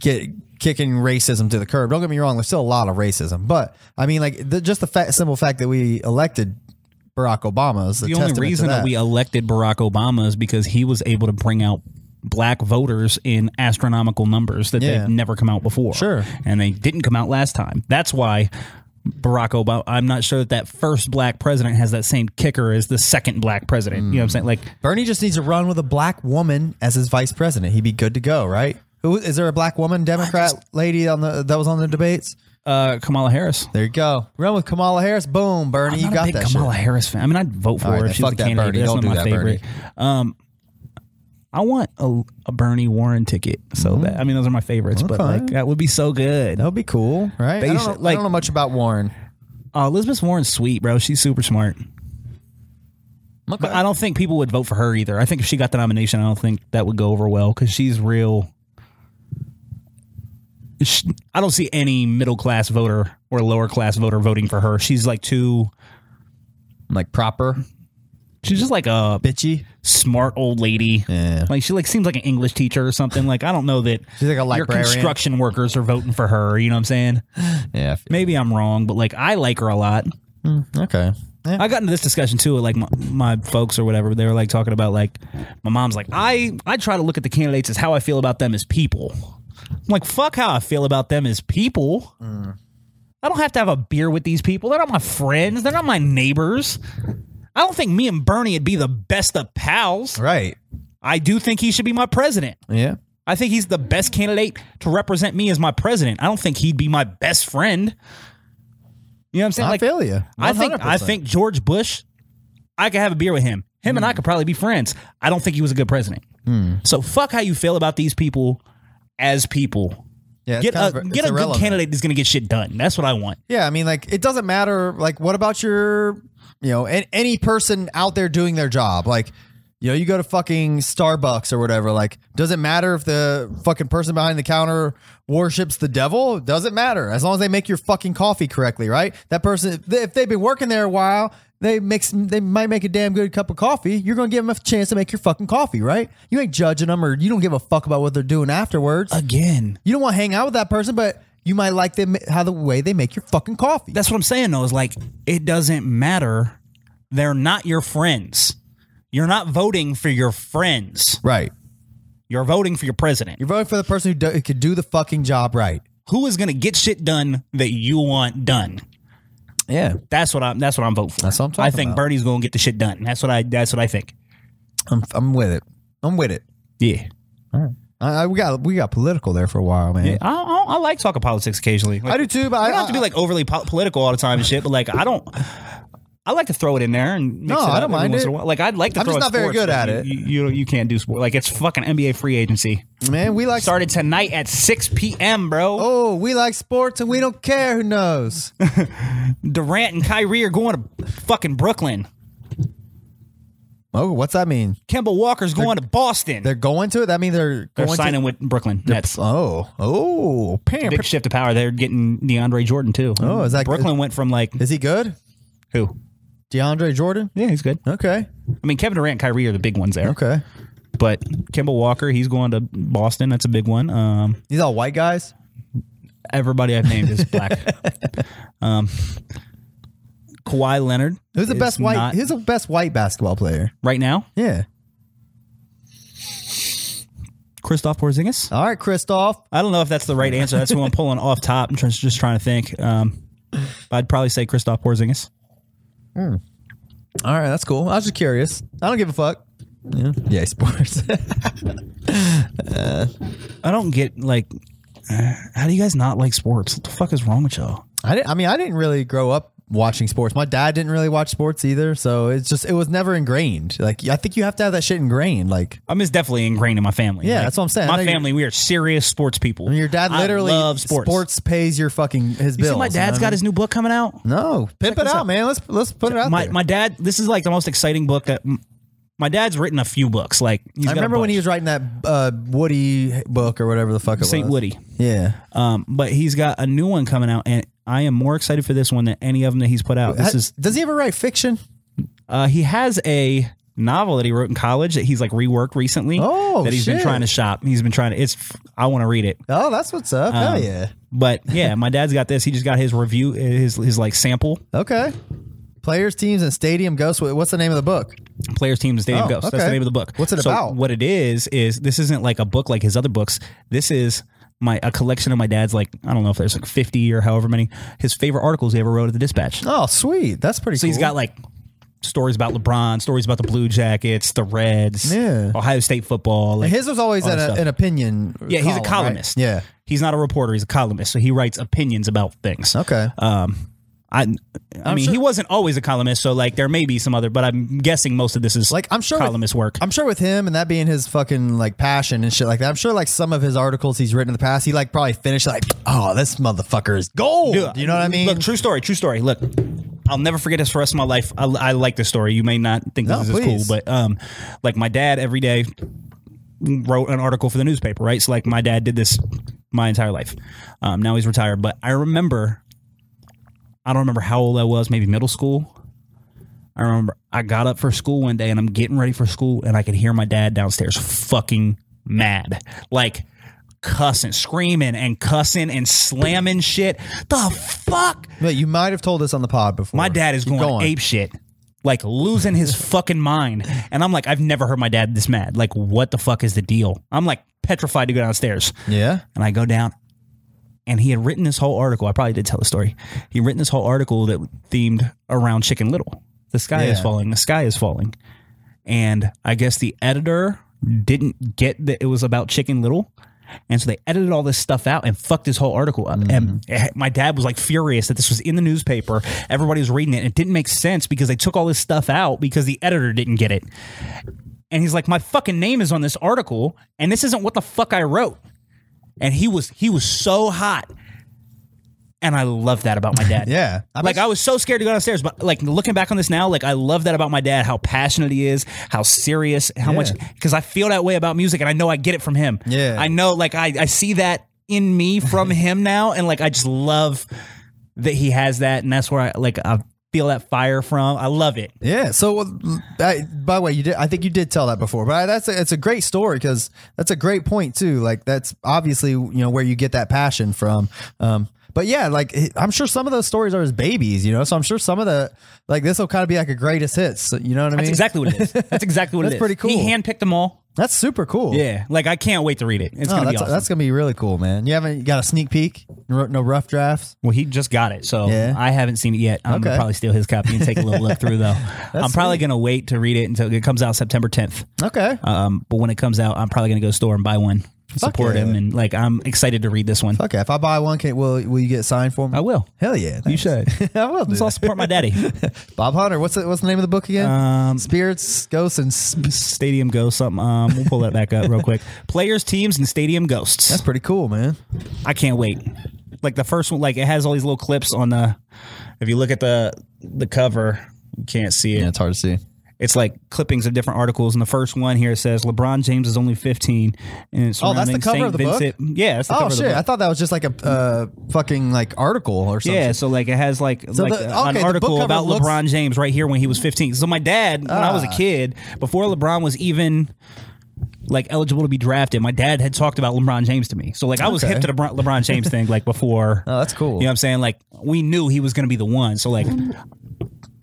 Speaker 2: get, kicking racism to the curb. Don't get me wrong, there's still a lot of racism, but I mean like the, just the fact, simple fact that we elected Barack Obama is a
Speaker 1: The only
Speaker 2: testament to
Speaker 1: reason that.
Speaker 2: that
Speaker 1: we elected Barack Obama is because he was able to bring out black voters in astronomical numbers that
Speaker 2: Yeah.
Speaker 1: they've never come out before.
Speaker 2: Sure.
Speaker 1: And they didn't come out last time. That's why Barack Obama, I'm not sure that that first black president has that same kicker as the second black president. You know what I'm saying?
Speaker 2: Mm.
Speaker 1: Like,
Speaker 2: Bernie just needs to run with a black woman as his vice president. He'd be good to go, right? Who is there a black woman Democrat lady on the that was on the debates?
Speaker 1: uh, Kamala Harris.
Speaker 2: There you go. Run with Kamala Harris. Boom, Bernie, you
Speaker 1: I'm not
Speaker 2: got
Speaker 1: a big
Speaker 2: that
Speaker 1: Kamala
Speaker 2: shit.
Speaker 1: Harris fan. I mean, I'd vote for
Speaker 2: All right,
Speaker 1: her
Speaker 2: then,
Speaker 1: if she was
Speaker 2: fuck
Speaker 1: the
Speaker 2: that, Bernie.
Speaker 1: candidate. but
Speaker 2: Don't
Speaker 1: That's not
Speaker 2: do
Speaker 1: my
Speaker 2: that,
Speaker 1: favorite. Um, I want a, a Bernie Warren ticket. So that I mean, those are my favorites. But
Speaker 2: Mm-hmm. Okay.
Speaker 1: like, that would be so good.
Speaker 2: That would be cool, right? I don't,
Speaker 1: Basic,
Speaker 2: know, I
Speaker 1: like-
Speaker 2: don't know much about Warren.
Speaker 1: Uh, Elizabeth Warren's sweet, bro. She's super smart. But I don't think people would vote for her either. I think if she got the nomination, I don't think that would go over well because she's real. Sh I don't see any middle class voter or lower class voter voting for her. She's like too.
Speaker 2: Like proper,
Speaker 1: She's just like a
Speaker 2: bitchy.
Speaker 1: smart old lady.
Speaker 2: Yeah.
Speaker 1: Like she like seems like an English teacher or something. Like I don't know that
Speaker 2: She's like a
Speaker 1: your
Speaker 2: librarian.
Speaker 1: construction workers are voting for her. You know what I'm saying?
Speaker 2: Yeah. I feel-
Speaker 1: Maybe I'm wrong, but like I like her a lot.
Speaker 2: Okay. Yeah.
Speaker 1: I got into this discussion too with like my, my folks or whatever. They were like talking about like my mom's like I I try to look at the candidates as how I feel about them as people. I'm like fuck how I feel about them as people. I don't have to have a beer with these people. They're not my friends. They're not my neighbors. I don't think me and Bernie would be the best of pals.
Speaker 2: Right.
Speaker 1: I do think he should be my president.
Speaker 2: Yeah.
Speaker 1: I think he's the best candidate to represent me as my president. I don't think he'd be my best friend. You know what I'm saying?
Speaker 2: I
Speaker 1: Like,
Speaker 2: feel you.
Speaker 1: I think I
Speaker 2: 100%.
Speaker 1: think George Bush, I could have a beer with him. Him and I could probably be friends. I don't think he was a good president.
Speaker 2: Hmm.
Speaker 1: So fuck how you feel about these people as people.
Speaker 2: Yeah, it's
Speaker 1: get
Speaker 2: kind
Speaker 1: a
Speaker 2: of-
Speaker 1: get
Speaker 2: it's
Speaker 1: a good
Speaker 2: irrelevant.
Speaker 1: candidate that's gonna get shit done. That's what I want.
Speaker 2: Yeah, I mean, like it doesn't matter. Like, what about your, you know, an, any person out there doing their job? Like, you know, you go to fucking Starbucks or whatever. Like, does it matter if the fucking person behind the counter worships the devil? Doesn't matter as long as they make your fucking coffee correctly, right? That person, if they- if they've been working there a while, they makes they might make a damn good cup of coffee. You're gonna give them a chance to make your fucking coffee, right? You ain't judging them or you don't give a fuck about what they're doing afterwards.
Speaker 1: Again.
Speaker 2: You don't want to hang out with that person, but you might like them how the way they make your fucking coffee.
Speaker 1: That's what I'm saying though, is like it doesn't matter. They're not your friends. You're not voting for your friends.
Speaker 2: right.
Speaker 1: You're voting for your president.
Speaker 2: You're voting for the person who, do, who could do the fucking job right.
Speaker 1: Who is gonna get shit done that you want done?
Speaker 2: Yeah.
Speaker 1: That's what I'm. That's what I'm voting for.
Speaker 2: That's what I'm talking
Speaker 1: I think
Speaker 2: about.
Speaker 1: Bernie's gonna get the shit done. That's what I. That's what I think.
Speaker 2: I'm, I'm with it. I'm with it.
Speaker 1: Yeah.
Speaker 2: I, I, we got we got political there for a while, man.
Speaker 1: I, I, I like talking politics occasionally. Like,
Speaker 2: I do too, but I
Speaker 1: I don't have to be like overly po- political all the time and shit, but like I don't. I like to throw it in there and mix
Speaker 2: No,
Speaker 1: it
Speaker 2: I
Speaker 1: up
Speaker 2: don't
Speaker 1: every
Speaker 2: mind
Speaker 1: once
Speaker 2: it.
Speaker 1: in a while. Like I'd like to.
Speaker 2: I'm
Speaker 1: throw
Speaker 2: just not
Speaker 1: in
Speaker 2: very
Speaker 1: sports,
Speaker 2: good
Speaker 1: but
Speaker 2: at
Speaker 1: You, you you can't do sport. Like it's fucking NBA free agency.
Speaker 2: man. We like
Speaker 1: Started tonight at 6 p.m., bro.
Speaker 2: oh, we like sports and we don't care who knows.
Speaker 1: Durant and Kyrie are going to fucking Brooklyn.
Speaker 2: oh, what's that mean?
Speaker 1: Kemba Walker's going to Boston.
Speaker 2: They're
Speaker 1: They're,
Speaker 2: going to it. That means they're going
Speaker 1: signing with Brooklyn Nets.
Speaker 2: To, oh, oh, pam.
Speaker 1: Big shift of power. They're getting DeAndre Jordan too.
Speaker 2: Oh, is that-
Speaker 1: Brooklyn went from like
Speaker 2: Is he good?
Speaker 1: who?
Speaker 2: DeAndre Jordan.
Speaker 1: Yeah, he's good.
Speaker 2: Okay.
Speaker 1: I mean, Kevin Durant, and Kyrie are the big ones there.
Speaker 2: Okay.
Speaker 1: But Kemba Walker, he's going to Boston. That's a big one. Um,
Speaker 2: These all white guys.
Speaker 1: everybody I've named is black. um, Kawhi Leonard.
Speaker 2: Who's the
Speaker 1: is
Speaker 2: best white?
Speaker 1: not-
Speaker 2: who's the best white basketball player?
Speaker 1: right now?
Speaker 2: Yeah.
Speaker 1: Christoph Porzingis.
Speaker 2: All right, Christoph.
Speaker 1: I don't know if that's the right answer. That's who I'm pulling off top. I'm trying, just trying to think. Um, but I'd probably say Christoph Porzingis.
Speaker 2: All right, that's cool. I was just curious. I don't give a fuck. Yeah, yeah sports.
Speaker 1: I don't get like, uh, how do you guys not like sports? What the fuck is wrong with y'all?
Speaker 2: I didn't. I mean, I didn't really grow up watching sports. My dad didn't really watch sports either, so it's just it was never ingrained. Like I think you have to have that shit ingrained. Like
Speaker 1: I mean, it's definitely ingrained in my family.
Speaker 2: Yeah, that's what I'm saying. I
Speaker 1: My
Speaker 2: know you-
Speaker 1: family, we are serious sports people.
Speaker 2: your dad
Speaker 1: I
Speaker 2: literally
Speaker 1: love sports.
Speaker 2: pays your fucking his
Speaker 1: You
Speaker 2: bills.
Speaker 1: see, my
Speaker 2: you
Speaker 1: dad's
Speaker 2: know
Speaker 1: got his new book coming out.
Speaker 2: what I mean? no pimp it
Speaker 1: this
Speaker 2: out,
Speaker 1: out.
Speaker 2: man. Let's let's put it out
Speaker 1: My
Speaker 2: there.
Speaker 1: my dad. This is like the most exciting book that my dad's written a few books. Like he's
Speaker 2: I remember when he was writing that uh, Woody book or whatever the fuck it was.
Speaker 1: Saint Woody.
Speaker 2: Yeah.
Speaker 1: Um, but he's got a new one coming out, and I am more excited for this one than any of them that he's put out. This
Speaker 2: Ha-
Speaker 1: is
Speaker 2: Does he ever write fiction?
Speaker 1: uh, he has a novel that he wrote in college that he's like reworked recently.
Speaker 2: Oh,
Speaker 1: that he's
Speaker 2: shit.
Speaker 1: been trying to shop. He's been trying to. It's I want to read it.
Speaker 2: Oh, that's what's up.
Speaker 1: Um,
Speaker 2: Hell yeah.
Speaker 1: But yeah, my dad's got this. He just got his review, his his like sample
Speaker 2: Okay. Players, teams, and stadium ghosts. Wha- What's the name of the book?
Speaker 1: Players, Teams, Stadium
Speaker 2: Oh,
Speaker 1: Ghosts. That's
Speaker 2: okay.
Speaker 1: the name of the book.
Speaker 2: What's it
Speaker 1: So
Speaker 2: about?
Speaker 1: What it is is this isn't like a book like his other books. This is my a collection of my dad's like I don't know if there's like 50 or however many his favorite articles he ever wrote at the Dispatch. So
Speaker 2: Oh, sweet. That's pretty. cool.
Speaker 1: he's got like stories about LeBron, stories about the Blue Jackets, the Reds,
Speaker 2: Yeah.
Speaker 1: Ohio State football. Like,
Speaker 2: His was always
Speaker 1: all
Speaker 2: an,
Speaker 1: that stuff.
Speaker 2: an opinion.
Speaker 1: yeah, he's a
Speaker 2: column, right?
Speaker 1: columnist.
Speaker 2: Yeah.
Speaker 1: he's not a reporter. He's a columnist, so he writes opinions about things.
Speaker 2: Okay.
Speaker 1: Um, I, I mean,
Speaker 2: sure-
Speaker 1: he wasn't always a columnist, so like there may be some other, but I'm guessing most of this is
Speaker 2: like I'm sure with-
Speaker 1: columnist work.
Speaker 2: I'm sure with him and that being his fucking like passion and shit like that. I'm sure like some of his articles he's written in the past, he like probably finished like, oh, this motherfucker is gold.
Speaker 1: Dude,
Speaker 2: you know what I mean?
Speaker 1: Look, true story, true story. Look, I'll never forget this for the rest of my life. I, I like this story. You may not think
Speaker 2: No,
Speaker 1: this is cool,
Speaker 2: please.
Speaker 1: but um, like my dad every day wrote an article for the newspaper, right? So like my dad did this my entire life. Um, now he's retired, but I remember, I don't remember how old I was, maybe middle school. I remember I got up for school one day and I'm getting ready for school and I could hear my dad downstairs fucking mad. Like cussing, screaming and cussing and slamming shit. The fuck?
Speaker 2: But you might have told this on the pod before.
Speaker 1: My dad is
Speaker 2: Keep
Speaker 1: going, ape shit. Like losing his fucking mind. And I'm like, I've never heard my dad this mad. Like, what the fuck is the deal? I'm like petrified to go downstairs.
Speaker 2: Yeah.
Speaker 1: And I go down, and he had written this whole article. I probably did tell the story. He written this whole article that themed around Chicken Little. The sky is
Speaker 2: Yeah.
Speaker 1: falling. The sky is falling. And I guess the editor didn't get that it was about Chicken Little. And so they edited all this stuff out and fucked this whole article up. And eh, my dad was like furious that this was in the newspaper. Everybody was reading it. And it didn't make sense because they took all this stuff out because the editor didn't get it. And he's like, my fucking name is on this article, and this isn't what the fuck I wrote and he was he was so hot and i love that about my dad
Speaker 2: Yeah. I
Speaker 1: like
Speaker 2: bet-
Speaker 1: i was so scared to go downstairs but like looking back on this now like i love that about my dad how passionate he is how serious how much
Speaker 2: Yeah.
Speaker 1: because i feel that way about music and i know i get it from him
Speaker 2: Yeah.
Speaker 1: i know like i, I see that in me from him now and like i just love that he has that and that's where i like i feel that fire from i love it
Speaker 2: Yeah. So, uh, I, by the way, you did. I think you did tell that before, but I, that's a, it's a great story because that's a great point too. Like that's obviously you know where you get that passion from. Um, but yeah, like it- I'm sure some of those stories are his babies, you know. So I'm sure some of the like this will kind of be like a greatest hits. You know what I mean?
Speaker 1: that's exactly what it is that's exactly what
Speaker 2: That's
Speaker 1: it is
Speaker 2: pretty cool.
Speaker 1: he handpicked them all
Speaker 2: That's super cool.
Speaker 1: Yeah, Oh, like I can't wait to read it. It's
Speaker 2: No,
Speaker 1: gonna be
Speaker 2: that's,
Speaker 1: awesome.
Speaker 2: that's gonna be really cool, man. You haven't you got a sneak peek? No, no rough drafts.
Speaker 1: well, he just got it, so
Speaker 2: Yeah.
Speaker 1: I haven't seen it yet. I'm
Speaker 2: Okay.
Speaker 1: gonna probably steal his copy and take a little look through, though. I'm probably gonna wait to read it until it comes out September 10th.
Speaker 2: Okay,
Speaker 1: Um, but when it comes out, I'm probably gonna go store and buy one, support
Speaker 2: yeah.
Speaker 1: him, and like I'm excited to read this one.
Speaker 2: okay. If I buy one, can will will you get it signed for me?
Speaker 1: I will.
Speaker 2: Hell yeah,
Speaker 1: You
Speaker 2: thanks.
Speaker 1: should.
Speaker 2: I will. Do
Speaker 1: So I'll
Speaker 2: that.
Speaker 1: support my daddy.
Speaker 2: Bob Hunter. What's the, what's the name of the book again?
Speaker 1: Um,
Speaker 2: Spirits, ghosts, and sp-
Speaker 1: Stadium Ghost, something. Um, we'll pull that back up real quick. Players, teams, and Stadium Ghosts.
Speaker 2: that's pretty cool, man.
Speaker 1: I can't wait. Like the first one, like it has all these little clips on the. If you look at the the cover, you can't see it.
Speaker 2: it's hard to see.
Speaker 1: It's like clippings of different articles. And the first one here says LeBron James is only 15, and it's
Speaker 2: Oh, that's the
Speaker 1: surrounding
Speaker 2: cover
Speaker 1: Saint
Speaker 2: of the book?
Speaker 1: Vincent. Yeah, that's the
Speaker 2: Oh
Speaker 1: cover of
Speaker 2: shit!
Speaker 1: the book.
Speaker 2: I thought that was just like a uh, fucking like article or something.
Speaker 1: yeah, so like it has like like
Speaker 2: the- okay,
Speaker 1: uh, an
Speaker 2: the book
Speaker 1: article
Speaker 2: cover
Speaker 1: about
Speaker 2: looks- Ah.
Speaker 1: LeBron James right here when he was 15. So my dad, when I was a kid, before LeBron was even like eligible to be drafted, my dad had talked about LeBron James to me. So like I was hip to the Bron- LeBron James thing like before.
Speaker 2: Oh, that's cool.
Speaker 1: You know what I'm saying? Like we knew he was going to be the one. So like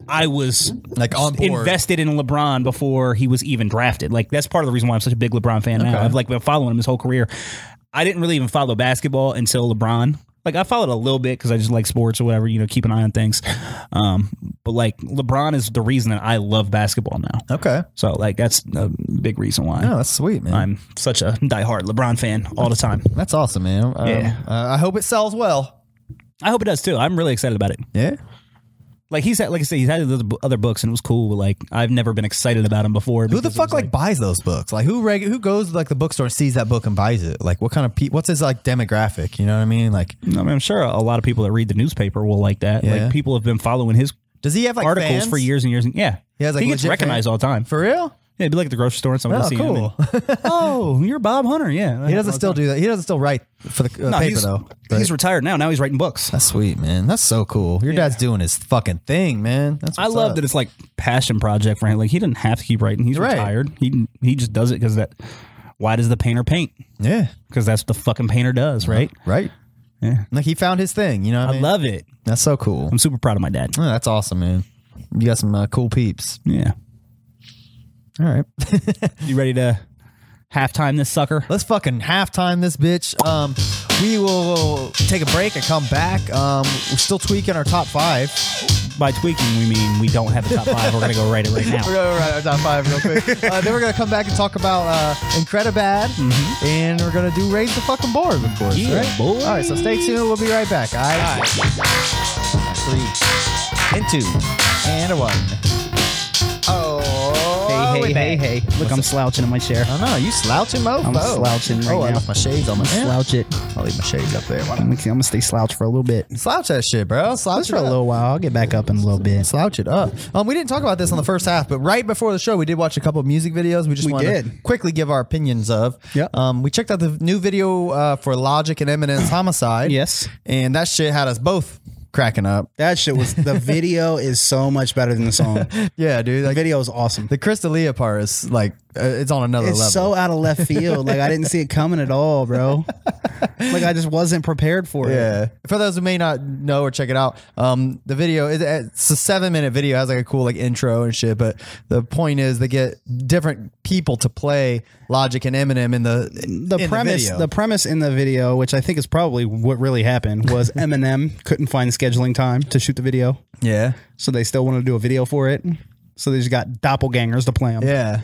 Speaker 1: I was
Speaker 2: Like on board.
Speaker 1: invested in LeBron before he was even drafted. Like that's part of the reason why I'm such a big LeBron fan now. I've like been following him his whole career. I didn't really even follow basketball until LeBron. Like I followed a little bit because I just like sports or whatever, you know, keep an eye on things. Um, but like LeBron is the reason that I love basketball now.
Speaker 2: Okay.
Speaker 1: So like that's a big reason why
Speaker 2: Oh, that's sweet, man.
Speaker 1: I'm such a diehard LeBron fan all the time.
Speaker 2: that's awesome, man. Um,
Speaker 1: Yeah.
Speaker 2: uh, I hope it sells well.
Speaker 1: I hope it does too. I'm really excited about it.
Speaker 2: Yeah.
Speaker 1: Like he's had, like I said, he's had those b- other books and it was cool. But like I've never been excited about him before.
Speaker 2: Who the fuck like, buys those books? Like who reg- who goes to like the bookstore and sees that book and buys it? Like what kind of pe- what's his like demographic? You know what I mean? Like
Speaker 1: I mean, I'm sure a lot of people that read the newspaper will like that.
Speaker 2: Yeah.
Speaker 1: Like people have been following his
Speaker 2: does he have like
Speaker 1: articles
Speaker 2: fans?
Speaker 1: for years and years. And, yeah,
Speaker 2: He has, like,
Speaker 1: he gets
Speaker 2: legit
Speaker 1: recognized
Speaker 2: fans?
Speaker 1: all the time.
Speaker 2: For real?
Speaker 1: Yeah, it'd be like at the grocery store and someone
Speaker 2: Oh,
Speaker 1: will see him.
Speaker 2: cool.
Speaker 1: and- oh, you're Bob Hunter. Yeah,
Speaker 2: he doesn't still do that. He doesn't still write for the uh,
Speaker 1: No,
Speaker 2: paper
Speaker 1: he's,
Speaker 2: though.
Speaker 1: he's
Speaker 2: Right.
Speaker 1: retired now. Now he's writing books.
Speaker 2: that's sweet, man. That's so cool. Your dad's doing his fucking thing, man. That's
Speaker 1: I
Speaker 2: what's
Speaker 1: love
Speaker 2: up.
Speaker 1: that it's like passion project for him. Like he didn't have to keep writing. He's
Speaker 2: Right.
Speaker 1: retired. He he just does it because that. Why does the painter paint?
Speaker 2: Yeah.
Speaker 1: Because that's what the fucking painter does, right?
Speaker 2: Right.
Speaker 1: Yeah.
Speaker 2: Like he found his thing. You know what Uh-huh. I,
Speaker 1: I
Speaker 2: mean?
Speaker 1: love it.
Speaker 2: That's so cool.
Speaker 1: I'm super proud of my dad.
Speaker 2: Oh, that's awesome, man. You got some uh, cool peeps.
Speaker 1: Yeah.
Speaker 2: All right.
Speaker 1: You ready to halftime this sucker?
Speaker 2: Let's fucking halftime this bitch. Um, we will take a break and come back. Um, we're still tweaking our top five.
Speaker 1: By tweaking, we mean we don't have a top five. We're gonna go write it right
Speaker 2: We're
Speaker 1: now.
Speaker 2: gonna write our top five real quick. uh, then we're gonna come back and talk about uh, Incredibad, and we're gonna do raise the fucking board, of course.
Speaker 1: Mm-hmm. Yeah,
Speaker 2: right?
Speaker 1: boy.
Speaker 2: All right, so stay tuned. We'll be right back. All right. Three and two and a one. Oh,
Speaker 1: hey,
Speaker 2: we
Speaker 1: hey,
Speaker 2: back.
Speaker 1: hey, hey! Look, I'm slouching in my chair.
Speaker 2: I know you slouching, mofo.
Speaker 1: I'm slouching right
Speaker 2: oh, I
Speaker 1: now.
Speaker 2: left my shades on my
Speaker 1: I'm
Speaker 2: slouch.
Speaker 1: slouch it.
Speaker 2: I'll leave my shades up there. Why not?
Speaker 1: I'm gonna stay slouched for a little bit.
Speaker 2: Slouch that shit, bro. Slouch
Speaker 1: Just for
Speaker 2: it
Speaker 1: a
Speaker 2: up.
Speaker 1: little while. I'll get back up in a little bit.
Speaker 2: Slouch it up. Um, we didn't talk about this on the first half, but right before the show, we did watch a couple of music videos. We just
Speaker 1: We
Speaker 2: wanted to
Speaker 1: did.
Speaker 2: quickly give our opinions of.
Speaker 1: Yep.
Speaker 2: Um, we checked out the new video uh, for Logic and Eminem's Homicide.
Speaker 1: Yes.
Speaker 2: And that shit had us both cracking up.
Speaker 4: That shit was the video is so much better than the song.
Speaker 2: Yeah, dude.
Speaker 4: The
Speaker 2: Like
Speaker 4: video is awesome.
Speaker 2: the Crystalia part is like uh, it's on another
Speaker 4: It's
Speaker 2: level.
Speaker 4: so out of left field. Like I didn't see it coming at all, bro. Like I just wasn't prepared for it.
Speaker 2: Yeah. For those who may not know or check it out, um, the video is it's a seven minute video. It has like a cool like intro and shit. But the point is, they get different people to play Logic and Eminem in the in
Speaker 4: The premise, the,
Speaker 2: video.
Speaker 4: premise in the video, which I think is probably what really happened, was Eminem couldn't find scheduling time to shoot the video,
Speaker 2: yeah,
Speaker 4: so they still wanted to do a video for it. So they just got doppelgangers to play them.
Speaker 2: yeah,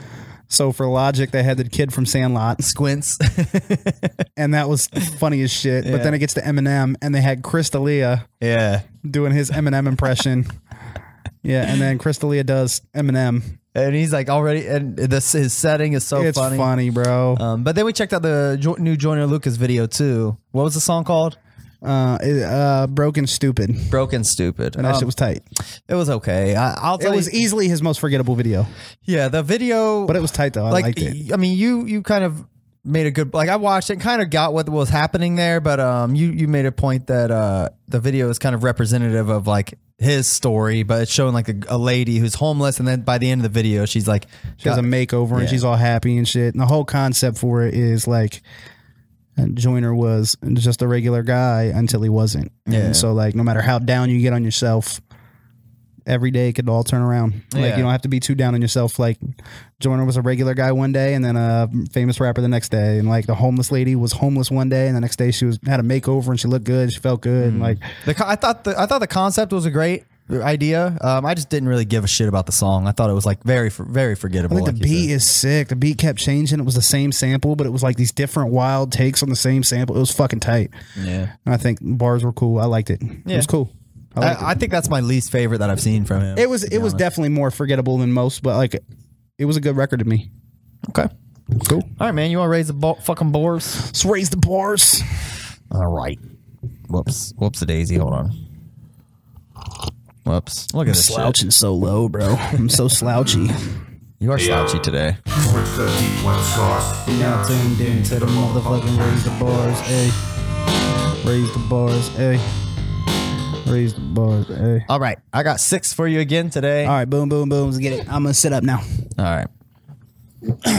Speaker 4: So for Logic, they had the kid from Sandlot,
Speaker 2: squints.
Speaker 4: and that was funny as shit. But then it gets to Eminem, and they had Chris D'Elia
Speaker 2: yeah,
Speaker 4: doing his Eminem impression. yeah, and then Crystalia does Eminem.
Speaker 2: and he's like already, and this his setting is so
Speaker 4: It's funny,
Speaker 2: funny.
Speaker 4: bro.
Speaker 2: Um, but then we checked out the jo- new Joyner Lucas video too. What was the song called?
Speaker 4: Uh, it, uh, broken, stupid. And
Speaker 2: Broken Stupid.
Speaker 4: that
Speaker 2: Um,
Speaker 4: shit was tight.
Speaker 2: it was okay. I, I'll
Speaker 4: It
Speaker 2: tell
Speaker 4: was
Speaker 2: you,
Speaker 4: easily his most forgettable video,
Speaker 2: yeah, the video.
Speaker 4: but it was tight though. I liked it.
Speaker 2: y- I mean, you you kind of made a good like I watched it, and kind of got what was happening there, but um, you you made a point that uh, the video is kind of representative of like his story, but it's showing like a, a lady who's homeless, and then by the end of the video, she's like,
Speaker 4: She has a makeover and she's all happy and shit. And the whole concept for it is like Joiner was just a regular guy until he wasn't.
Speaker 2: Yeah.
Speaker 4: And so like no matter how down you get on yourself, every day could all turn around. Like
Speaker 2: Yeah.
Speaker 4: you don't have to be too down on yourself. Like Joyner was a regular guy one day, and then a famous rapper the next day, and like the homeless lady was homeless one day, and the next day she was had a makeover and she looked good, she felt good,
Speaker 2: Mm.
Speaker 4: and like
Speaker 2: The co- I thought the I thought the concept was a great idea. Um, I just didn't really give a shit about the song. I thought it was like very for- very forgettable.
Speaker 4: I think
Speaker 2: like
Speaker 4: the
Speaker 2: you
Speaker 4: beat
Speaker 2: said.
Speaker 4: is sick. The beat kept changing. It was the same sample, but it was like these different wild takes on the same sample. It was fucking tight.
Speaker 2: Yeah.
Speaker 4: And I think bars were cool. I liked it. It was cool. I liked it.
Speaker 2: I, I think that's my least favorite that I've seen from him.
Speaker 4: It was it was definitely more forgettable than most, but like it was a good record to me.
Speaker 2: okay.
Speaker 4: Cool.
Speaker 2: All right, man. You want to raise the bo- fucking bars?
Speaker 4: Let's raise the bars.
Speaker 2: All right. Whoops. Whoops. A daisy. Hold on. Whoops. Look at this. shit.
Speaker 4: Slouching so low, bro. I'm so slouchy.
Speaker 2: You are slouchy today.
Speaker 5: with the deep one sauce.
Speaker 4: Now tuned in to the motherfucking raise the bars, ayy. Raise the bars, ayy. Raise the bars, ayy.
Speaker 2: All right. I got six for you again today.
Speaker 4: All right, boom, boom, boom. Let's get it. I'm gonna sit up now.
Speaker 2: All right.
Speaker 1: All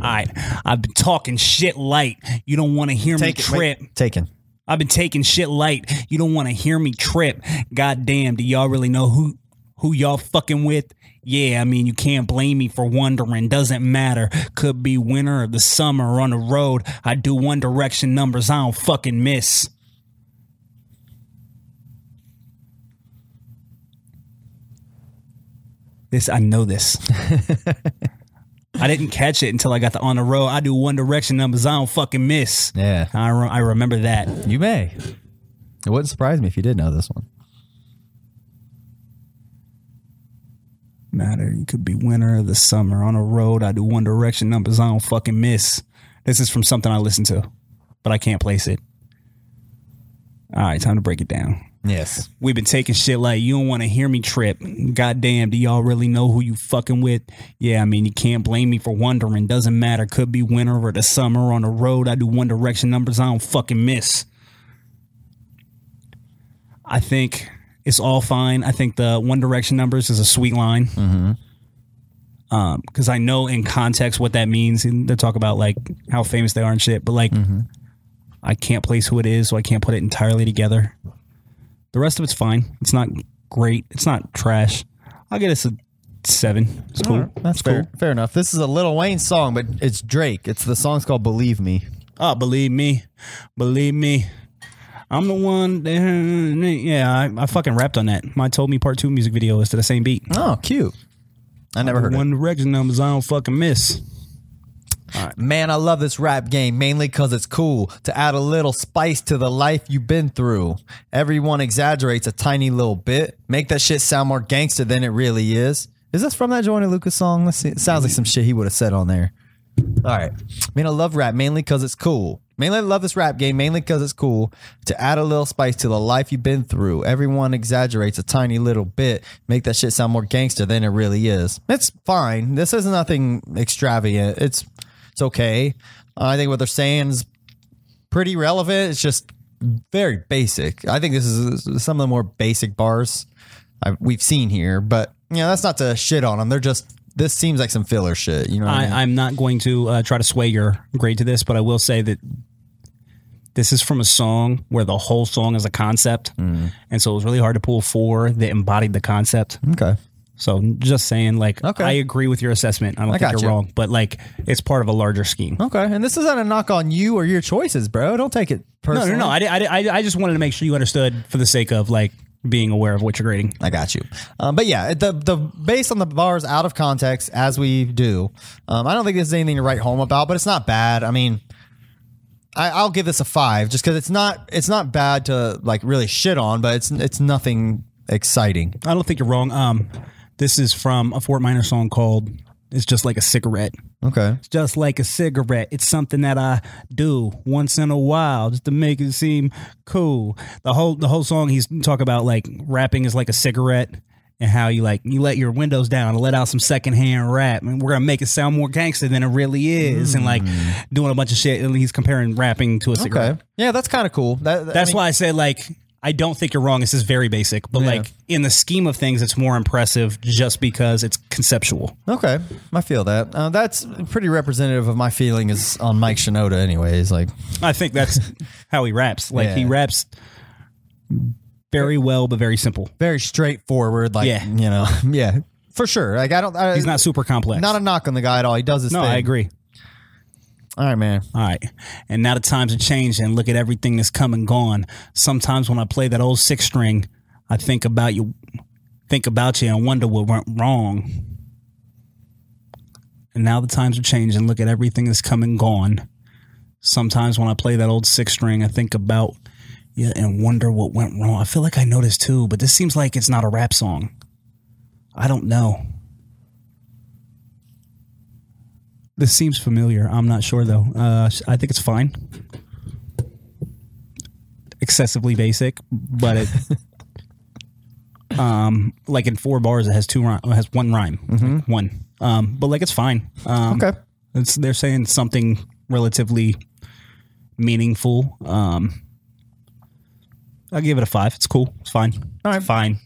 Speaker 1: right, I've been talking shit light. You don't want to hear me trip.
Speaker 2: Taken.
Speaker 1: I've been taking shit light. You don't want to hear me trip. God damn, do y'all really know who who y'all fucking with? Yeah, I mean, you can't blame me for wondering. Doesn't matter. Could be winter or the summer on the road. I do One Direction numbers. I don't fucking miss. This I know this. I didn't catch it until I got the on the road. I do One Direction numbers. I don't fucking miss.
Speaker 2: Yeah.
Speaker 1: I, re- I remember that.
Speaker 2: You may. It wouldn't surprise me if you did know this one.
Speaker 1: matter. You could be winter of the summer on a road. I do One Direction numbers. I don't fucking miss. This is from something I listen to, but I can't place it. All right, time to break it down.
Speaker 2: Yes.
Speaker 1: We've been taking shit like you don't want to hear me trip. Goddamn, do y'all really know who you fucking with? Yeah, I mean, you can't blame me for wondering. Doesn't matter. Could be winter or the summer on the road. I do One Direction numbers. I don't fucking miss. I think it's all fine. I think the One Direction numbers is a sweet line. Mm-hmm. because I know in context what that means, and they talk about like how famous they are and shit. But like,
Speaker 2: Mm-hmm.
Speaker 1: I can't place who it is, so I can't put it entirely together. The rest of it's fine. It's not great. It's not trash. I'll get us a seven. It's cool.
Speaker 2: That's fair. Fair enough. This is a Little Wayne song, but it's Drake. It's the song's called "Believe Me."
Speaker 1: Oh, believe me, believe me. I'm the one. That, yeah, I, I fucking rapped on that. My "Told Me" Part Two music video is to the same beat.
Speaker 2: Oh, cute. I never heard it.
Speaker 1: One Direction numbers I don't fucking miss.
Speaker 2: Man, I love this rap game mainly because it's cool to add a little spice to the life you've been through. Everyone exaggerates a tiny little bit, make that shit sound more gangster than it really is. Is this from that Joyner Lucas song? Let's see. It sounds like some shit he would have said on there. All right. Man, I love rap mainly because it's cool. Mainly, I love this rap game mainly because it's cool to add a little spice to the life you've been through. Everyone exaggerates a tiny little bit, make that shit sound more gangster than it really is. It's fine. This is nothing extravagant. It's it's okay. I think what they're saying is pretty relevant. It's just very basic. I think this is some of the more basic bars I, we've seen here, but you know that's not to shit on them. They're just this seems like some filler shit. You know, what I, mean?
Speaker 1: I, I'm not going to uh, try to sway your grade to this, but I will say that this is from a song where the whole song is a concept,
Speaker 2: Mm.
Speaker 1: and so it was really hard to pull four that embodied the concept.
Speaker 2: okay.
Speaker 1: So just saying, like,
Speaker 2: Okay.
Speaker 1: I agree with your assessment. I don't think
Speaker 2: got
Speaker 1: you're
Speaker 2: you. Oh,
Speaker 1: wrong, but like, it's part of a larger scheme.
Speaker 2: Okay, and this isn't a knock on you or your choices, bro. Don't take it
Speaker 1: No,
Speaker 2: personally.
Speaker 1: no, no. I, di- I, di- I, I just wanted to make sure you understood for the sake of like being aware of what you're grading.
Speaker 2: I got you. Um, but yeah, the the based on the bars out of context as we do, um, I don't think there's anything to write home about. But it's not bad. I mean, I, I'll give this a five just because it's not it's not bad to like really shit on, but it's it's nothing exciting.
Speaker 1: I don't think you're wrong. Um, this is from a Fort Minor song called "It's Just Like a Cigarette."
Speaker 2: Okay.
Speaker 1: It's just like a cigarette. It's something that I do once in a while just to make it seem cool. The whole the whole song he's talk about like rapping is like a cigarette and how you like you let your windows down and let out some secondhand rap and we're gonna make it sound more gangster than it really is and like doing a bunch of shit and he's comparing rapping to a cigarette.
Speaker 2: Okay. Yeah, that's kind of cool. That,
Speaker 1: That's why I said like I don't think you're wrong. This is very basic, but like in the scheme of things, it's more impressive just because it's conceptual.
Speaker 2: Okay, I feel that. Uh, that's pretty representative of my feeling is on Mike Shinoda. Anyways, like
Speaker 1: I think that's how he raps. Like he
Speaker 2: Yeah.
Speaker 1: raps very well, but very simple.
Speaker 2: very straightforward. Like
Speaker 1: Yeah.
Speaker 2: you know, yeah, for sure. Like I don't. I,
Speaker 1: He's not super complex.
Speaker 2: Not a knock on the guy at all. He does his
Speaker 1: no,
Speaker 2: thing.
Speaker 1: I agree.
Speaker 2: All right, man.
Speaker 1: All right. And now the times have changed and look at everything that's come and gone. Sometimes when I play that old six string, I think about you think about you and wonder what went wrong. And now the times have changed and look at everything that's come and gone. Sometimes when I play that old six string, I think about you and wonder what went wrong. I feel like I know this too, but this seems like it's not a rap song. I don't know. This seems familiar. I'm not sure though. Uh, I think it's fine. Excessively basic, but it, um, like in four bars, it has two rhyme, it has one rhyme, Like, one. Um, but like it's fine. Um,
Speaker 2: Okay.
Speaker 1: it's, they're saying something relatively meaningful. Um, I give it a five. It's cool. It's fine. All right, fine.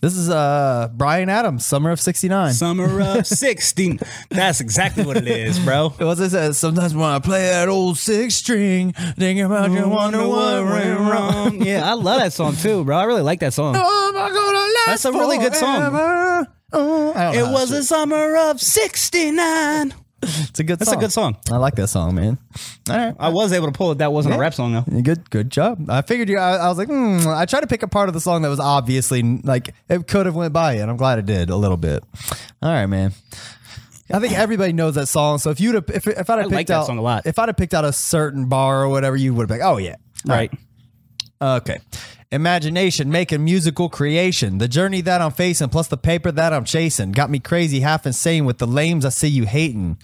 Speaker 2: This is uh Brian Adams, Summer of '69.
Speaker 1: Summer of sixteen. That's exactly what it is, bro.
Speaker 2: What's it says? Sometimes when I play that old six string, think about
Speaker 1: Mm-hmm.
Speaker 2: you, wonder what went wrong.
Speaker 1: Yeah, I love that song too, bro. I really like that song.
Speaker 2: Am I gonna last
Speaker 1: That's a really good song.
Speaker 2: forever? Oh, I don't
Speaker 1: It
Speaker 2: know.
Speaker 1: was a summer of '69.
Speaker 2: It's a good.
Speaker 1: That's a
Speaker 2: song.
Speaker 1: good song.
Speaker 2: I like that song, man. All right.
Speaker 1: I was able to pull it. That wasn't a rap song though.
Speaker 2: Good, good job. I figured you. I, I was like, hmm, I tried to pick a part of the song that was obviously like it could have went by you, and I'm glad it did a little bit. All right, man. I think everybody knows that song. So if you'd have, if, if I'd have
Speaker 1: I
Speaker 2: picked
Speaker 1: like that
Speaker 2: out
Speaker 1: song a lot.
Speaker 2: if I'd have picked out a certain bar or whatever, you would have been like, oh yeah,
Speaker 1: Right.
Speaker 2: Okay. Imagination making musical creation. The journey that I'm facing, plus the paper that I'm chasing, got me crazy, half insane with the lames I see you hating.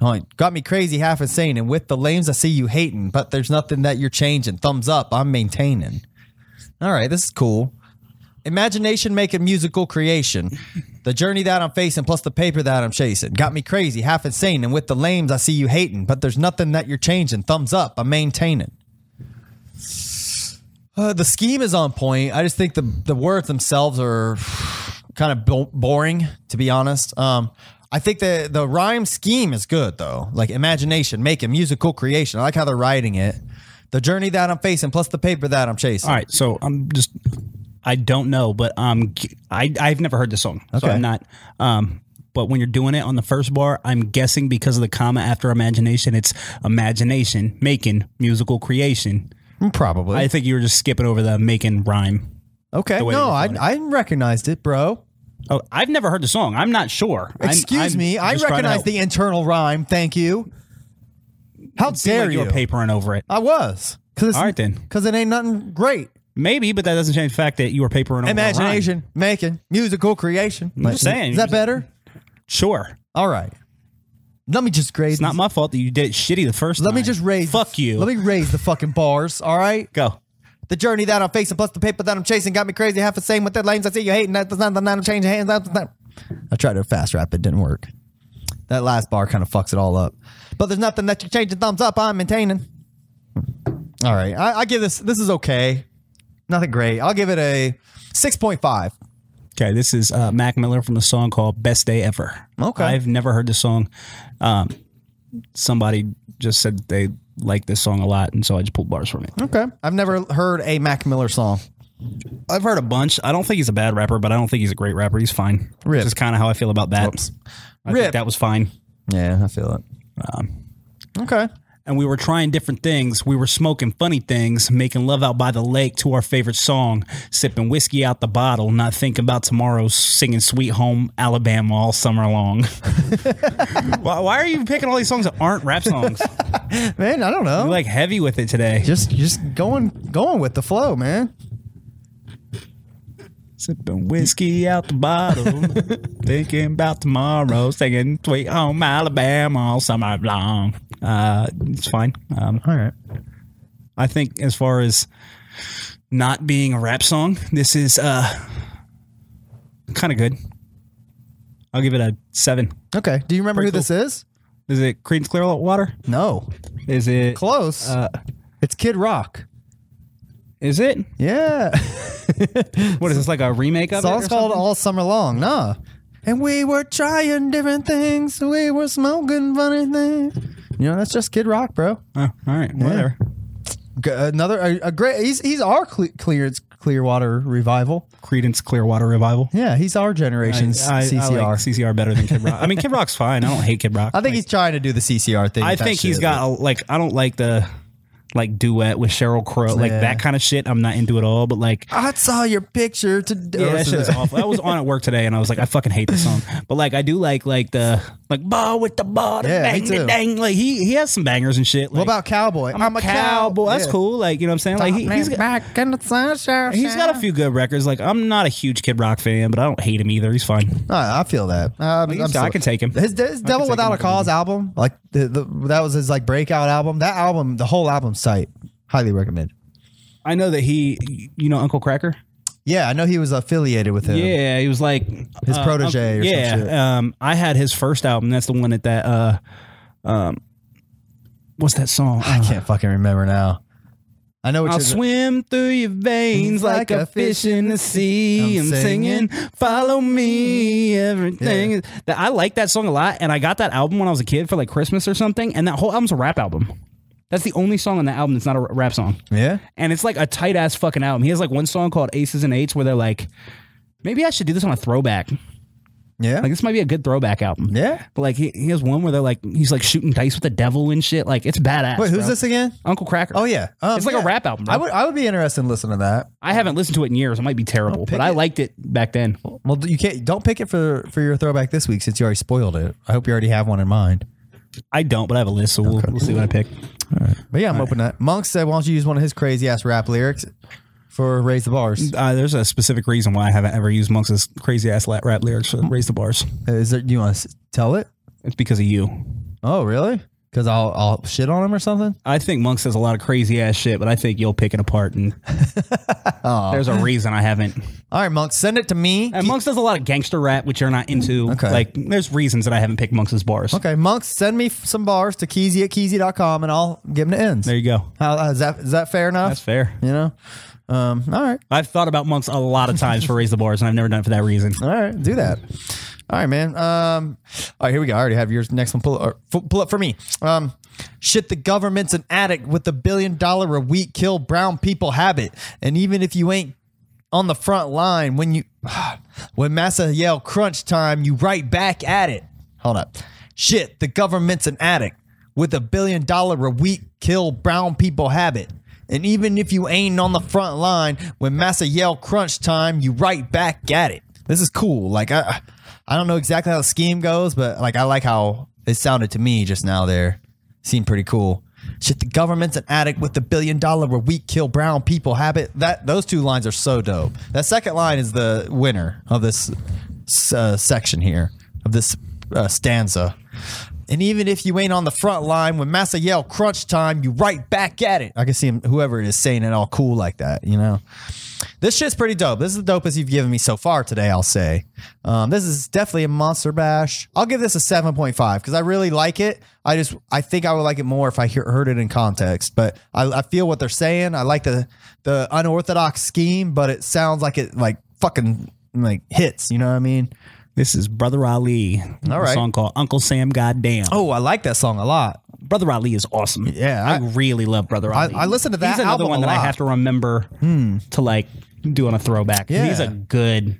Speaker 2: Oh, Got me crazy, half insane, and with the lames I see you hating, but there's nothing that you're changing. Thumbs up, I'm maintaining. All right, this is cool. Imagination making musical creation. The journey that I'm facing, plus the paper that I'm chasing, got me crazy, half insane, and with the lames I see you hating, but there's nothing that you're changing. Thumbs up, I'm maintaining. Uh, the scheme is on point. I just think the the words themselves are kind of bo- boring, to be honest. Um, I think the the rhyme scheme is good though, like imagination, making musical creation. I like how they're writing it. The journey that I'm facing, plus the paper that I'm chasing.
Speaker 1: All right. So I'm just. I don't know, but um, I I've never heard this song, so
Speaker 2: Okay.
Speaker 1: I'm not. Um, but when you're doing it on the first bar, I'm guessing because of the comma after imagination, it's imagination making musical creation.
Speaker 2: Probably.
Speaker 1: I think you were just skipping over the making rhyme.
Speaker 2: okay.
Speaker 1: way
Speaker 2: No,
Speaker 1: you're
Speaker 2: I
Speaker 1: doing it.
Speaker 2: I recognized it, bro.
Speaker 1: Oh, I've never heard the song. I'm not sure. I'm-
Speaker 2: Excuse
Speaker 1: I'm
Speaker 2: me. I
Speaker 1: just trying to
Speaker 2: recognize
Speaker 1: help.
Speaker 2: the internal rhyme. Thank you. How
Speaker 1: Seemed
Speaker 2: dare
Speaker 1: like you
Speaker 2: you?
Speaker 1: were papering over it.
Speaker 2: I was. Cause it's,
Speaker 1: All right, then.
Speaker 2: Because it ain't nothing great.
Speaker 1: Maybe, but that doesn't change the fact that you were papering over a rhyme.
Speaker 2: imagination making musical creation. I'm
Speaker 1: just saying.
Speaker 2: Is that better?
Speaker 1: Sure.
Speaker 2: All right. Let me just grade.
Speaker 1: It's not my fault that you did it shitty the first
Speaker 2: let
Speaker 1: time.
Speaker 2: me just raise.
Speaker 1: Fuck you.
Speaker 2: Let me raise the fucking bars. All right.
Speaker 1: go.
Speaker 2: The journey that I'm facing, plus the paper that I'm chasing, got me crazy. Half the same with the lanes I see you hating. That's not the I'm changing hands. That's not. I tried to fast rap. It didn't work. That last bar kind of fucks it all up. But there's nothing that you're changing. Thumbs up. I'm maintaining. All right. I, I give this. This is okay. Nothing great. I'll give it a six point five.
Speaker 1: Okay, this is uh, Mac Miller from the song called "Best Day Ever."
Speaker 2: Okay.
Speaker 1: I've never heard the song. Um, somebody just said they like this song a lot, and so I just pulled bars from it.
Speaker 2: Okay. I've never heard a Mac Miller song.
Speaker 1: I've heard a bunch. I don't think he's a bad rapper, but I don't think he's a great rapper. He's fine.
Speaker 2: Rip.
Speaker 1: Just kind of how I feel about that. I
Speaker 2: Rip.
Speaker 1: think that was fine.
Speaker 2: Yeah, I feel it. okay.
Speaker 1: and we were trying different things. We were smoking funny things, making love out by the lake to our favorite song, sipping whiskey out the bottle, not thinking about tomorrow, singing Sweet Home Alabama all summer long. why, why are you picking all these songs that aren't rap songs?
Speaker 2: Man, I don't know.
Speaker 1: You're like heavy with it today.
Speaker 2: just just going going with the flow, man.
Speaker 1: Sipping whiskey out the bottle, thinking about tomorrow, singing Sweet Home Alabama all summer long. Uh, it's fine. Um,
Speaker 2: All right.
Speaker 1: I think as far as not being a rap song, this is uh kind of good. I'll give it a seven.
Speaker 2: Okay. Do you remember who
Speaker 1: Pretty
Speaker 2: this is?
Speaker 1: Is it Creedence Clearwater?
Speaker 2: No.
Speaker 1: Is it?
Speaker 2: Close. it's Kid Rock.
Speaker 1: Is it?
Speaker 2: Yeah.
Speaker 1: What is this like a remake of
Speaker 2: Song's
Speaker 1: it? or
Speaker 2: called
Speaker 1: something?
Speaker 2: All Summer Long. Nah. And we were trying different things. We were smoking funny things. You know, that's just Kid Rock, bro.
Speaker 1: Oh, all right, whatever.
Speaker 2: G- Another a, a great. He's he's our cle- clearance Clearwater Revival.
Speaker 4: Credence Clearwater Revival.
Speaker 2: Yeah, he's our generation's CCR. I,
Speaker 4: like CCR better than Kid Rock. I mean, Kid Rock's fine. I don't hate Kid Rock.
Speaker 2: think he's trying to do the CCR thing.
Speaker 1: I
Speaker 2: with that
Speaker 1: think he's
Speaker 2: shit.
Speaker 1: got a, like I don't like the like duet with Cheryl Crow, like
Speaker 2: Yeah.
Speaker 1: that kind of shit. I'm not into it all. But like,
Speaker 2: I saw your picture today.
Speaker 1: yeah, that shit is awful. I was on at work today and I was like, I fucking hate this song. But like, I do like like the like ball with the ball, the
Speaker 2: Yeah, me
Speaker 1: bang,
Speaker 2: too.
Speaker 1: the dang. Like he he has some bangers and shit. Like,
Speaker 2: What about Cowboy?
Speaker 1: I'm, a cowboy. That's
Speaker 2: Yeah.
Speaker 1: cool. Like you know what I'm saying. Like he, he's got,
Speaker 2: back in the sunshine.
Speaker 1: he's got a few good records. Like I'm not a huge Kid Rock fan, but I don't hate him either. He's fine.
Speaker 2: I feel that. Um,
Speaker 1: he's-
Speaker 2: I'm
Speaker 1: I can take him.
Speaker 2: His, his Devil
Speaker 1: take
Speaker 2: Without
Speaker 1: him
Speaker 2: a Cause album, like the, the, that was his like breakout album. That album, the whole album site, highly recommended.
Speaker 1: I know that he, you know, Uncle Cracker.
Speaker 2: Yeah, I know he was affiliated with him.
Speaker 1: Yeah, he was like
Speaker 2: His
Speaker 1: uh,
Speaker 2: protege
Speaker 1: Uncle-
Speaker 2: or
Speaker 1: yeah,
Speaker 2: some shit.
Speaker 1: um, I had his first album. That's the one that that uh, um, what's that song?
Speaker 2: I can't fucking remember now. I know what
Speaker 1: I'll
Speaker 2: you're-
Speaker 1: swim through your veins like, a fish in the sea. I'm,
Speaker 2: I'm
Speaker 1: singing, follow me, everything. is-" That I like that song a lot, and I got that album when I was a kid for like Christmas or something. And that whole album's a rap album. That's the only song on that album that's not a r- rap song.
Speaker 2: Yeah.
Speaker 1: And it's like a tight ass fucking album. He has like one song called Aces and Eights where they're like, maybe I should do this on a throwback.
Speaker 2: Yeah.
Speaker 1: Like this might be a good throwback album.
Speaker 2: yeah.
Speaker 1: But like he, he has one where they're like he's like shooting dice with the devil and shit. Like it's badass.
Speaker 2: Wait, who's
Speaker 1: bro.
Speaker 2: this again?
Speaker 1: Uncle Cracker.
Speaker 2: Oh yeah. Um,
Speaker 1: It's like a
Speaker 2: yeah.
Speaker 1: rap album, bro.
Speaker 2: I would I would be interested in listening to that.
Speaker 1: I haven't listened to it in years. It might be terrible, but
Speaker 2: pick
Speaker 1: I
Speaker 2: it.
Speaker 1: liked it back then.
Speaker 2: Well, you can't don't pick it for for your throwback this week since you already spoiled it. I hope you already have one in mind.
Speaker 1: I don't, but I have a list, so we'll, we'll see what I pick.
Speaker 2: But yeah, I'm open to that. Monk said, "Why don't you use one of his crazy ass rap lyrics for raise the bars?
Speaker 1: Uh, there's a specific reason why I haven't ever used Monk's crazy ass rap lyrics for Raise the Bars.
Speaker 2: Is there? Do you want to tell it?
Speaker 1: It's because of you.
Speaker 2: Oh, really? Because I'll I'll shit on him or something.
Speaker 1: I think Monk says a lot of crazy ass shit, but I think you'll pick it apart. And there's a reason I haven't.
Speaker 2: All right, Monk, send it to me.
Speaker 1: And Monks does a lot of gangster rap, which you're not into.
Speaker 2: Okay.
Speaker 1: Like, there's reasons that I haven't picked Monks' bars.
Speaker 2: Okay, Monk, send me some bars to Keezy at Keezy.com and I'll give him the ends.
Speaker 1: There you go.
Speaker 2: How, is that is that fair enough?
Speaker 1: That's fair.
Speaker 2: You know, um, all right,
Speaker 1: I've thought about Monks a lot of times for Raise the Bars, and I've never done it for that reason.
Speaker 2: all right, do that. All right, man. Um, all right, here we go. I already have yours. Next one, pull up, or, pull up for me. Um, shit, the government's an addict with the billion dollar a week kill brown people habit, and even if you ain't on the front line when you when massa yell crunch time you right back at it hold up shit the government's an addict with a billion dollar a week kill brown people habit and even if you ain't on the front line when massa yell crunch time you right back at it this is cool like i i don't know exactly how the scheme goes but like i like how it sounded to me just now there seemed pretty cool. Shit, the government's an addict with the billion dollar where we kill brown people habit. That those two lines are so dope. That second line is the winner of this uh, section here of this uh, stanza. And even if you ain't on the front line when Massa yell crunch time, you right back at it. I can see him, whoever it is saying it all cool like that, you know. This shit's pretty dope. This is the dopest you've given me so far today, I'll say. Um, this is definitely a monster bash. I'll give this a 7.5 because I really like it. I just, I think I would like it more if I hear, heard it in context, but I, I feel what they're saying. I like the, the unorthodox scheme, but it sounds like it like fucking like hits. You know what I mean?
Speaker 1: This is Brother Ali.
Speaker 2: All right.
Speaker 1: A song called Uncle Sam Goddamn.
Speaker 2: Oh, I like that song a lot.
Speaker 1: Brother Ali is awesome.
Speaker 2: Yeah,
Speaker 1: I,
Speaker 2: I-
Speaker 1: really love Brother
Speaker 2: I-
Speaker 1: Ali.
Speaker 2: I listen to that
Speaker 1: He's another
Speaker 2: album
Speaker 1: one
Speaker 2: a
Speaker 1: that I
Speaker 2: lot.
Speaker 1: have to remember to like do on a throwback.
Speaker 2: Yeah.
Speaker 1: He's a good.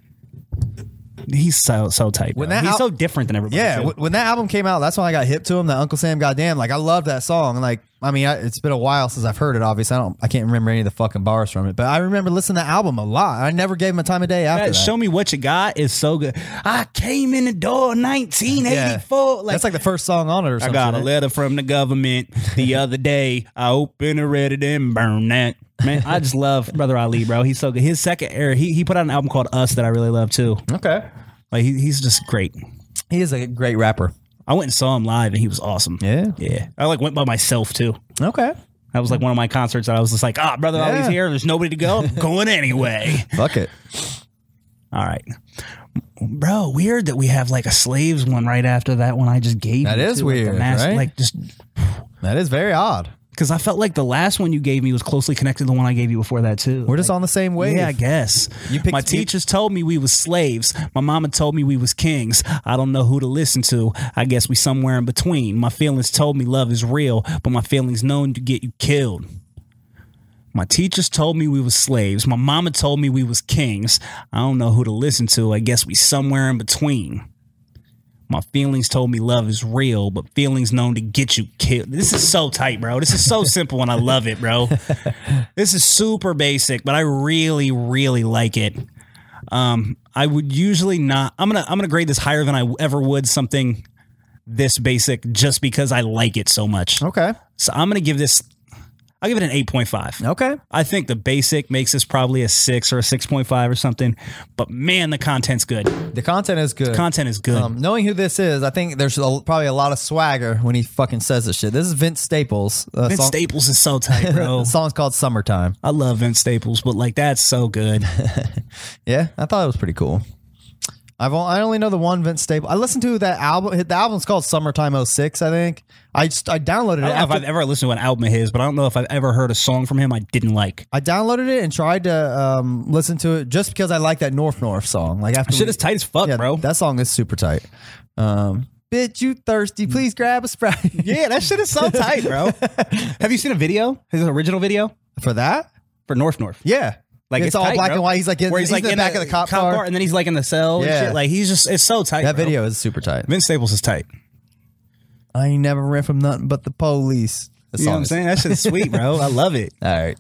Speaker 1: He's so so tight. bro.
Speaker 2: that
Speaker 1: he's
Speaker 2: al-
Speaker 1: so different than everybody.
Speaker 2: Yeah,
Speaker 1: too.
Speaker 2: w- when that album came out, that's when I got hip to him. That Uncle Sam, goddamn, like I love that song. And, Like, I mean, I, it's been a while since I've heard it. Obviously, I don't, I can't remember any of the fucking bars from it, but I remember listening to that album a lot. I never gave him a time of day after
Speaker 1: That
Speaker 2: that.
Speaker 1: Show me what you got is so good. I came in the door 1984. Like,
Speaker 2: that's like the first song on it or
Speaker 1: I
Speaker 2: something.
Speaker 1: got a letter from the government the other day. I opened it, read it, and burned that. Man, I just love Brother Ali, bro. He's so good. His second era, he, he put out an album called Us that I really love too.
Speaker 2: Okay,
Speaker 1: Like he, he's just great.
Speaker 2: he is a great rapper.
Speaker 1: I went and saw him live, and he was awesome.
Speaker 2: Yeah.
Speaker 1: yeah. I like went by myself too.
Speaker 2: Okay,
Speaker 1: That was like one of my concerts that I was just like, ah, brother Ali's
Speaker 2: Yeah.
Speaker 1: here. There's nobody to go. I'm going anyway.
Speaker 2: fuck it.
Speaker 1: All right, bro. Weird that we have like a slaves one right after that one I just gave.
Speaker 2: That
Speaker 1: you,
Speaker 2: is
Speaker 1: too, like, the
Speaker 2: weird,
Speaker 1: mass-
Speaker 2: right?
Speaker 1: Like just
Speaker 2: That is very odd.
Speaker 1: because I felt like the last one you gave me was closely connected to the one I gave you before that too.
Speaker 2: We're just on the same wave.
Speaker 1: Yeah, I guess.
Speaker 2: You picked-
Speaker 1: My
Speaker 2: you-
Speaker 1: teachers told me we was slaves. My mama told me we was kings. I don't know who to listen to. I guess we somewhere in between. My feelings told me love is real, but my feelings known to get you killed. My teachers told me we was slaves. My mama told me we was kings. I don't know who to listen to. I guess we somewhere in between. My feelings told me love is real, but feelings known to get you killed. This is so tight, bro. This is so simple and I love it, bro. This is super basic, but I really, really like it. Um, I would usually not I'm gonna I'm gonna grade this higher than I ever would something this basic just because I like it so much.
Speaker 2: Okay.
Speaker 1: So I'm gonna give this I'll give it an eight point five.
Speaker 2: Okay.
Speaker 1: I think the basic makes this probably a six or a six point five or something. But man, the content's good.
Speaker 2: The content is good.
Speaker 1: Content is good.
Speaker 2: Um, knowing who this is, I think there's a, probably a lot of swagger when he fucking says this shit. This is Vince Staples. Uh,
Speaker 1: Vince
Speaker 2: song,
Speaker 1: Staples is so tight, bro.
Speaker 2: The song's called "Summertime."
Speaker 1: I love Vince Staples, but like that's so good.
Speaker 2: Yeah, I thought it was pretty cool. I've on- I only know the one Vince Staples. I listened to that album. The album's called "Summertime 06, I think. I just I downloaded it.
Speaker 1: I don't know if
Speaker 2: after-
Speaker 1: I've ever listened to an album of his, but I don't know if I've ever heard a song from him I didn't like.
Speaker 2: I downloaded it and tried to um, listen to it just because I like that North North song. Like after
Speaker 1: Shit
Speaker 2: we-
Speaker 1: is tight as fuck,
Speaker 2: yeah,
Speaker 1: bro.
Speaker 2: That song is super tight. Um, Bitch, you thirsty? Please grab a sprite.
Speaker 1: yeah, that shit is so tight, bro. Have you seen a video? His original video
Speaker 2: for that?
Speaker 1: for North North.
Speaker 2: Yeah,
Speaker 1: Like
Speaker 2: it's, all
Speaker 1: tight,
Speaker 2: black
Speaker 1: bro.
Speaker 2: and white. He's like in,
Speaker 1: where he's, like
Speaker 2: in the back of the cop, car.
Speaker 1: and then he's like in the cell
Speaker 2: Yeah.
Speaker 1: and shit. Like he's just it's so tight.
Speaker 2: That
Speaker 1: bro.
Speaker 2: video is super tight.
Speaker 1: Vince Staples is tight.
Speaker 2: I ain't never ran from nothing but the police. That's
Speaker 1: You know what I'm saying? That shit's sweet, bro. I love it.
Speaker 2: All right.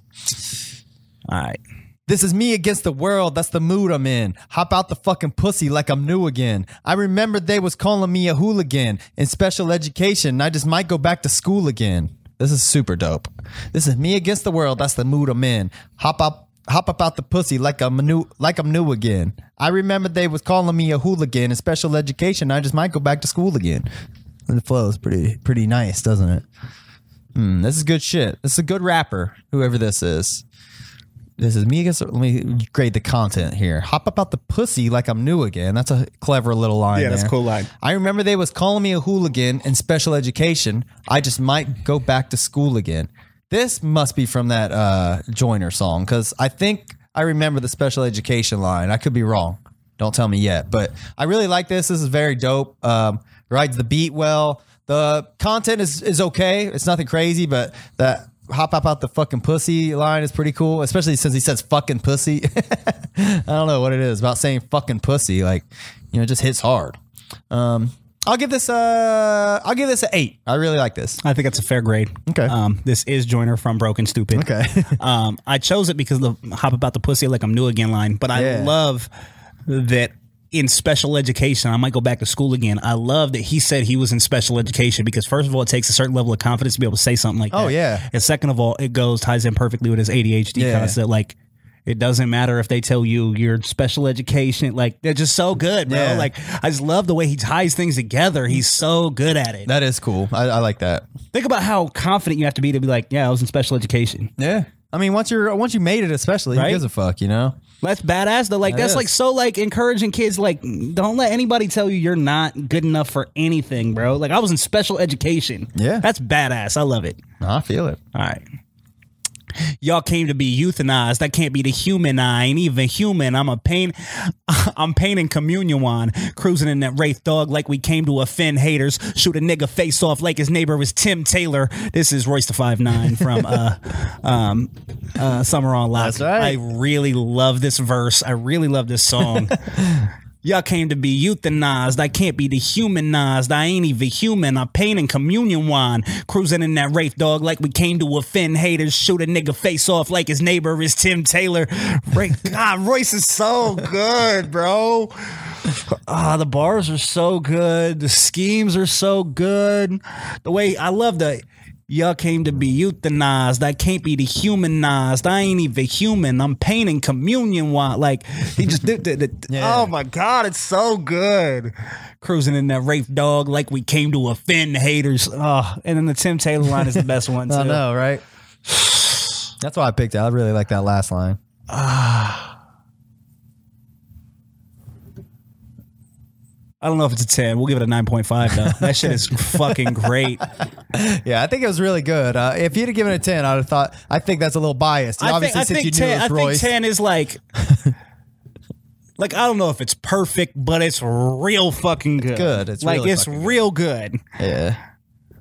Speaker 1: All right.
Speaker 2: This is me against the world. That's the mood I'm in. Hop out the fucking pussy like I'm new again. I remember they was calling me a hooligan in special education. I just might go back to school again. This is super dope. This is me against the world. That's the mood I'm in. Hop up. Hop up out the pussy like I'm new, like I'm new again. I remember they was calling me a hooligan in special education. I just might go back to school again. And the flow is pretty, pretty nice, doesn't it? Hmm, this is good shit. This is a good rapper, whoever this is. This is me against. Let me grade the content here. Hop up out the pussy like I'm new again. That's a clever little line.
Speaker 1: Yeah, that's
Speaker 2: there.
Speaker 1: a cool line.
Speaker 2: I remember they was calling me a hooligan in special education. I just might go back to school again. This must be from that uh, Joiner song because I think I remember the special education line. I could be wrong. Don't tell me yet, but I really like this. This is very dope. Um, rides the beat well. The content is is okay. It's nothing crazy, but that hop hop out the fucking pussy line is pretty cool, especially since he says fucking pussy. I don't know what it is about saying fucking pussy. Like, you know, it just hits hard. Um, I'll give this a I'll give this an eight. I really like this.
Speaker 1: I think that's a fair grade.
Speaker 2: Okay.
Speaker 1: Um, this is Joiner from Broken Stupid.
Speaker 2: Okay.
Speaker 1: um, I chose it because of the hop about the pussy like I'm new again line, but I
Speaker 2: Yeah.
Speaker 1: love that in special education, I might go back to school again. I love that he said he was in special education because first of all, it takes a certain level of confidence to be able to say something like
Speaker 2: Oh,
Speaker 1: that.
Speaker 2: yeah.
Speaker 1: And second of all, it goes ties in perfectly with his ADHD
Speaker 2: Yeah.
Speaker 1: concept. Like it doesn't matter if they tell you you're special education. Like they're just so good, bro.
Speaker 2: Yeah.
Speaker 1: Like I just love the way he ties things together. He's so good at it.
Speaker 2: That is cool. I, I like that.
Speaker 1: Think about how confident you have to be to be like, yeah, I was in special education.
Speaker 2: Yeah. I mean, once you're once you made it, especially,
Speaker 1: Right?
Speaker 2: who gives a fuck, you know?
Speaker 1: That's badass though. Like
Speaker 2: That
Speaker 1: that's
Speaker 2: is.
Speaker 1: like so like encouraging kids. Like don't let anybody tell you you're not good enough for anything, bro. Like I was in special education.
Speaker 2: Yeah.
Speaker 1: that's badass. I love it.
Speaker 2: No, I feel it.
Speaker 1: All right. Y'all came to be euthanized. I can't be the human. I ain't even human. I'm a pain. I'm painting communion wine. Cruising in that wraith dog like we came to offend haters. Shoot a nigga face off like his neighbor was Tim Taylor. This is Royce the Five Nine from uh, um, uh, Summer on Lock.
Speaker 2: That's right.
Speaker 1: I really love this verse. I really love this song. Y'all came to be euthanized. I can't be dehumanized. I ain't even human. I'm painting communion wine. Cruising in that wraith dog like we came to offend haters. Shoot a nigga face off like his neighbor is Tim Taylor. Wraith, God, Royce is so good, bro. Ah, the bars are so good. The schemes are so good. The way I love the y'all came to be euthanized. I can't be dehumanized. I ain't even human. I'm painting communion wine. Like he just did. The, the, Oh my god, it's so good. Cruising in that rape dog like we came to offend haters. Oh, and then the Tim Taylor line is the best one too.
Speaker 2: I know, right? That's why I picked it. I really like that last line.
Speaker 1: I don't know if it's a ten. We'll give it a nine point five though. That shit is fucking great.
Speaker 2: Yeah, I think it was really good. Uh, if you'd have given it a ten, I'd have thought. I think that's a little biased. Obviously, since you knew it
Speaker 1: I
Speaker 2: was Royce,
Speaker 1: think 10 is like, like, I don't know if it's perfect, but it's real fucking good.
Speaker 2: good. It's
Speaker 1: like,
Speaker 2: really
Speaker 1: it's
Speaker 2: fucking
Speaker 1: real good.
Speaker 2: yeah.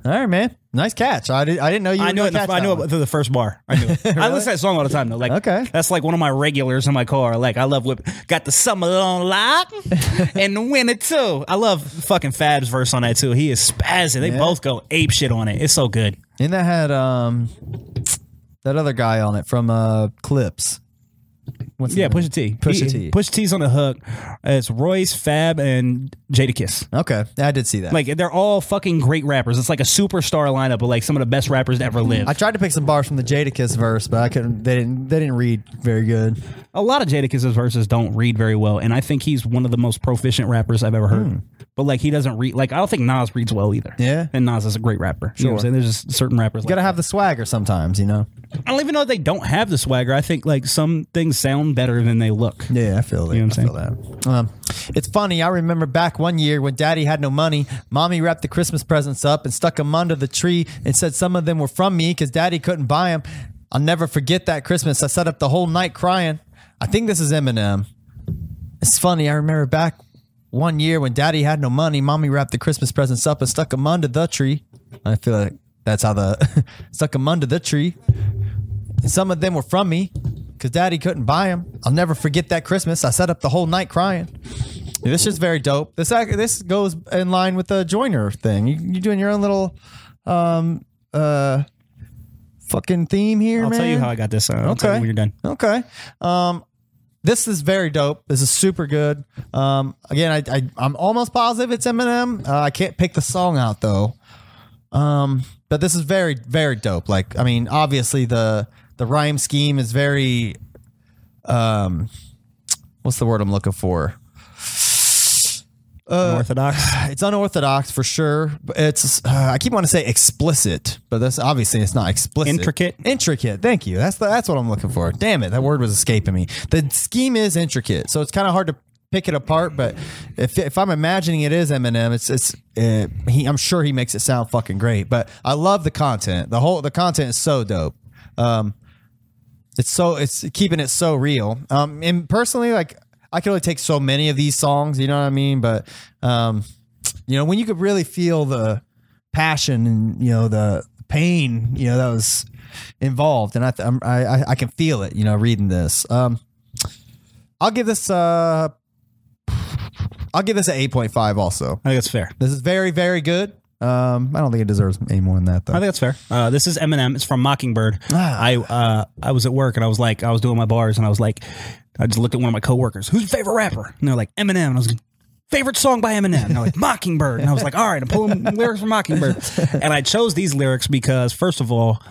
Speaker 2: All right, man. Nice catch. I, did, I didn't know you.
Speaker 1: I
Speaker 2: were
Speaker 1: knew
Speaker 2: gonna
Speaker 1: it. in the-
Speaker 2: catch
Speaker 1: I
Speaker 2: that
Speaker 1: knew
Speaker 2: one.
Speaker 1: it through the first bar. I knew it. I listen to that song all the time though. Like
Speaker 2: Okay.
Speaker 1: that's like one of my regulars in my car. Like I love whip. Got the summer on lock and the winter too. I love fucking Fab's verse on that too. He is spazzing. They both go ape shit on it. It's so good.
Speaker 2: And that had um that other guy on it from uh Clips. What's his
Speaker 1: Yeah,
Speaker 2: name?
Speaker 1: Pusha T.
Speaker 2: Pusha
Speaker 1: He-
Speaker 2: T.
Speaker 1: Pusha T's on the hook. It's Royce, Fab, and Jada Kiss.
Speaker 2: Okay, I did see that.
Speaker 1: Like they're all fucking great rappers. It's like a superstar lineup of like some of the best rappers to ever live.
Speaker 2: I tried to pick some bars from the Jadakiss verse, but I couldn't. They didn't. They didn't read very good.
Speaker 1: a lot of Jadakiss' verses don't read very well, and I think he's one of the most proficient rappers I've ever heard. But like he doesn't read like I don't think Nas reads well either.
Speaker 2: Hmm. Yeah.
Speaker 1: and Nas is a great rapper. You know what I'm
Speaker 2: Sure.
Speaker 1: saying? There's just certain rappers.
Speaker 2: Got to
Speaker 1: like,
Speaker 2: have the swagger sometimes, you know.
Speaker 1: I don't even know if they don't have the swagger. I think like some things sound better than they look.
Speaker 2: Yeah, I feel that.
Speaker 1: You know what I'm
Speaker 2: I feel that. Um, it's funny. I remember back one year when Daddy had no money. Mommy wrapped the Christmas presents up and stuck them under the tree and said some of them were from me because Daddy couldn't buy them. I'll never forget that Christmas. I sat up the whole night crying. I think this is Eminem. It's funny. I remember back one year when Daddy had no money. Mommy wrapped the Christmas presents up and stuck them under the tree. I feel like that's how the stuck them under the tree. And some of them were from me because daddy couldn't buy them. I'll never forget that Christmas. I sat up the whole night crying. This is very dope. This act- this goes in line with the Joiner thing. You, you're doing your own little um uh fucking theme here,
Speaker 1: I'll
Speaker 2: man.
Speaker 1: tell you how I got this. Uh, I'll tell you
Speaker 2: Okay.
Speaker 1: when you're done.
Speaker 2: Okay. Um, this is very dope. This is super good. Um, again, I, I I'm almost positive it's Eminem. Uh, I can't pick the song out though. Um, but this is very very dope. Like, I mean, obviously the the rhyme scheme is very um, what's the word I'm looking for?
Speaker 1: Orthodox.
Speaker 2: It's unorthodox for sure. But It's uh, I keep wanting to say explicit, but that's obviously it's not explicit.
Speaker 1: Intricate?
Speaker 2: intricate. Thank you. That's the, that's what I'm looking for. Damn it, that word was escaping me. The scheme is intricate, so it's kind of hard to pick it apart. But if, if I'm imagining it is Eminem, it's it's uh, he. I'm sure he makes it sound fucking great. But I love the content. The whole the content is so dope. Um, it's so it's keeping it so real. Um, and personally, like I can only take so many of these songs. You know what I mean? But um, you know when you could really feel the passion and you know the pain you know that was involved and i th- I'm, I, I- I can feel it you know reading this um i'll give this uh i'll give this an 8.5 also
Speaker 1: I think that's fair.
Speaker 2: this is very very good um i don't think it deserves any more than that though
Speaker 1: I think that's fair. Uh, this is Eminem. It's from Mockingbird.
Speaker 2: Ah.
Speaker 1: I uh, I was at work and I was like, I was doing my bars and I was like, I just looked at one of my coworkers, who's your favorite rapper? And they're like, Eminem. And I was like, favorite song by Eminem. And they're like, Mockingbird. And I was like, all right, I'm pulling lyrics from Mockingbird. And I chose these lyrics because, first of all,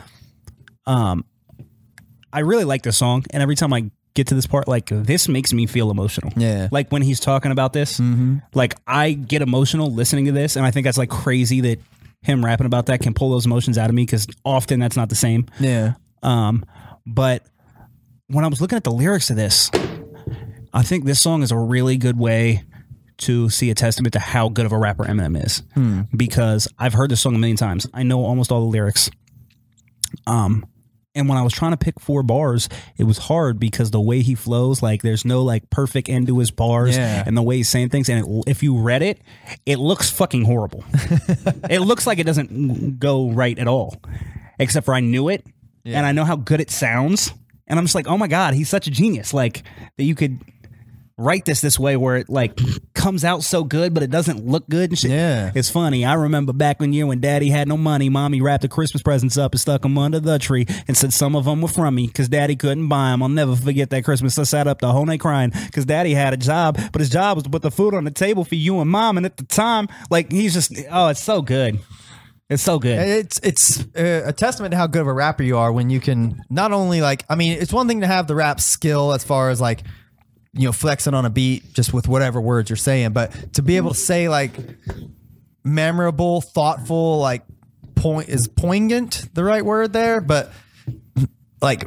Speaker 1: um, I really like this song. And every time I get to this part, like, this makes me feel emotional.
Speaker 2: Yeah. Mm-hmm.
Speaker 1: Like when he's talking about this, like I get emotional listening to this. And I think that's like crazy that him rapping about that can pull those emotions out of me because often that's not the same.
Speaker 2: yeah
Speaker 1: Um, but when I was looking at the lyrics to this, I think this song is a really good way to see a testament to how good of a rapper Eminem is. Because I've heard this song a million times. I know almost all the lyrics. Um, and when I was trying to pick four bars, it was hard because the way he flows, like there's no like perfect end to his bars
Speaker 2: Yeah.
Speaker 1: and the way he's saying things. And it, if you read it, it looks fucking horrible. it looks like it doesn't go right at all, except for I knew it and I know how good it sounds. And I'm just like, oh my God, he's such a genius. Like that you could write this this way where it like comes out so good, but it doesn't look good and shit.
Speaker 2: Yeah.
Speaker 1: It's funny. I remember back when year when daddy had no money, mommy wrapped the Christmas presents up and stuck them under the tree and said some of them were from me because daddy couldn't buy them. I'll never forget that Christmas. I sat up the whole night crying because daddy had a job, but his job was to put the food on the table for you and mom. And at the time, like he's just, oh, it's so good. It's so good.
Speaker 2: It's it's uh, a testament to how good of a rapper you are when you can not only like I mean it's one thing to have the rap skill as far as like you know flexing on a beat just with whatever words you're saying, but to be able to say like memorable, thoughtful, like point is poignant the right word there, but like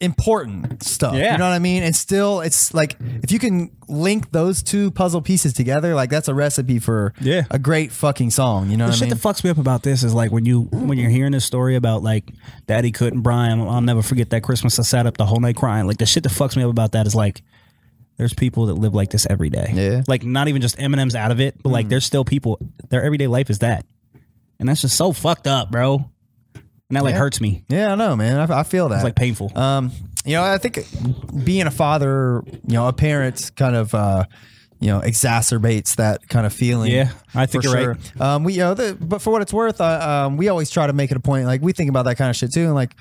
Speaker 2: important stuff.
Speaker 1: Yeah.
Speaker 2: You know what I mean? And still it's like if you can link those two puzzle pieces together, like that's a recipe for
Speaker 1: Yeah.
Speaker 2: a great fucking song. You know what I
Speaker 1: shit
Speaker 2: mean?
Speaker 1: that fucks me up about this is like when you when you're hearing this story about like daddy couldn't Brian. I'll never forget that Christmas I sat up the whole night crying. Like the shit that fucks me up about that is like there's people that live like this every day.
Speaker 2: Yeah.
Speaker 1: Mm. Like not even just Eminem's out of it, but like there's still people their everyday life is that. and that's just so fucked up, bro. And that like hurts me.
Speaker 2: Yeah, I know, man. I, I feel that.
Speaker 1: It's like painful.
Speaker 2: Um, you know, I think being a father, you know, a parent kind of, uh, you know, exacerbates that kind of feeling.
Speaker 1: Yeah, I think
Speaker 2: for
Speaker 1: you're
Speaker 2: sure. right. Um, we, you know, the, but for what it's worth, uh, um, we always try to make it a point. Like we think about that kind of shit too, and like.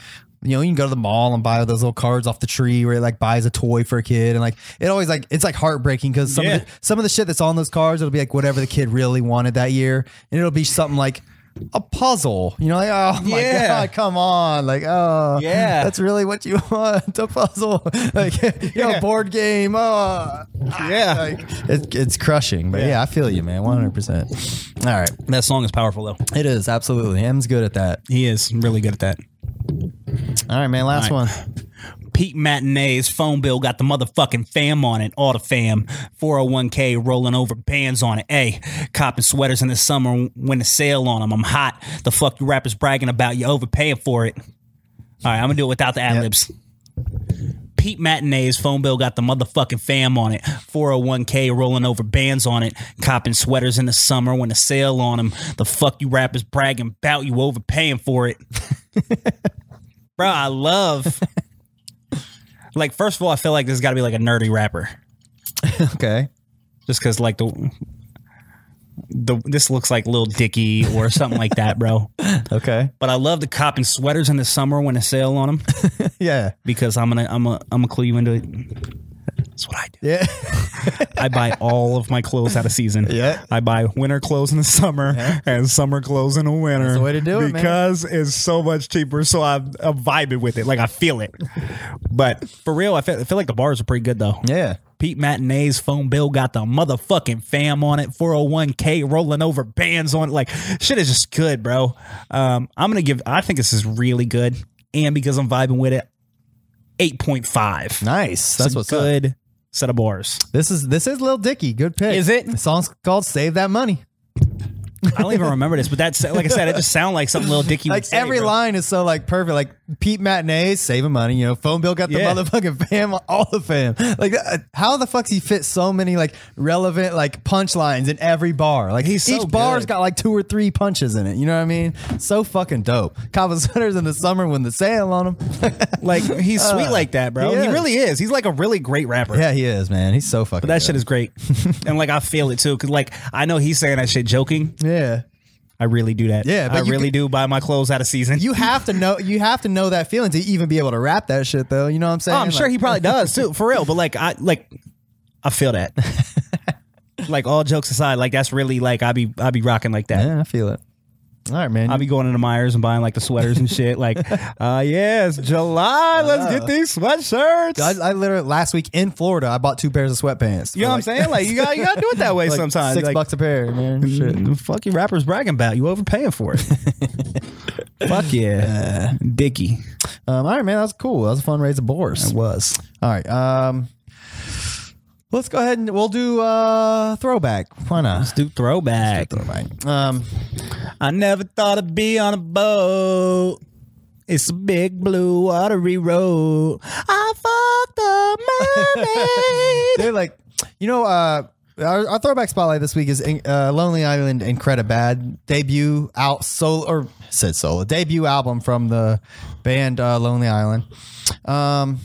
Speaker 2: You know, you can go to the mall and buy those little cards off the tree where it like buys a toy for a kid, and like it always like it's like heartbreaking because some
Speaker 1: Yeah.
Speaker 2: of the, some of the shit that's on those cards it'll be like whatever the kid really wanted that year, and it'll be something like a puzzle. You know, like oh my
Speaker 1: Yeah.
Speaker 2: god, come on, like oh
Speaker 1: Yeah.
Speaker 2: that's really what you want a puzzle, like you know, board game. Oh, yeah, like it, it's crushing. But yeah. I feel you, man, one hundred percent. All right,
Speaker 1: that song is powerful though.
Speaker 2: it is absolutely. M's good at that.
Speaker 1: He is really good at that.
Speaker 2: All right, man, last
Speaker 1: All
Speaker 2: one.
Speaker 1: Pete Matinee's phone bill got the motherfucking fam on it, all the fam. 401k rolling over bands on it. Hey, copping sweaters in the summer when the sale on them. I'm hot. The fuck you rappers bragging about you overpaying for it. All right, I'm gonna do it without the ad libs. Pete Matinee's phone bill got the motherfucking fam on it. 401k rolling over bands on it. Copping sweaters in the summer when the sale on them. The fuck you rappers bragging about you overpaying for it. Bro, I love. like, first of all, I feel like there's got to be like a nerdy rapper,
Speaker 2: Okay,
Speaker 1: just because like the the this looks like Lil Dicky or something like that, bro.
Speaker 2: okay,
Speaker 1: But I love the copping sweaters in the summer when a sale on them
Speaker 2: yeah,
Speaker 1: because I'm gonna I'm gonna I'm gonna clue you into it. That's what I do.
Speaker 2: yeah,
Speaker 1: I buy all of my clothes out of season.
Speaker 2: Yeah.
Speaker 1: I buy winter clothes in the summer and summer clothes in the winter. That's
Speaker 2: the way to do it, man.
Speaker 1: because it's so much cheaper. So I'm, I'm vibing with it. Like I feel it. But for real, I feel, I feel like the bars are pretty good though.
Speaker 2: yeah.
Speaker 1: Pete Matinee's phone bill got the motherfucking fam on it. 401k rolling over bands on it. Like shit is just good, bro. Um, I'm gonna give. I think this is really good, and because I'm vibing with it, eight point five.
Speaker 2: Nice. That's what's good.
Speaker 1: good. Set of bars.
Speaker 2: This is this is Lil Dicky. Good pick.
Speaker 1: Is it?
Speaker 2: The song's called "Save That Money."
Speaker 1: I don't even remember this, but that's like I said, it just sound like something little Dicky.
Speaker 2: Like
Speaker 1: would say,
Speaker 2: every
Speaker 1: bro.
Speaker 2: line is so like perfect. Like Pete Matinee saving money. You know, phone bill got the
Speaker 1: Yeah.
Speaker 2: motherfucking fam, all the fam. Like uh, how the fuck's he fit so many like relevant like punchlines in every bar? Like
Speaker 1: He's so
Speaker 2: each bar's
Speaker 1: good.
Speaker 2: got like two or three punches in it. You know what I mean? So fucking dope. Common sweaters in the summer when the sale on them.
Speaker 1: Like he's sweet like that,
Speaker 2: Uh,
Speaker 1: bro.
Speaker 2: he
Speaker 1: He,
Speaker 2: is.
Speaker 1: really is. He's like a really great rapper.
Speaker 2: yeah, he is man. He's so fucking.
Speaker 1: But that
Speaker 2: good.
Speaker 1: shit is great, and like I feel it too. Cause like I know he's saying that shit joking.
Speaker 2: yeah.
Speaker 1: I really do that.
Speaker 2: Yeah, but
Speaker 1: I
Speaker 2: you
Speaker 1: really
Speaker 2: could-
Speaker 1: do buy my clothes out of season.
Speaker 2: You have to know. You have to know that feeling to even be able to rap that shit though. You know what I'm saying?
Speaker 1: Oh, I'm sure
Speaker 2: Like-
Speaker 1: he probably does too, for real. But like, I like, I feel that. like all jokes aside, like that's really like I be I be rocking like that.
Speaker 2: Yeah, I feel it. All right, man.
Speaker 1: I be going into Myers and buying like the sweaters and shit. Like, uh, yeah, it's July. Let's get these sweatshirts.
Speaker 2: I, I literally last week in Florida, I bought two pairs of sweatpants.
Speaker 1: you know what I'm saying? Like, you got you got to do it that way sometimes.
Speaker 2: Six
Speaker 1: like,
Speaker 2: bucks a pair, man. Shit.
Speaker 1: The fuck you rappers bragging about. You overpaying for it. fuck
Speaker 2: Uh,
Speaker 1: yeah, Dicky.
Speaker 2: Um, all right, man. That was cool. That was a fun raise of boars. It was. All right. Um, let's go ahead and we'll do uh throwback. Why not?
Speaker 1: Do throwback.
Speaker 2: Throwback. Um,
Speaker 1: I never thought I'd be on a boat. It's a big blue watery road. I fucked a mermaid.
Speaker 2: they're like, you know, uh. Our, our throwback spotlight this week is uh, Lonely Island Incredibad debut out solo or said solo debut album from the band uh, Lonely Island. Um,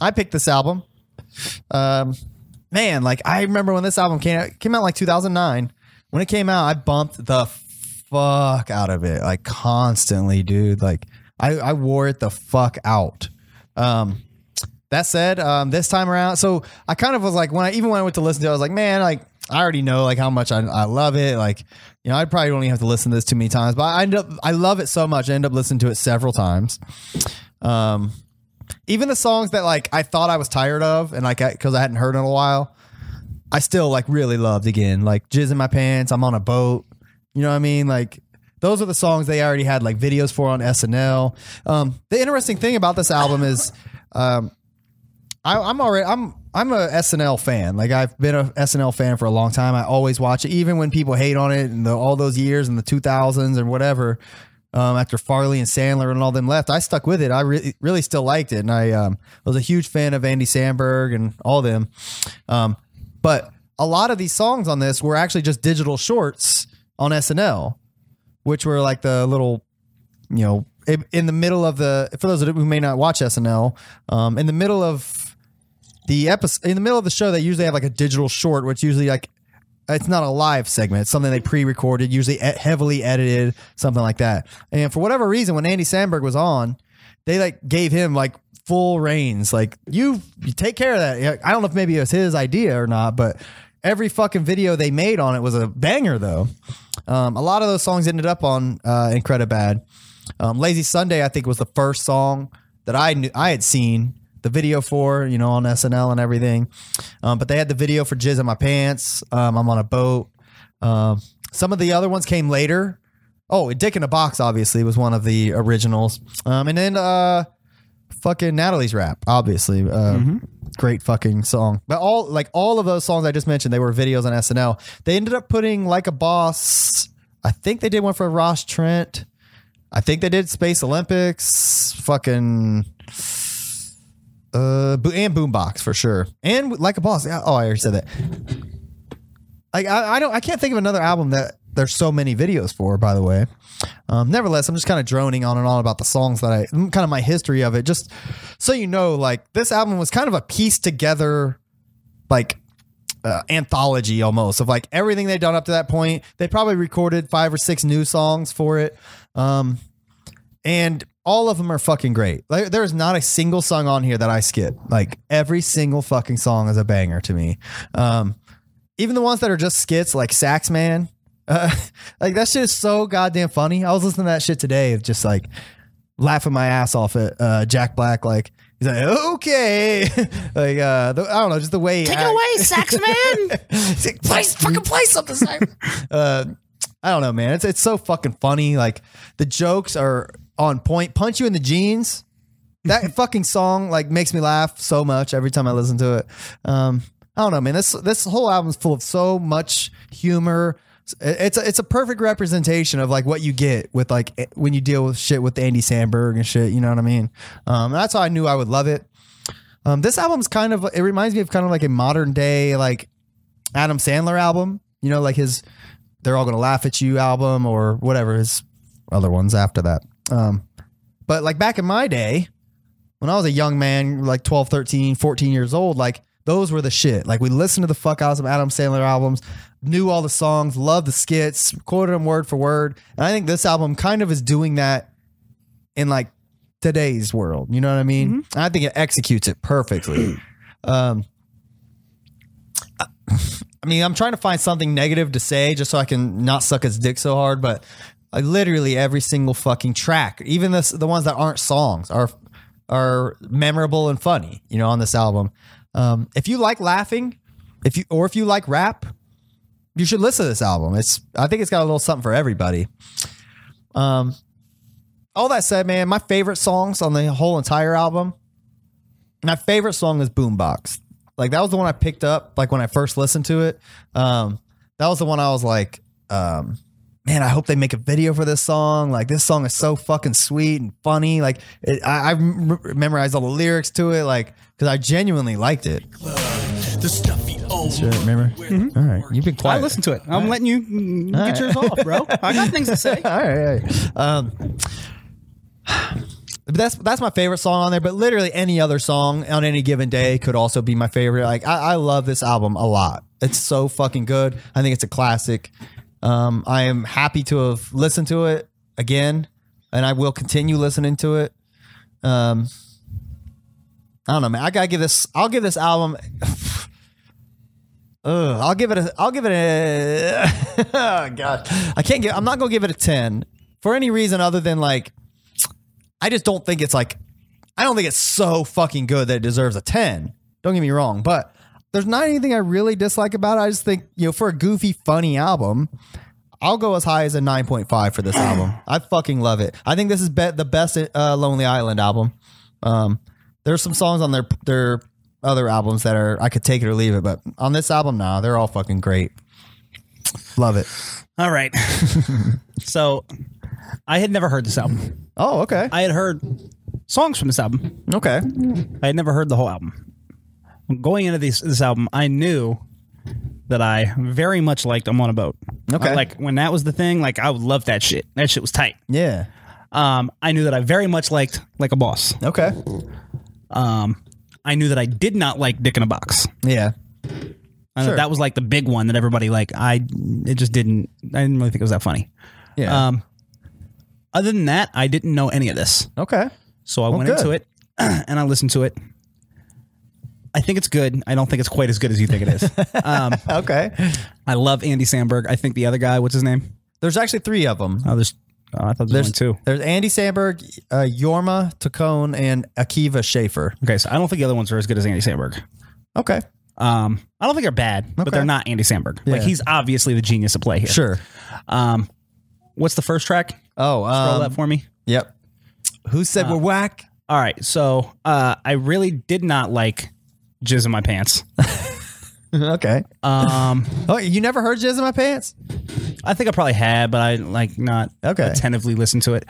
Speaker 2: I picked this album. Um, man, like I remember when this album came out, came out like 2009. When it came out, I bumped the fuck out of it, like constantly, dude. Like I, I wore it the fuck out. Um, that said, um, this time around, so I kind of was like, when I even when I went to listen to it, I was like, man, like I already know like how much I, I love it. Like, you know, I probably don't even have to listen to this too many times, but I end up I love it so much. I end up listening to it several times. Um, even the songs that like I thought I was tired of and like because I, hadn't heard in a while, I still like really loved again. Like jizz in my pants, I'm on a boat. You know what I mean? Like those are the songs they already had like videos for on SNL. Um, the interesting thing about this album is, um, I, I'm already I'm I'm a SNL fan. Like I've been a SNL fan for a long time. I always watch it, even when people hate on it and the, all those years in the 2000s and whatever. Um, after Farley and Sandler and all them left, I stuck with it. I re- really still liked it, and I um, was a huge fan of Andy Samberg and all them. Um, but a lot of these songs on this were actually just digital shorts on SNL which were like the little, you know, in, in the middle of the. For those who may not watch SNL, um, in the middle of the episode, in the middle of the show, they usually have like a digital short, which usually like it's not a live segment. It's something they pre-recorded, usually e- heavily edited, something like that. And for whatever reason, when Andy Sandberg was on, they like gave him like full reins. Like you, you take care of that. Yeah, I don't know if maybe it was his idea or not, but every fucking video they made on it was a banger though. Um, a lot of those songs ended up on uh, Incredibad. Um, Lazy Sunday, I think, was the first song that I knew I had seen the video for, you know, on SNL and everything. Um, but they had the video for Jizz in My Pants. Um, I'm on a boat. Um, some of the other ones came later. Oh, Dick in a Box, obviously, was one of the originals. Um, and then uh, fucking Natalie's rap, obviously. Uh, Great fucking song. But all like all of those songs I just mentioned, they were videos on SNL. They ended up putting like a boss. I think they did one for Ross Trent. I think they did Space Olympics. Fucking. Uh, Bo- and Boombox for sure, and like a boss. Yeah, Oh, I already said that. Like I, I don't, I can't think of another album that there's so many videos for. By the way, um, nevertheless, I'm just kind of droning on and on about the songs that I, kind of my history of it. Just so you know, like this album was kind of a piece together, like uh, anthology almost of like everything they'd done up to that point. They probably recorded five or six new songs for it. Um, and all of them are fucking great. Like, there is not a single song on here that I skip. Like every single fucking song is a banger to me. Um, even the ones that are just skits, like Sax Man, uh, like that shit is so goddamn funny. I was listening to that shit today, just like laughing my ass off at uh, Jack Black. Like he's like, okay, like uh, the, I don't know, just the way he
Speaker 3: Take
Speaker 2: act-
Speaker 3: it away, sax man.
Speaker 2: He's like,
Speaker 3: play,
Speaker 2: "Please
Speaker 3: fucking play something, Sax.
Speaker 2: uh, I don't know, man. It's it's so fucking funny. Like the jokes are on point. Punch you in the jeans. That fucking song like makes me laugh so much every time I listen to it. Um, I don't know, man. This this whole album's full of so much humor. It's a, it's a perfect representation of like what you get with like eh, when you deal with shit with Andy Samberg and shit. You know what I mean? Um, and that's how I knew I would love it. Um, this album's kind of it reminds me of kind of like a modern day like Adam Sandler album. You know, like his "They're All Gonna Laugh at You" album or whatever his other ones after that. Um, but like back in my day, when I was a young man, like 12, 13, 14 years old, like those were the shit. Like we listened to the fuck out of some Adam Sandler albums, knew all the songs, loved the skits, quoted them word for word. And I think this album kind of is doing that in like today's world. You know what I mean? And I think it executes it perfectly. um, I mean, I'm trying to find something negative to say just so I can not suck his dick so hard, but like literally every single fucking track, even this, the ones that aren't songs, are are memorable and funny, you know, on this album. Um, if you like laughing, if you or if you like rap, you should listen to this album. It's I think it's got a little something for everybody. Um, all that said, man, my favorite songs on the whole entire album. My favorite song is Boombox. Like that was the one I picked up like when I first listened to it. Um, that was the one I was like, um, man, I hope they make a video for this song. Like this song is so fucking sweet and funny. Like it, I, I rem- memorized all the lyrics to it. Like because I genuinely liked it.
Speaker 6: The stuff he owns.
Speaker 2: remember? Mm-hmm. All right, you've been quiet.
Speaker 4: I listen to it. I'm letting you mm, get yours off, bro. I got things to say.
Speaker 2: all right, all right. Um, but that's that's my favorite song on there. But literally any other song on any given day could also be my favorite. Like I, I love this album a lot. It's so fucking good. I think it's a classic. Um, I am happy to have listened to it again, and I will continue listening to it. Um, I don't know, man. I gotta give this. I'll give this album. Ugh, I'll give it a. I'll give it a. oh God, I can't give. I'm not gonna give it a ten for any reason other than like, I just don't think it's like, I don't think it's so fucking good that it deserves a ten. Don't get me wrong, but there's not anything I really dislike about it. I just think you know for a goofy, funny album, I'll go as high as a nine point five for this album. I fucking love it. I think this is be- the best uh, Lonely Island album. Um, there's some songs on their their other albums that are I could take it or leave it, but on this album, nah, they're all fucking great. Love it.
Speaker 1: All right. so I had never heard this album.
Speaker 2: Oh, okay,
Speaker 1: I had heard songs from this album.
Speaker 2: okay.
Speaker 1: I had never heard the whole album. Going into this this album, I knew that I very much liked. I'm on a boat.
Speaker 2: Okay.
Speaker 1: Uh, like when that was the thing, like I would love that shit. That shit was tight.
Speaker 2: Yeah.
Speaker 1: Um, I knew that I very much liked like a boss.
Speaker 2: Okay.
Speaker 1: Um, I knew that I did not like Dick in a Box.
Speaker 2: Yeah.
Speaker 1: I know
Speaker 2: Sure.
Speaker 1: That was like the big one that everybody like. I it just didn't. I didn't really think it was that funny.
Speaker 2: Yeah.
Speaker 1: Um, other than that, I didn't know any of this.
Speaker 2: okay.
Speaker 1: So I went
Speaker 2: good.
Speaker 1: into it and I listened to it. I think it's good. I don't think it's quite as good as you think it is.
Speaker 2: Okay.
Speaker 1: I love Andy Samberg. I think the other guy, what's his name?
Speaker 2: There's actually three of them.
Speaker 1: Oh, there's. Oh, I thought there was
Speaker 2: There's
Speaker 1: only two.
Speaker 2: There's Andy Sandberg, uh, Yorma Tacone, and Akiva Schaefer.
Speaker 1: Okay, so I don't think the other ones are as good as Andy Samberg.
Speaker 2: Okay.
Speaker 1: Um, I don't think they're bad, but
Speaker 2: Okay.
Speaker 1: they're not Andy Samberg. Like
Speaker 2: Yeah.
Speaker 1: he's obviously the genius at play here.
Speaker 2: Sure.
Speaker 1: Um, what's the first track?
Speaker 2: Oh,
Speaker 1: Roll that
Speaker 2: um,
Speaker 1: for me.
Speaker 2: yep. Who said we're whack?
Speaker 1: All right, so uh, I really did not like jizz in my pants.
Speaker 2: okay.
Speaker 1: Um,
Speaker 2: Oh, you never heard Jizz in My Pants?
Speaker 1: I think I probably had, but I like not
Speaker 2: Okay.
Speaker 1: attentively listened to it.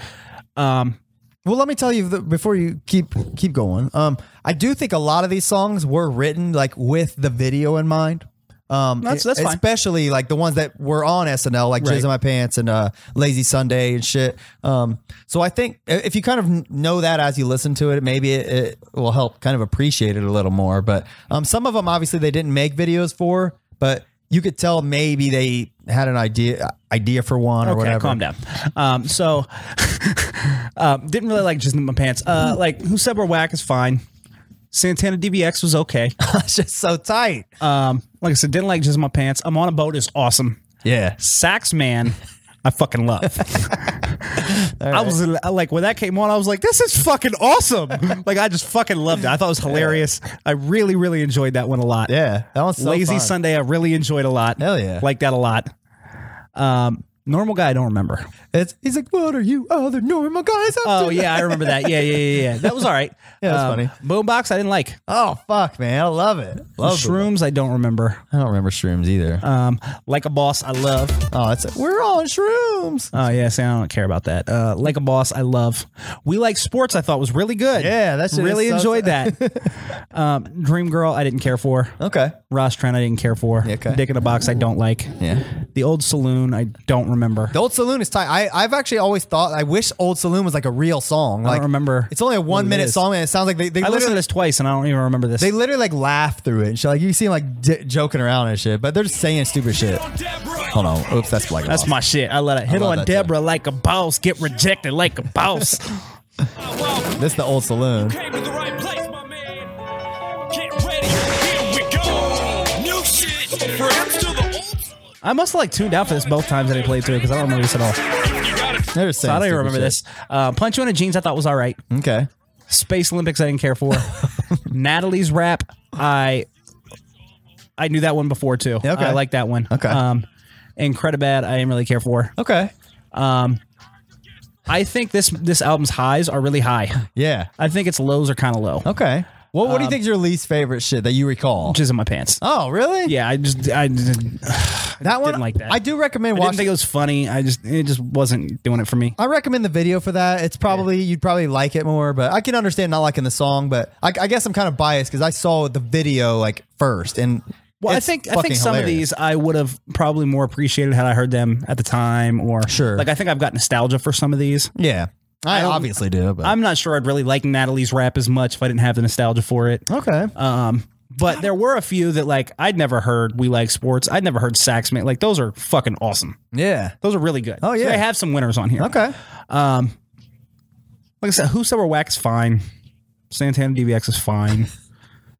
Speaker 1: Um,
Speaker 2: Well, let me tell you the, before you keep keep going. Um, I do think a lot of these songs were written like with the video in mind. Um,
Speaker 1: That's- that's fine.
Speaker 2: especially like the ones that were on SNL, like
Speaker 1: Right.
Speaker 2: Jizz in My Pants and uh, Lazy Sunday and shit. Um, so I think i- if you kind of know that as you listen to it, maybe it, it will help kind of appreciate it a little more. But um, some of them obviously they didn't make videos for, but you could tell maybe they had an idea idea for one or
Speaker 1: okay,
Speaker 2: whatever.
Speaker 1: calm down. Um, so um, didn't really like jizz in my pants. Uh, like who said we're whack is fine. Santana DBX was okay.
Speaker 2: it's just so tight.
Speaker 1: Um, like I said, didn't like jizz in my pants. I'm on a boat is awesome.
Speaker 2: yeah.
Speaker 1: Sax man, I fucking love. I was I, like when that came on, I was like, this is fucking awesome. like I just fucking loved it. I thought it was hilarious. I really, really enjoyed that one a lot.
Speaker 2: Yeah, that one's so
Speaker 1: Lazy
Speaker 2: fun.
Speaker 1: Sunday, I really enjoyed a lot.
Speaker 2: Hell yeah.
Speaker 1: like that a lot. Um, normal guy, I don't remember.
Speaker 2: It's he's like, what are you other normal guys up
Speaker 1: Oh
Speaker 2: to?"
Speaker 1: yeah, I remember that. Yeah, yeah, yeah, yeah. That was all right. Um,
Speaker 2: Yeah, that's funny.
Speaker 1: Boombox, I didn't like.
Speaker 2: Oh fuck, man, I love it. Love shrooms.
Speaker 1: Shrooms, I don't remember.
Speaker 2: I don't remember shrooms either.
Speaker 1: Um, like a boss, I love.
Speaker 2: oh, it's like, we're on shrooms.
Speaker 1: Oh yeah, see, I don't care about that. Uh, like a boss, I love. We like sports. I thought was really good.
Speaker 2: Yeah, that shit is
Speaker 1: really
Speaker 2: so-
Speaker 1: enjoyed that. um, Dream Girl, I didn't care for.
Speaker 2: Okay.
Speaker 1: Ross Trent, I didn't care for.
Speaker 2: Oh. Okay.
Speaker 1: Dick in a Box, I don't like.
Speaker 2: Yeah.
Speaker 1: The old saloon, I don't remember.
Speaker 2: The old saloon is tight. I I've actually always thought I wish old saloon was like a real song. Like
Speaker 1: remember
Speaker 2: It's only a one minute
Speaker 1: is.
Speaker 2: song, and it sounds like they they
Speaker 1: I listened to
Speaker 2: literally
Speaker 1: this twice, and I don't even remember this.
Speaker 2: they literally like laugh through it and shit. Like you see them like di joking around and shit, but they're just saying stupid shit. Hold on. Oops, that's black.
Speaker 1: That's my shit. I let it hit
Speaker 2: love
Speaker 1: on
Speaker 2: that too.
Speaker 1: Deborah like a boss, get rejected like a boss.
Speaker 2: This is the old saloon.
Speaker 6: Came to the right place, my man. Get ready. Here we go. New shit. For him to the old.
Speaker 1: I must have like tuned out for this both times that I played through because I don't remember this at all.
Speaker 6: You gotta
Speaker 2: They're just
Speaker 1: So
Speaker 2: saying.
Speaker 1: I don't even
Speaker 2: stupid
Speaker 1: remember this.
Speaker 2: shit.
Speaker 1: Uh, Punch You in the Jeans, I thought was all right.
Speaker 2: Okay.
Speaker 1: Space Olympics, I didn't care for. Natalie's rap, I I knew that one before too.
Speaker 2: Yeah, okay.
Speaker 1: I like that one.
Speaker 2: Okay.
Speaker 1: Um, Incredibad, I didn't really care for.
Speaker 2: Okay.
Speaker 1: I think this this album's highs are really high.
Speaker 2: Yeah.
Speaker 1: I think its lows are kind of low.
Speaker 2: Okay. Well,
Speaker 1: Um,
Speaker 2: what do you think's your least favorite shit that you recall?
Speaker 1: Which is in my pants.
Speaker 2: oh, really?
Speaker 1: Yeah, I just I just,
Speaker 2: that one.
Speaker 1: didn't like that.
Speaker 2: I do recommend
Speaker 1: I didn't
Speaker 2: watching.
Speaker 1: think it was funny. I just it just wasn't doing it for me.
Speaker 2: I recommend the video for that. It's probably you'd probably like it more, but I can understand not liking the song. But I, I guess I'm kind of biased because I saw the video like first, and
Speaker 1: Well,
Speaker 2: it's
Speaker 1: I think I
Speaker 2: fucking
Speaker 1: think some of
Speaker 2: hilarious.
Speaker 1: these I would have probably more appreciated had I heard them at the time, or
Speaker 2: Sure.
Speaker 1: Like I think I've got nostalgia for some of these.
Speaker 2: Yeah, I,
Speaker 1: don't-
Speaker 2: obviously do. But
Speaker 1: I'm not sure I'd really like Natalie's rap as much if I didn't have the nostalgia for it.
Speaker 2: okay.
Speaker 1: Um, but there were a few that like I'd never heard. We like sports. I'd never heard Sax Man. Like those are fucking awesome.
Speaker 2: yeah.
Speaker 1: Those are really good.
Speaker 2: Oh,
Speaker 1: So
Speaker 2: yeah.
Speaker 1: they have some winners on here.
Speaker 2: Okay.
Speaker 1: Like I said, Who Said We're Whack is fine. Santana DBX is fine.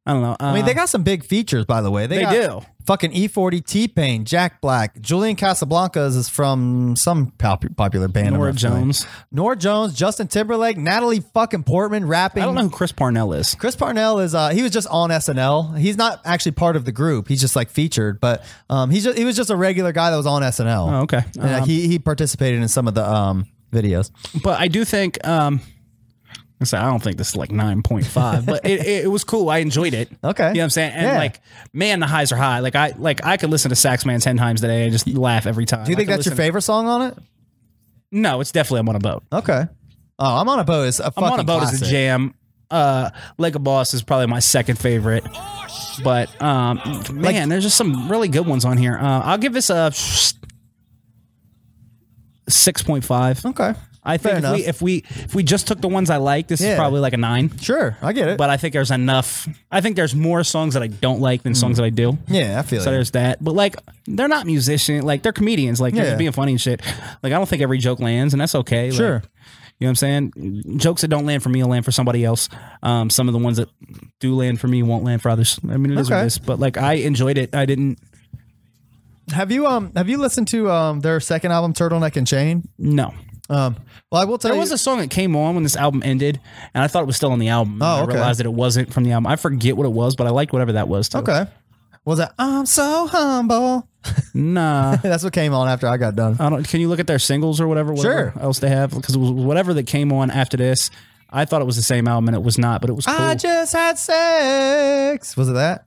Speaker 1: I don't know.
Speaker 2: I mean,
Speaker 1: Uh,
Speaker 2: they got some big features, by the way. They,
Speaker 1: They
Speaker 2: got
Speaker 1: do.
Speaker 2: Fucking E40, T Pain, Jack Black, Julian Casablancas is from some pop- popular band. I'm
Speaker 1: Uh, Nora
Speaker 2: not familiar.
Speaker 1: Jones.
Speaker 2: Nora Jones, Justin Timberlake, Natalie fucking Portman rapping.
Speaker 1: I don't know who Chris Parnell is.
Speaker 2: Chris Parnell is uh, he was just on SNL. He's not actually part of the group. He's just like featured, but um, he's just, he was just a regular guy that was on SNL.
Speaker 1: Oh, okay.
Speaker 2: And, uh,
Speaker 1: Um,
Speaker 2: he he participated in some of the um videos.
Speaker 1: but I do think um I said, I don't think this is like 9.5, but it, it, it was cool. I enjoyed it.
Speaker 2: Okay.
Speaker 1: You know what I'm saying? And
Speaker 2: Yeah.
Speaker 1: like, man, the highs are high. Like I like I could listen to Sax Man 10 times today and just laugh every time.
Speaker 2: Do you think that's your
Speaker 1: favorite?
Speaker 2: favorite song on it?
Speaker 1: No, it's definitely I'm on a boat.
Speaker 2: Okay. Oh, I'm on a boat. Is a
Speaker 1: I'm on a boat is a jam. Uh, like a boss is probably my second favorite. But um, man, there's just some really good ones on here. Uh, I'll give this a six point five.
Speaker 2: Okay.
Speaker 1: I
Speaker 2: Fair
Speaker 1: think if
Speaker 2: enough.
Speaker 1: we, if we if we just took the ones I like, this
Speaker 2: Yeah.
Speaker 1: is probably like a nine.
Speaker 2: sure, I get it.
Speaker 1: But I think there's enough. I think there's more songs that I don't like than
Speaker 2: Mm.
Speaker 1: songs that I do.
Speaker 2: yeah, I feel
Speaker 1: So
Speaker 2: you.
Speaker 1: there's that. But like, they're not musicians. Like they're comedians. Like they're
Speaker 2: Yeah.
Speaker 1: just being funny and shit. Like I don't think every joke lands, and that's okay. Like,
Speaker 2: Sure.
Speaker 1: you know what I'm saying? Jokes that don't land for me will land for somebody else. Um, some of the ones that do land for me won't land for others. I mean, it is what
Speaker 2: Okay.
Speaker 1: it is. But like, I enjoyed it. I didn't.
Speaker 2: Have you um have you listened to um their second album Turtleneck and Chain?
Speaker 1: No.
Speaker 2: Um, well, I will tell
Speaker 1: There
Speaker 2: you.
Speaker 1: was a song that came on when this album ended, and I thought it was still on the album.
Speaker 2: Oh,
Speaker 1: I
Speaker 2: okay.
Speaker 1: realized that it wasn't from the album. I forget what it was, but I liked whatever that was. Too.
Speaker 2: okay. Was that I'm so humble?
Speaker 1: Nah.
Speaker 2: That's what came on after I got done.
Speaker 1: I don't. Can you look at their singles or whatever? whatever
Speaker 2: Sure.
Speaker 1: Else they have because it was whatever that came on after this. I thought it was the same album and it was not, but it was cool.
Speaker 2: I Ah, just had sex. Was it that?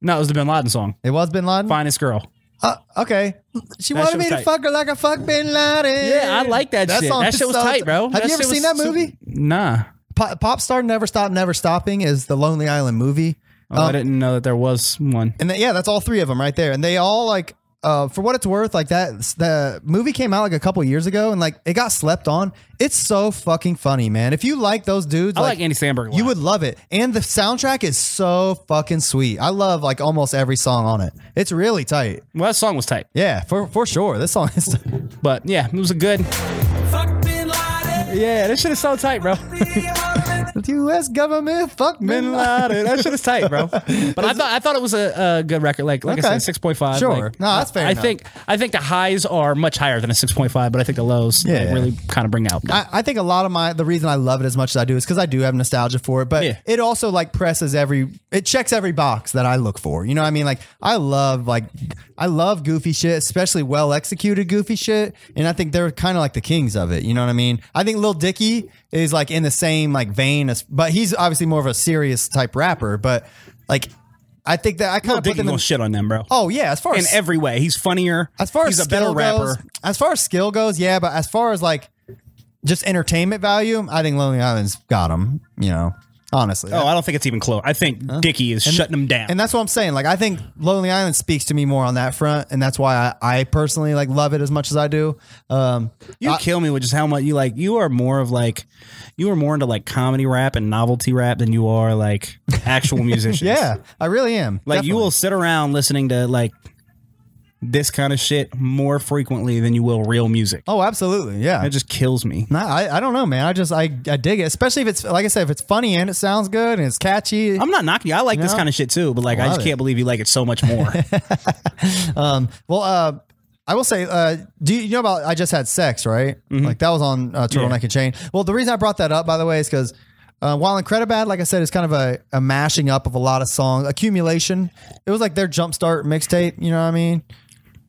Speaker 1: no, it was the Bin Laden song,
Speaker 2: It was Bin Laden.
Speaker 1: "Finest Girl."
Speaker 2: Uh, okay. She
Speaker 1: That
Speaker 2: wanted me
Speaker 1: shit was
Speaker 2: to
Speaker 1: tight.
Speaker 2: fuck her like I fuck Bin Laden.
Speaker 1: Yeah, I like that, shit.
Speaker 2: song
Speaker 1: That
Speaker 2: is
Speaker 1: shit was
Speaker 2: so-
Speaker 1: tight, bro.
Speaker 2: Have
Speaker 1: That
Speaker 2: you ever
Speaker 1: shit
Speaker 2: seen that
Speaker 1: was so-
Speaker 2: movie?
Speaker 1: Nah,
Speaker 2: Po- Pop star never stop, never stopping is the Lonely Island movie.
Speaker 1: oh,
Speaker 2: Um,
Speaker 1: I didn't know that there was one.
Speaker 2: And that yeah, that's all three of them right there. And they all like, uh, for what it's worth, like that the movie came out like a couple years ago, and like it got slept on. It's so fucking funny, man. If you like those dudes,
Speaker 1: I like Andy Samberg. a
Speaker 2: You
Speaker 1: lot.
Speaker 2: would love it. And the soundtrack is so fucking sweet. I love like almost every song on it. It's really tight.
Speaker 1: Well, that song was tight,
Speaker 2: Yeah, for for sure. This song is
Speaker 1: but yeah, it was a good.
Speaker 6: Fuck Bin Laden.
Speaker 1: Yeah, that shit is so tight, bro.
Speaker 2: the US government fuck
Speaker 1: Bin
Speaker 2: men.
Speaker 1: Laden, that shit is tight, bro. But I thought I thought it was a, a good record. Like like
Speaker 2: Okay.
Speaker 1: I said, six point five.
Speaker 2: Sure.
Speaker 1: like,
Speaker 2: No, that's fair
Speaker 1: I
Speaker 2: enough.
Speaker 1: think I think the highs are much higher than a six point five, but I think the lows like,
Speaker 2: Yeah.
Speaker 1: really kind of bring it out.
Speaker 2: I, I think a lot of my the reason I love it as much as I do is because I do have nostalgia for it, but
Speaker 1: Yeah.
Speaker 2: it also like presses every it checks every box that I look for. You know what I mean? Like I love like I love goofy shit, especially well executed goofy shit. And I think they're kind of like the kings of it. You know what I mean? I think Lil Dicky is like in the same like vein as but he's obviously more of a serious type rapper, but like I think that I kind
Speaker 1: Lil
Speaker 2: of put
Speaker 1: Dicky
Speaker 2: them in,
Speaker 1: gonna shit on them, bro.
Speaker 2: Oh yeah, as far
Speaker 1: in
Speaker 2: as
Speaker 1: every way. He's funnier.
Speaker 2: as far
Speaker 1: he's
Speaker 2: as
Speaker 1: a better
Speaker 2: skill goes,
Speaker 1: rapper.
Speaker 2: as far as skill goes, yeah, but as far as like just entertainment value, I think Lonely Island's got him. You know, honestly.
Speaker 1: Oh, I don't think it's even close. I think Dicky is shutting him down.
Speaker 2: and that's what I'm saying. Like, I think Lonely Island speaks to me more on that front, and that's why I, I personally like love it as much as I do. Um,
Speaker 1: you kill me with just how much you like. You are more of like, you are more into like comedy rap and novelty rap than you are like actual musicians.
Speaker 2: yeah, I really am.
Speaker 1: like you
Speaker 2: Definitely.
Speaker 1: will sit around listening to like this kind of shit more frequently than you will real music.
Speaker 2: Oh, absolutely. Yeah.
Speaker 1: That just kills me.
Speaker 2: Nah, I, I don't know, man. I just I, I dig it, especially if it's like I said, if it's funny and it sounds good and it's catchy.
Speaker 1: I'm not knocking you. I like this
Speaker 2: No.
Speaker 1: kind of shit too, but like I,
Speaker 2: Love
Speaker 1: just
Speaker 2: it.
Speaker 1: can't believe you like it so much more.
Speaker 2: Well, uh, I will say, uh, do you know about I just had sex, right? Like that was on uh, Turtleneck and Chain. Well, the reason I brought that up, by the way, is because uh, while Incredibad, like I said, is kind of a, a mashing up of a lot of songs, accumulation. It was like their Jumpstart mixtape. You know what I mean?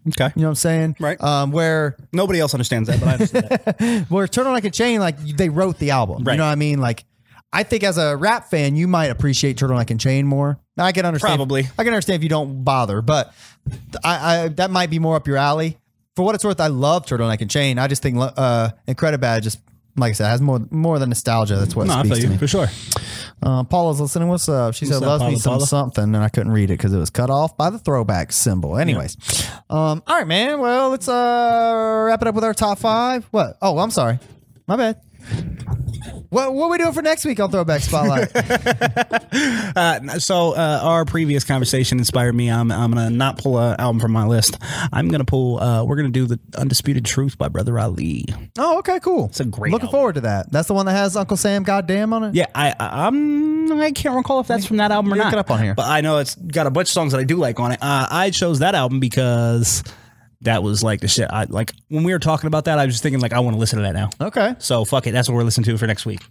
Speaker 1: okay.
Speaker 2: You know what I'm saying?
Speaker 1: Right.
Speaker 2: Um, where
Speaker 1: Nobody else understands that, but I understand that.
Speaker 2: where Turtleneck and Chain, like they wrote the album. You
Speaker 1: Right.
Speaker 2: know what I mean? Like. I think as a rap fan, you might appreciate Turtleneck and Chain more. I can understand.
Speaker 1: Probably.
Speaker 2: I can understand if you don't bother, but I, I that might be more up your alley. For what it's worth, I love Turtleneck and Chain. I just think uh, Incredibad just like I said has more more than nostalgia. That's what
Speaker 1: No, I
Speaker 2: speaks
Speaker 1: feel
Speaker 2: to
Speaker 1: you
Speaker 2: me.
Speaker 1: for sure.
Speaker 2: Uh, Paula's listening. What's up? She said,
Speaker 1: up,
Speaker 2: "Loves me
Speaker 1: Paula,
Speaker 2: some
Speaker 1: Paula?"
Speaker 2: something," and I couldn't read it because it was cut off by the throwback symbol. Anyways, um, all right, man. Well, let's uh, wrap it up with our top five. What? Oh, I'm sorry. My bad. What what we doing for next week on Throwback Spotlight?
Speaker 1: So uh, our previous conversation inspired me. I'm I'm gonna not pull an album from my list. I'm gonna pull. Uh, we're gonna do the Undisputed Truth by Brother Ali.
Speaker 2: oh, okay, cool. It's
Speaker 1: a great
Speaker 2: Looking
Speaker 1: album.
Speaker 2: forward to that. That's the one that has Uncle Sam Goddamn on it.
Speaker 1: Yeah, I I- I'm I can't recall if that's from that album or
Speaker 2: Look
Speaker 1: not.
Speaker 2: it up on here.
Speaker 1: but I know it's got a bunch of songs that I do like on it. Uh, I chose that album because that was like the shit. I like when we were talking about that. I was just thinking like I want to listen to that now.
Speaker 2: Okay.
Speaker 1: So fuck it. That's what we're listening to for next week.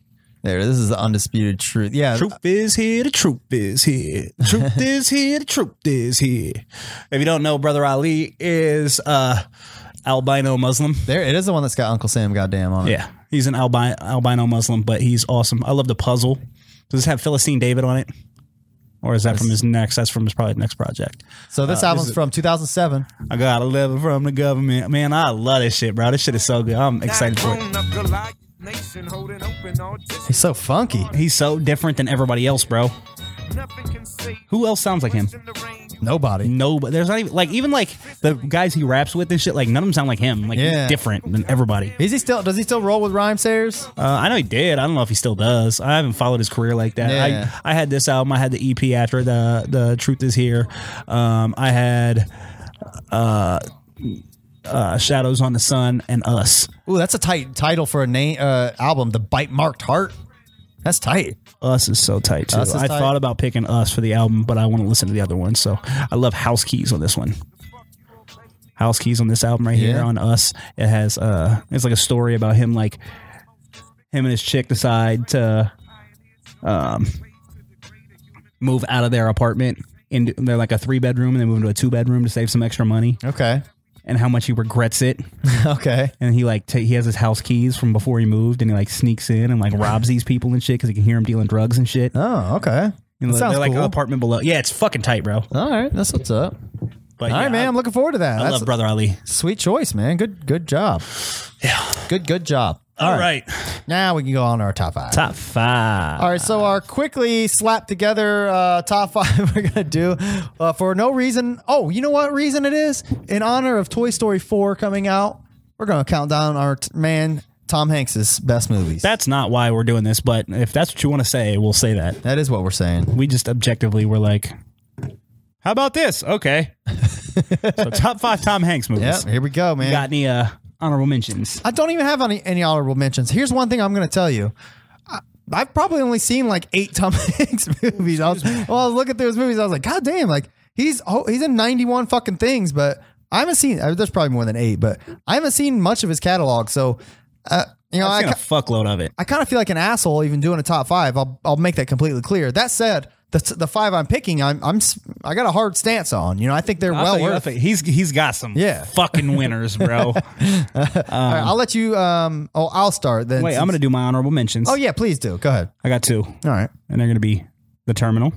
Speaker 2: There, this is the undisputed truth. Yeah.
Speaker 1: Truth is here, the truth is here. Truth is here, the truth is here. If you don't know, Brother Ali is uh albino Muslim.
Speaker 2: There, it is the one that's got Uncle Sam Goddamn on it.
Speaker 1: Yeah. He's an albino albino Muslim, but he's awesome. I love the puzzle. Does this have Philistine David on it? Or is that from his next? That's from his probably next project.
Speaker 2: So this album's from 2007.
Speaker 1: I got a letter from the government. Man, I love this shit, bro. This shit is so good. I'm excited for it.
Speaker 5: it.
Speaker 2: He's so funky.
Speaker 1: He's so different than everybody else, bro. Who else sounds like him?
Speaker 2: Nobody.
Speaker 1: No, but there's not even like even like the guys he raps with and shit. Like none of them sound like him. Like
Speaker 2: Yeah.
Speaker 1: he's different than everybody.
Speaker 2: Is he still? Does he still roll with rhyme sayers?
Speaker 1: Uh, I know he did. I don't know if he still does. I haven't followed his career like that.
Speaker 2: Yeah.
Speaker 1: I, I had this album. I had the EP after the the Truth Is Here. Um, I had uh, uh, Shadows on the Sun and Us.
Speaker 2: Ooh, that's a tight title for a name uh, album. The bite marked heart. That's tight.
Speaker 1: Us is so tight too.
Speaker 2: Us is
Speaker 1: I
Speaker 2: tight.
Speaker 1: thought about picking Us for the album, but I want to listen to the other one. So I love House Keys on this one. House Keys on this album right here
Speaker 2: Yeah.
Speaker 1: on Us. It has uh, it's like a story about him like him and his chick decide to um move out of their apartment. And they're like a three bedroom, and they move into a two bedroom to save some extra money,
Speaker 2: Okay.
Speaker 1: and how much he regrets it.
Speaker 2: Okay.
Speaker 1: And he like ta he has his house keys from before he moved, and he like sneaks in and like robs these people and shit because he can hear them dealing drugs and shit.
Speaker 2: Oh, okay.
Speaker 1: You know,
Speaker 2: That sounds
Speaker 1: they're like
Speaker 2: cool.
Speaker 1: an apartment below. Yeah, it's fucking tight, bro.
Speaker 2: All right, that's what's up.
Speaker 1: But
Speaker 2: All right,
Speaker 1: yeah,
Speaker 2: man. I,
Speaker 1: I-
Speaker 2: am looking forward to that.
Speaker 1: I,
Speaker 2: That's
Speaker 1: love Brother Ali.
Speaker 2: Sweet choice, man. Good, good job. Yeah. Good, good job.
Speaker 1: All right.
Speaker 2: Now we can go on to our top five.
Speaker 1: Top five.
Speaker 2: All right, so our quickly slapped together uh, top five we're gonna do uh, for no reason. Oh, you know what reason it is? In honor of Toy Story four coming out, we're gonna count down our t- man Tom Hanks's best movies.
Speaker 1: That's not why we're doing this, but if that's what you want to say, we'll say that.
Speaker 2: that is what we're saying.
Speaker 1: We just objectively were like, how about this? Okay. so top five Tom Hanks
Speaker 2: Yeah,
Speaker 1: movies.
Speaker 2: here we go, man.
Speaker 1: Got any uh, honorable mentions?
Speaker 2: I don't even have any, any honorable mentions. Here's one thing I'm going to tell you. I, I've probably only seen like eight Tom Hanks movies. I was, well, I was looking through his movies. I was like, God damn, like he's oh, he's in 91 fucking things, but I haven't seen. uh, There's probably more than eight, but I haven't seen much of his catalog. So, uh, you know,
Speaker 1: I've
Speaker 2: I,
Speaker 1: seen a
Speaker 2: ki-
Speaker 1: fuckload of it.
Speaker 2: I kind of feel like an asshole even doing a top five. I'll I'll make that completely clear. That said, the the five I'm picking, I'm I'm s- I got a hard stance on. You know, I think they're
Speaker 1: I'll
Speaker 2: well
Speaker 1: tell you,
Speaker 2: worth.
Speaker 1: I'll tell you, he's he's got some
Speaker 2: Yeah.
Speaker 1: fucking winners, bro.
Speaker 2: All right, I'll let you. Um, oh, I'll start then.
Speaker 1: Wait, I'm gonna do my honorable mentions.
Speaker 2: Oh yeah, please do. Go ahead.
Speaker 1: I got two,
Speaker 2: All right.
Speaker 1: and they're gonna be The Terminal,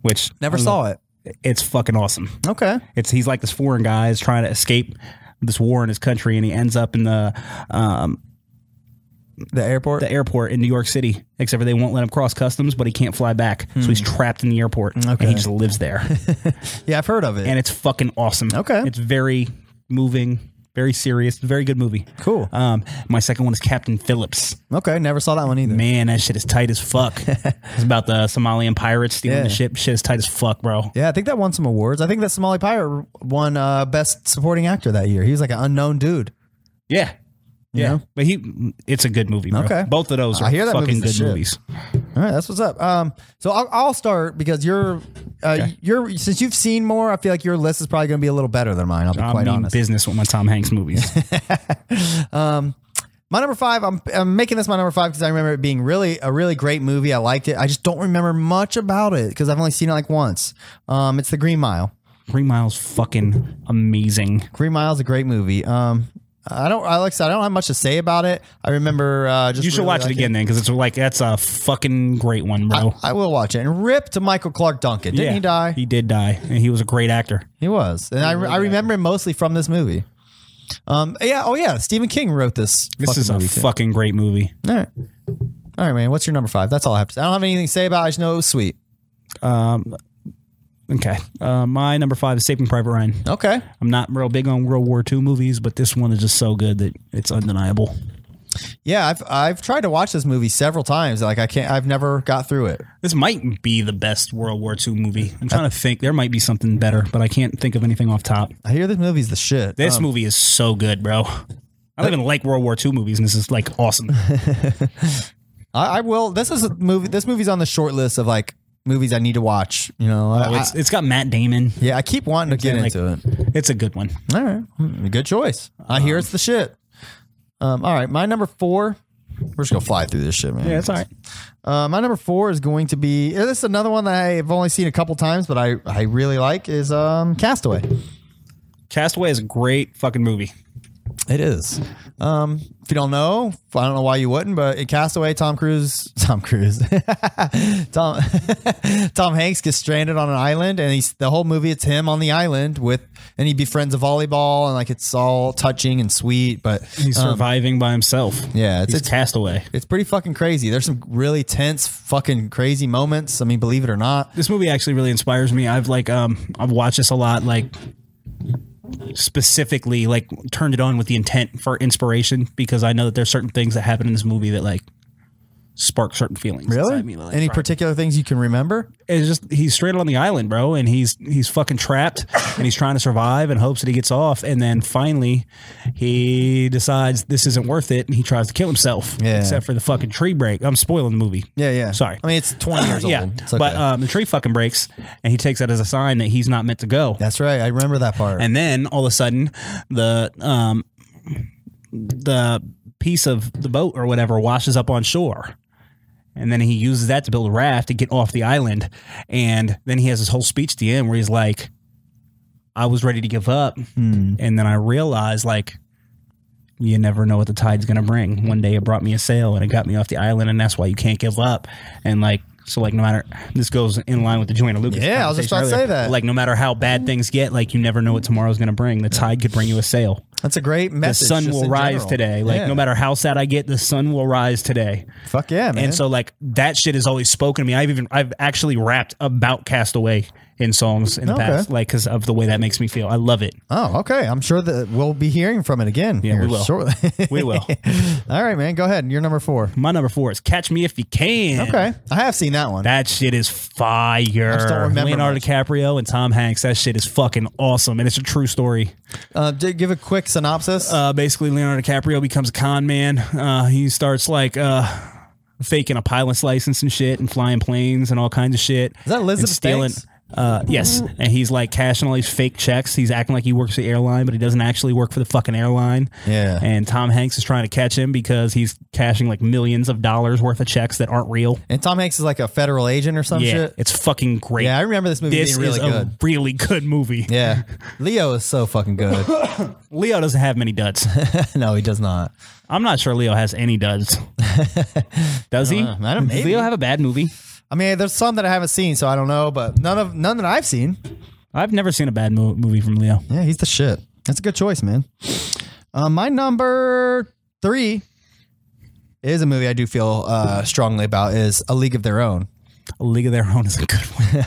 Speaker 1: which
Speaker 2: Mm-hmm. Never saw it.
Speaker 1: it's fucking awesome.
Speaker 2: Um, Okay.
Speaker 1: It's he's like this foreign guy is trying to escape this war in his country, and he ends up in the um,
Speaker 2: The airport.
Speaker 1: the airport in New York City. Except for they won't let him cross customs, but he can't fly back, so
Speaker 2: Hmm.
Speaker 1: he's trapped in the airport, and he just lives there.
Speaker 2: yeah, I've heard of it.
Speaker 1: and it's fucking awesome.
Speaker 2: Okay.
Speaker 1: it's very moving, very serious, very good movie.
Speaker 2: Cool.
Speaker 1: Um, my second one is Captain Phillips.
Speaker 2: okay, never saw that one either.
Speaker 1: Man, that shit is tight as fuck. it's about the Somalian pirates stealing
Speaker 2: Yeah.
Speaker 1: the ship. Shit is tight as fuck, bro.
Speaker 2: Yeah, I think that won some awards. I think that Somali Pirate won uh, best supporting actor that year. He was like an unknown dude.
Speaker 1: Yeah. Yeah.
Speaker 2: know?
Speaker 1: But he it's a good movie, bro.
Speaker 2: Okay.
Speaker 1: Both of those are
Speaker 2: I hear that
Speaker 1: fucking
Speaker 2: movie's the shit.
Speaker 1: good movies.
Speaker 2: All right, that's what's up. Um, so I'll, I'll start because you're, uh, you're since you've seen more, I feel like your list is probably going to be a little better than mine. I'll be
Speaker 1: I'm
Speaker 2: quite
Speaker 1: mean
Speaker 2: honest.
Speaker 1: business with my Tom Hanks movies.
Speaker 2: My number five, I'm, I'm making this my number five because I remember it being really a really great movie. I liked it. I just don't remember much about it because I've only seen it like once. Um, it's The Green Mile.
Speaker 1: Green Mile's fucking amazing.
Speaker 2: Green Mile is a great movie. Um, I don't, I like I said, I don't have much to say about it. I remember uh, just
Speaker 1: You should
Speaker 2: really
Speaker 1: watch it
Speaker 2: liking
Speaker 1: again then, because it's like that's a fucking great one, bro.
Speaker 2: I will watch it. And rip to Michael Clark Duncan. Uh, Didn't
Speaker 1: Yeah.
Speaker 2: he die?
Speaker 1: He did die, and he was a great actor.
Speaker 2: He was, and I, I remember him mostly from this movie. Um, yeah, oh yeah, Stephen King wrote this.
Speaker 1: This
Speaker 2: fucking
Speaker 1: is a
Speaker 2: movie too.
Speaker 1: fucking great movie.
Speaker 2: All right, all right, man. What's your number five? That's all I have to say. I don't have anything to say about. it. I just know it was sweet.
Speaker 1: Um, Okay, uh, my number five is Saving Private Ryan.
Speaker 2: Okay,
Speaker 1: I'm not real big on World War II movies, but this one is just so good that it's undeniable.
Speaker 2: yeah, I've I've tried to watch this movie several times. Like I can't, I've never got through it.
Speaker 1: This might be the best World War II movie. I'm trying to think. There might be something better, but I can't think of anything off top.
Speaker 2: I hear this movie's the shit.
Speaker 1: This movie is so good, bro. I don't even like World War II movies, and this is like awesome.
Speaker 2: I, I will. This is a movie. This movie's on the short list of like movies I need to watch. You know, I,
Speaker 1: It's,
Speaker 2: I-
Speaker 1: it's got Matt Damon.
Speaker 2: yeah, I keep wanting to get
Speaker 1: saying, like-
Speaker 2: into it.
Speaker 1: It's a good one.
Speaker 2: All right. Mm, Good choice. I hear it's the shit. Um, all right. My number four. We're just going to fly through this shit, man.
Speaker 1: Yeah, it's all right.
Speaker 2: Uh, my number four is going to be. eh, This is another one that I've only seen a couple times, but I, I really like is um, Castaway.
Speaker 1: Castaway is a great fucking movie.
Speaker 2: It is. Um, if you don't know, I don't know why you wouldn't, but in Castaway, Tom Cruise, Tom Cruise, Tom, Tom Hanks gets stranded on an island, and he's the whole movie. It's him on the island with, and he befriends a volleyball, and like it's all touching and sweet. But
Speaker 1: He's surviving by himself.
Speaker 2: yeah, it's
Speaker 1: He's
Speaker 2: it's,
Speaker 1: castaway.
Speaker 2: it's pretty fucking crazy. There's some really tense, fucking crazy moments. I mean, believe it or not,
Speaker 1: This movie actually really inspires me. I've like um I've watched this a lot like specifically like turned it on with the intent for inspiration because I know that there's certain things that happen in this movie that like spark certain feelings. inside me, like,
Speaker 2: any
Speaker 1: right.
Speaker 2: particular things you can remember?
Speaker 1: it's just he's stranded on the island, bro, and he's he's fucking trapped and he's trying to survive and hopes that he gets off and then finally he decides this isn't worth it and he tries to kill himself.
Speaker 2: Yeah.
Speaker 1: Except for the fucking tree break. I'm spoiling the movie.
Speaker 2: Yeah, yeah.
Speaker 1: Sorry.
Speaker 2: I mean, it's 20 years old.
Speaker 1: yeah.
Speaker 2: It's okay.
Speaker 1: But um, the tree fucking breaks and he takes that as a sign that he's not meant to go.
Speaker 2: that's right. I remember that part.
Speaker 1: And then all of a sudden, the um, the piece of the boat or whatever washes up on shore. And then he uses that to build a raft to get off the island. And then he has his whole speech at the end where he's like, I was ready to give up.
Speaker 2: Mm-hmm.
Speaker 1: And then I realized, like, you never know what the tide's going to bring. One day it brought me a sail and it got me off the island. And that's why you can't give up. And, like, so, like, no matter, this goes in line with the Joanna Lucas.
Speaker 2: Yeah, I was just
Speaker 1: conversation
Speaker 2: about to say
Speaker 1: earlier.
Speaker 2: that. Mm-hmm.
Speaker 1: Like, no matter how bad things get, like, you never know what tomorrow's going to bring. The tide could bring you a sail
Speaker 2: That's a great
Speaker 1: the
Speaker 2: message.
Speaker 1: sun
Speaker 2: just
Speaker 1: will
Speaker 2: in
Speaker 1: rise
Speaker 2: general.
Speaker 1: today. Like
Speaker 2: Yeah.
Speaker 1: no matter how sad I get, the sun will rise today.
Speaker 2: Fuck yeah, man.
Speaker 1: And so like that shit has always spoken to me. I've even I've actually rapped about Castaway in songs in the
Speaker 2: Okay.
Speaker 1: past, like because of the way that makes me feel. I love it.
Speaker 2: oh, okay. I'm sure that we'll be hearing from it again.
Speaker 1: Yeah, we
Speaker 2: here
Speaker 1: will.
Speaker 2: Shortly.
Speaker 1: We will.
Speaker 2: All right, man. Go ahead. You're number four.
Speaker 1: My number four is Catch Me If You Can.
Speaker 2: Okay, I have seen that one.
Speaker 1: That shit is fire.
Speaker 2: just don't remember
Speaker 1: Leonardo
Speaker 2: much.
Speaker 1: DiCaprio and Tom Hanks. That shit is fucking awesome, and it's a true story.
Speaker 2: Uh, d- give a quick synopsis.
Speaker 1: uh, basically Leonardo DiCaprio becomes a con man. Uh, he starts like uh, faking a pilot's license and shit, and flying planes and all kinds of shit. Is
Speaker 2: that Elizabeth
Speaker 1: stealing?
Speaker 2: Banks?
Speaker 1: Uh, yes, and he's like cashing all these fake checks. He's acting like he works for the airline, but he doesn't actually work for the fucking airline.
Speaker 2: Yeah.
Speaker 1: And Tom Hanks is trying to catch him because he's cashing like millions of dollars worth of checks that aren't real.
Speaker 2: and Tom Hanks is like a federal agent or some
Speaker 1: yeah,
Speaker 2: shit.
Speaker 1: it's fucking great.
Speaker 2: Yeah, I remember this movie
Speaker 1: This
Speaker 2: being really
Speaker 1: is a
Speaker 2: good.
Speaker 1: really good movie.
Speaker 2: Yeah, Leo is so fucking good.
Speaker 1: Leo doesn't have many duds.
Speaker 2: no, he does not.
Speaker 1: I'm not sure Leo has any duds. Does he?
Speaker 2: I don't-
Speaker 1: Does
Speaker 2: maybe.
Speaker 1: Leo have a bad movie?
Speaker 2: I mean, there's some that I haven't seen, so I don't know, but none of none that I've seen.
Speaker 1: I've never seen a bad mo- movie from Leo.
Speaker 2: Yeah, he's the shit. That's a good choice, man. Uh, my number three is a movie I do feel uh, strongly about is A League of Their Own.
Speaker 1: A League of Their Own is a good one.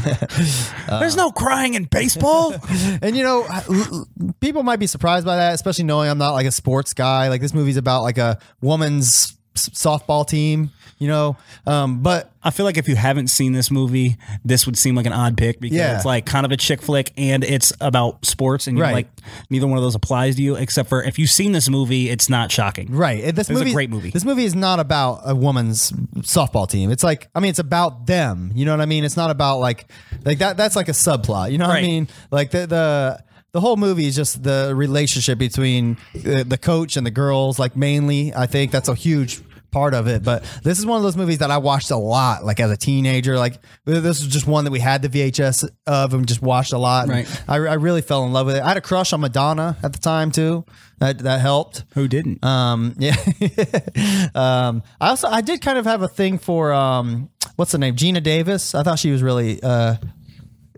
Speaker 2: Uh,
Speaker 1: There's no crying in baseball.
Speaker 2: And you know, I- l- l- people might be surprised by that, especially knowing I'm not like a sports guy. Like this movie's about like a woman's s- softball team, you know. Um, but
Speaker 1: I feel like if you haven't seen this movie, this would seem like an odd pick because
Speaker 2: Yeah.
Speaker 1: it's like kind of a chick flick and it's about sports and you're
Speaker 2: Right.
Speaker 1: like neither one of those applies to you except for if you've seen this movie, it's not shocking.
Speaker 2: right, and this
Speaker 1: is a
Speaker 2: movie
Speaker 1: great movie.
Speaker 2: This movie is not about a woman's softball team. It's like I mean, it's about them. You know what I mean? It's not about like like that. That's like a subplot. You know what I
Speaker 1: Right.
Speaker 2: mean? Like the the. The whole movie is just the relationship between uh, the, the coach and the girls, like mainly. I think that's a huge part of it. But this is one of those movies that I watched a lot, like as a teenager. Like this is just one that we had the VHS of and just watched a lot. And
Speaker 1: Right.
Speaker 2: I, I really fell in love with it. I had a crush on Madonna at the time too. That that helped.
Speaker 1: Who didn't?
Speaker 2: Um, yeah. um, I also I did kind of have a thing for um, what's the name? Gina Davis. I thought she was really uh,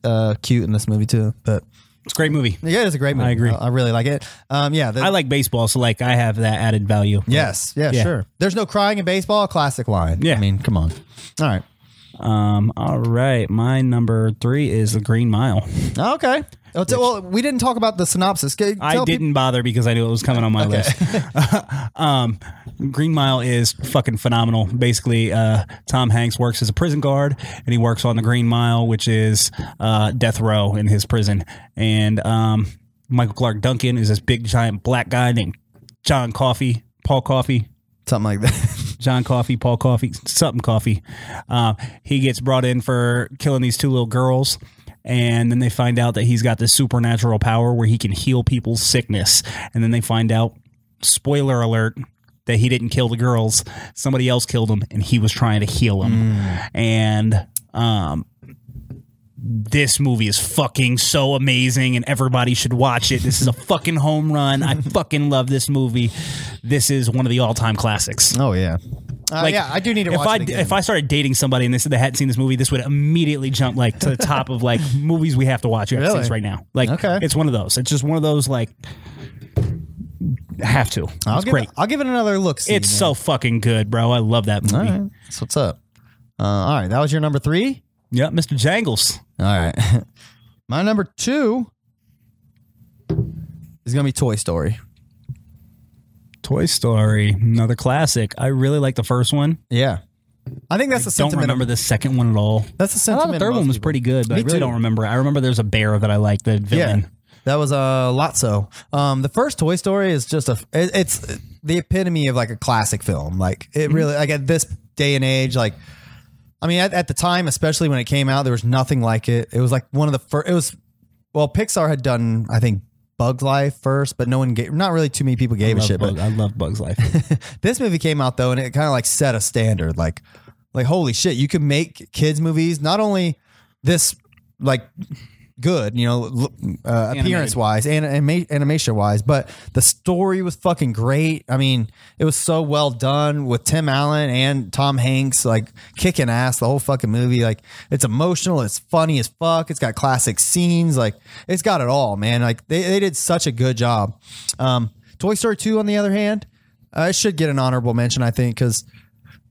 Speaker 2: uh, cute in this movie too. But
Speaker 1: it's a great movie.
Speaker 2: yeah, it's a great movie.
Speaker 1: agree.
Speaker 2: I, I really like it. Um, yeah. The,
Speaker 1: I like baseball, so like I have that added value.
Speaker 2: Yes. Yeah,
Speaker 1: Yeah.
Speaker 2: Sure. There's no crying in baseball. Classic line.
Speaker 1: Yeah.
Speaker 2: I mean, come on. All right.
Speaker 1: Um. All right. My number three is The Green Mile.
Speaker 2: Oh, okay. Oh, t- well, we didn't talk about the synopsis. Can you
Speaker 1: I
Speaker 2: tell peop-
Speaker 1: didn't bother because I knew it was coming on my list. um, Green Mile is fucking phenomenal. Basically, uh, Tom Hanks works as a prison guard, and he works on the Green Mile, which is uh, death row in his prison. And um, Michael Clark Duncan is this big giant black guy named John Coffee, Paul Coffee.
Speaker 2: something like that.
Speaker 1: John Coffee, Paul Coffee, something Coffee. Uh, he gets brought in for killing these two little girls. And then they find out that he's got this supernatural power where he can heal people's sickness. And then they find out, spoiler alert, that he didn't kill the girls. Somebody else killed him and he was trying to heal him. And um, this movie is fucking so amazing and everybody should watch it. This is a fucking home run. I fucking love this movie. This is one of the all time classics.
Speaker 2: Oh yeah. Uh,
Speaker 1: Like,
Speaker 2: yeah, I do need to
Speaker 1: if
Speaker 2: watch
Speaker 1: I,
Speaker 2: it again.
Speaker 1: If I started dating somebody and they said they hadn't seen this movie, this would immediately jump like to the top of like movies we have to watch. You have to see
Speaker 2: Really?
Speaker 1: this right now. Like
Speaker 2: Okay.
Speaker 1: it's one of those. It's just one of those like have to.
Speaker 2: I'll
Speaker 1: it's
Speaker 2: give
Speaker 1: great.
Speaker 2: It, I'll give it another look. See,
Speaker 1: it's so fucking good, bro. I love that
Speaker 2: All
Speaker 1: movie.
Speaker 2: right. That's what's up. Uh, all right. That was your number three.
Speaker 1: Yeah, Mr. Jangles.
Speaker 2: All right. My number two is gonna be Toy Story.
Speaker 1: Toy Story, another classic. I really like the first one.
Speaker 2: Yeah. I think that's the
Speaker 1: Don't
Speaker 2: sentiment.
Speaker 1: remember the second one at all.
Speaker 2: That's the
Speaker 1: I thought
Speaker 2: sentiment.
Speaker 1: the
Speaker 2: of
Speaker 1: third
Speaker 2: most
Speaker 1: one was
Speaker 2: people.
Speaker 1: pretty good, but
Speaker 2: Me
Speaker 1: I really
Speaker 2: too.
Speaker 1: don't remember. I remember there's a bear that I like, the villain.
Speaker 2: Yeah. That was a uh, Lotso. Um, the first Toy Story is just a. It, it's the epitome of like a classic film. Like it
Speaker 1: Mm-hmm.
Speaker 2: really like at this day and age. Like, I mean, at, at the time, especially when it came out, there was nothing like it. It was like one of the first. It was well, Pixar had done I think Bug's Life first, but no one gave. Not really too many people gave a
Speaker 1: Love
Speaker 2: shit. But
Speaker 1: Bug- I love Bugs Life.
Speaker 2: this movie came out though, and it kind of like set a standard. Like, like holy shit, you can make kids movies not only this like good, you know, l- uh, appearance wise and anima- animation wise, but the story was fucking great. I mean, it was so well done with Tim Allen and Tom Hanks like kicking ass the whole fucking movie. Like, it's emotional, it's funny as fuck, it's got classic scenes, like it's got it all, man. Like they they did such a good job. Um, Toy Story two, on the other hand. Uh, it should get an honorable mention, I think, because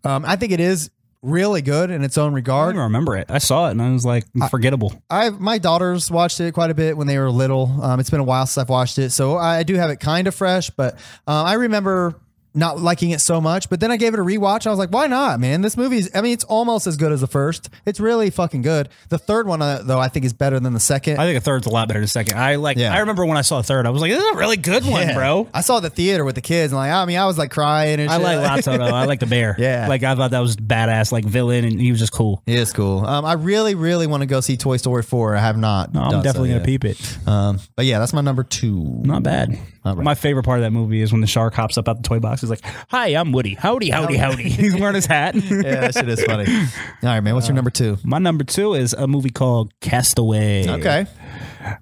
Speaker 2: um, I think it is really good in its own
Speaker 1: I
Speaker 2: regard.
Speaker 1: don't even remember it. I saw it and I was like, forgettable.
Speaker 2: I my daughters watched it quite a bit when they were little. Um, it's been a while since I've watched it, so I do have it kind of fresh. But uh, I remember not liking it so much. But then I gave it a rewatch. I was like, why not, man? This movie is. I mean, it's almost as good as the first. It's really fucking good. The third one uh, though, I think is better than the second.
Speaker 1: I think a third's a lot better than a second. I like.
Speaker 2: Yeah.
Speaker 1: I remember when I saw a third, I was like, "This is a really good one,
Speaker 2: Yeah.
Speaker 1: bro."
Speaker 2: I saw it at the theater with the kids, and like, I mean, I was like crying and
Speaker 1: I
Speaker 2: shit.
Speaker 1: like Lotso though. I like the bear.
Speaker 2: Yeah.
Speaker 1: like I thought that was badass, like villain, and he was just cool.
Speaker 2: It is cool. Um, I really, really want to go see Toy Story 4. I have not.
Speaker 1: No, I'm
Speaker 2: done so
Speaker 1: definitely
Speaker 2: yet.
Speaker 1: gonna peep it.
Speaker 2: Um, but yeah, that's my number two.
Speaker 1: Not bad. My favorite part of that movie is when the shark hops up out the toy box. He's like, "Hi, I'm Woody. Howdy, howdy, howdy." He's wearing his hat.
Speaker 2: Yeah, that shit is funny. All right, man.
Speaker 1: Uh,
Speaker 2: What's your number two?
Speaker 1: My number two is a movie called Castaway.
Speaker 2: Okay.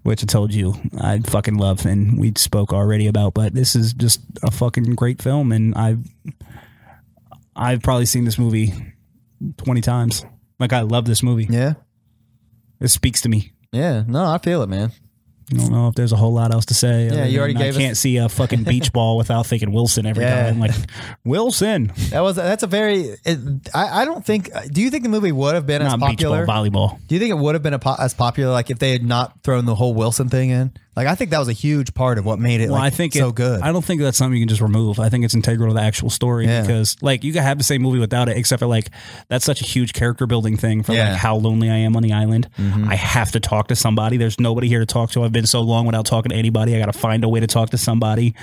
Speaker 1: which I told you I fucking love, and we spoke already about. But this is just a fucking great film, and I've I've probably seen this movie twenty times. Like I love this movie.
Speaker 2: Yeah.
Speaker 1: It speaks to me.
Speaker 2: Yeah. No, I feel it, man.
Speaker 1: I don't know if there's a whole lot else to say. other
Speaker 2: you already
Speaker 1: than
Speaker 2: gave us-
Speaker 1: I can't see a fucking beach ball without thinking Wilson every
Speaker 2: Yeah.
Speaker 1: time. Like Wilson,
Speaker 2: That was that's a very. It, I I don't think. Do you think the movie would have been as
Speaker 1: not
Speaker 2: popular?
Speaker 1: beach ball, volleyball.
Speaker 2: do you think it would have been a po- as popular like if they had not thrown the whole Wilson thing in? Like I think that was a huge part of what made it.
Speaker 1: Well,
Speaker 2: like,
Speaker 1: I think
Speaker 2: so
Speaker 1: it-
Speaker 2: good.
Speaker 1: I don't think that's something you can just remove. I think it's integral to the actual story
Speaker 2: Yeah.
Speaker 1: because, like, you can have the same movie without it, except for like that's such a huge character building thing for
Speaker 2: Yeah. Mm-hmm.
Speaker 1: like how lonely I am on the island. I have to talk to somebody. There's nobody here to talk to. I've been so long without talking to anybody. I got to find a way to talk to somebody.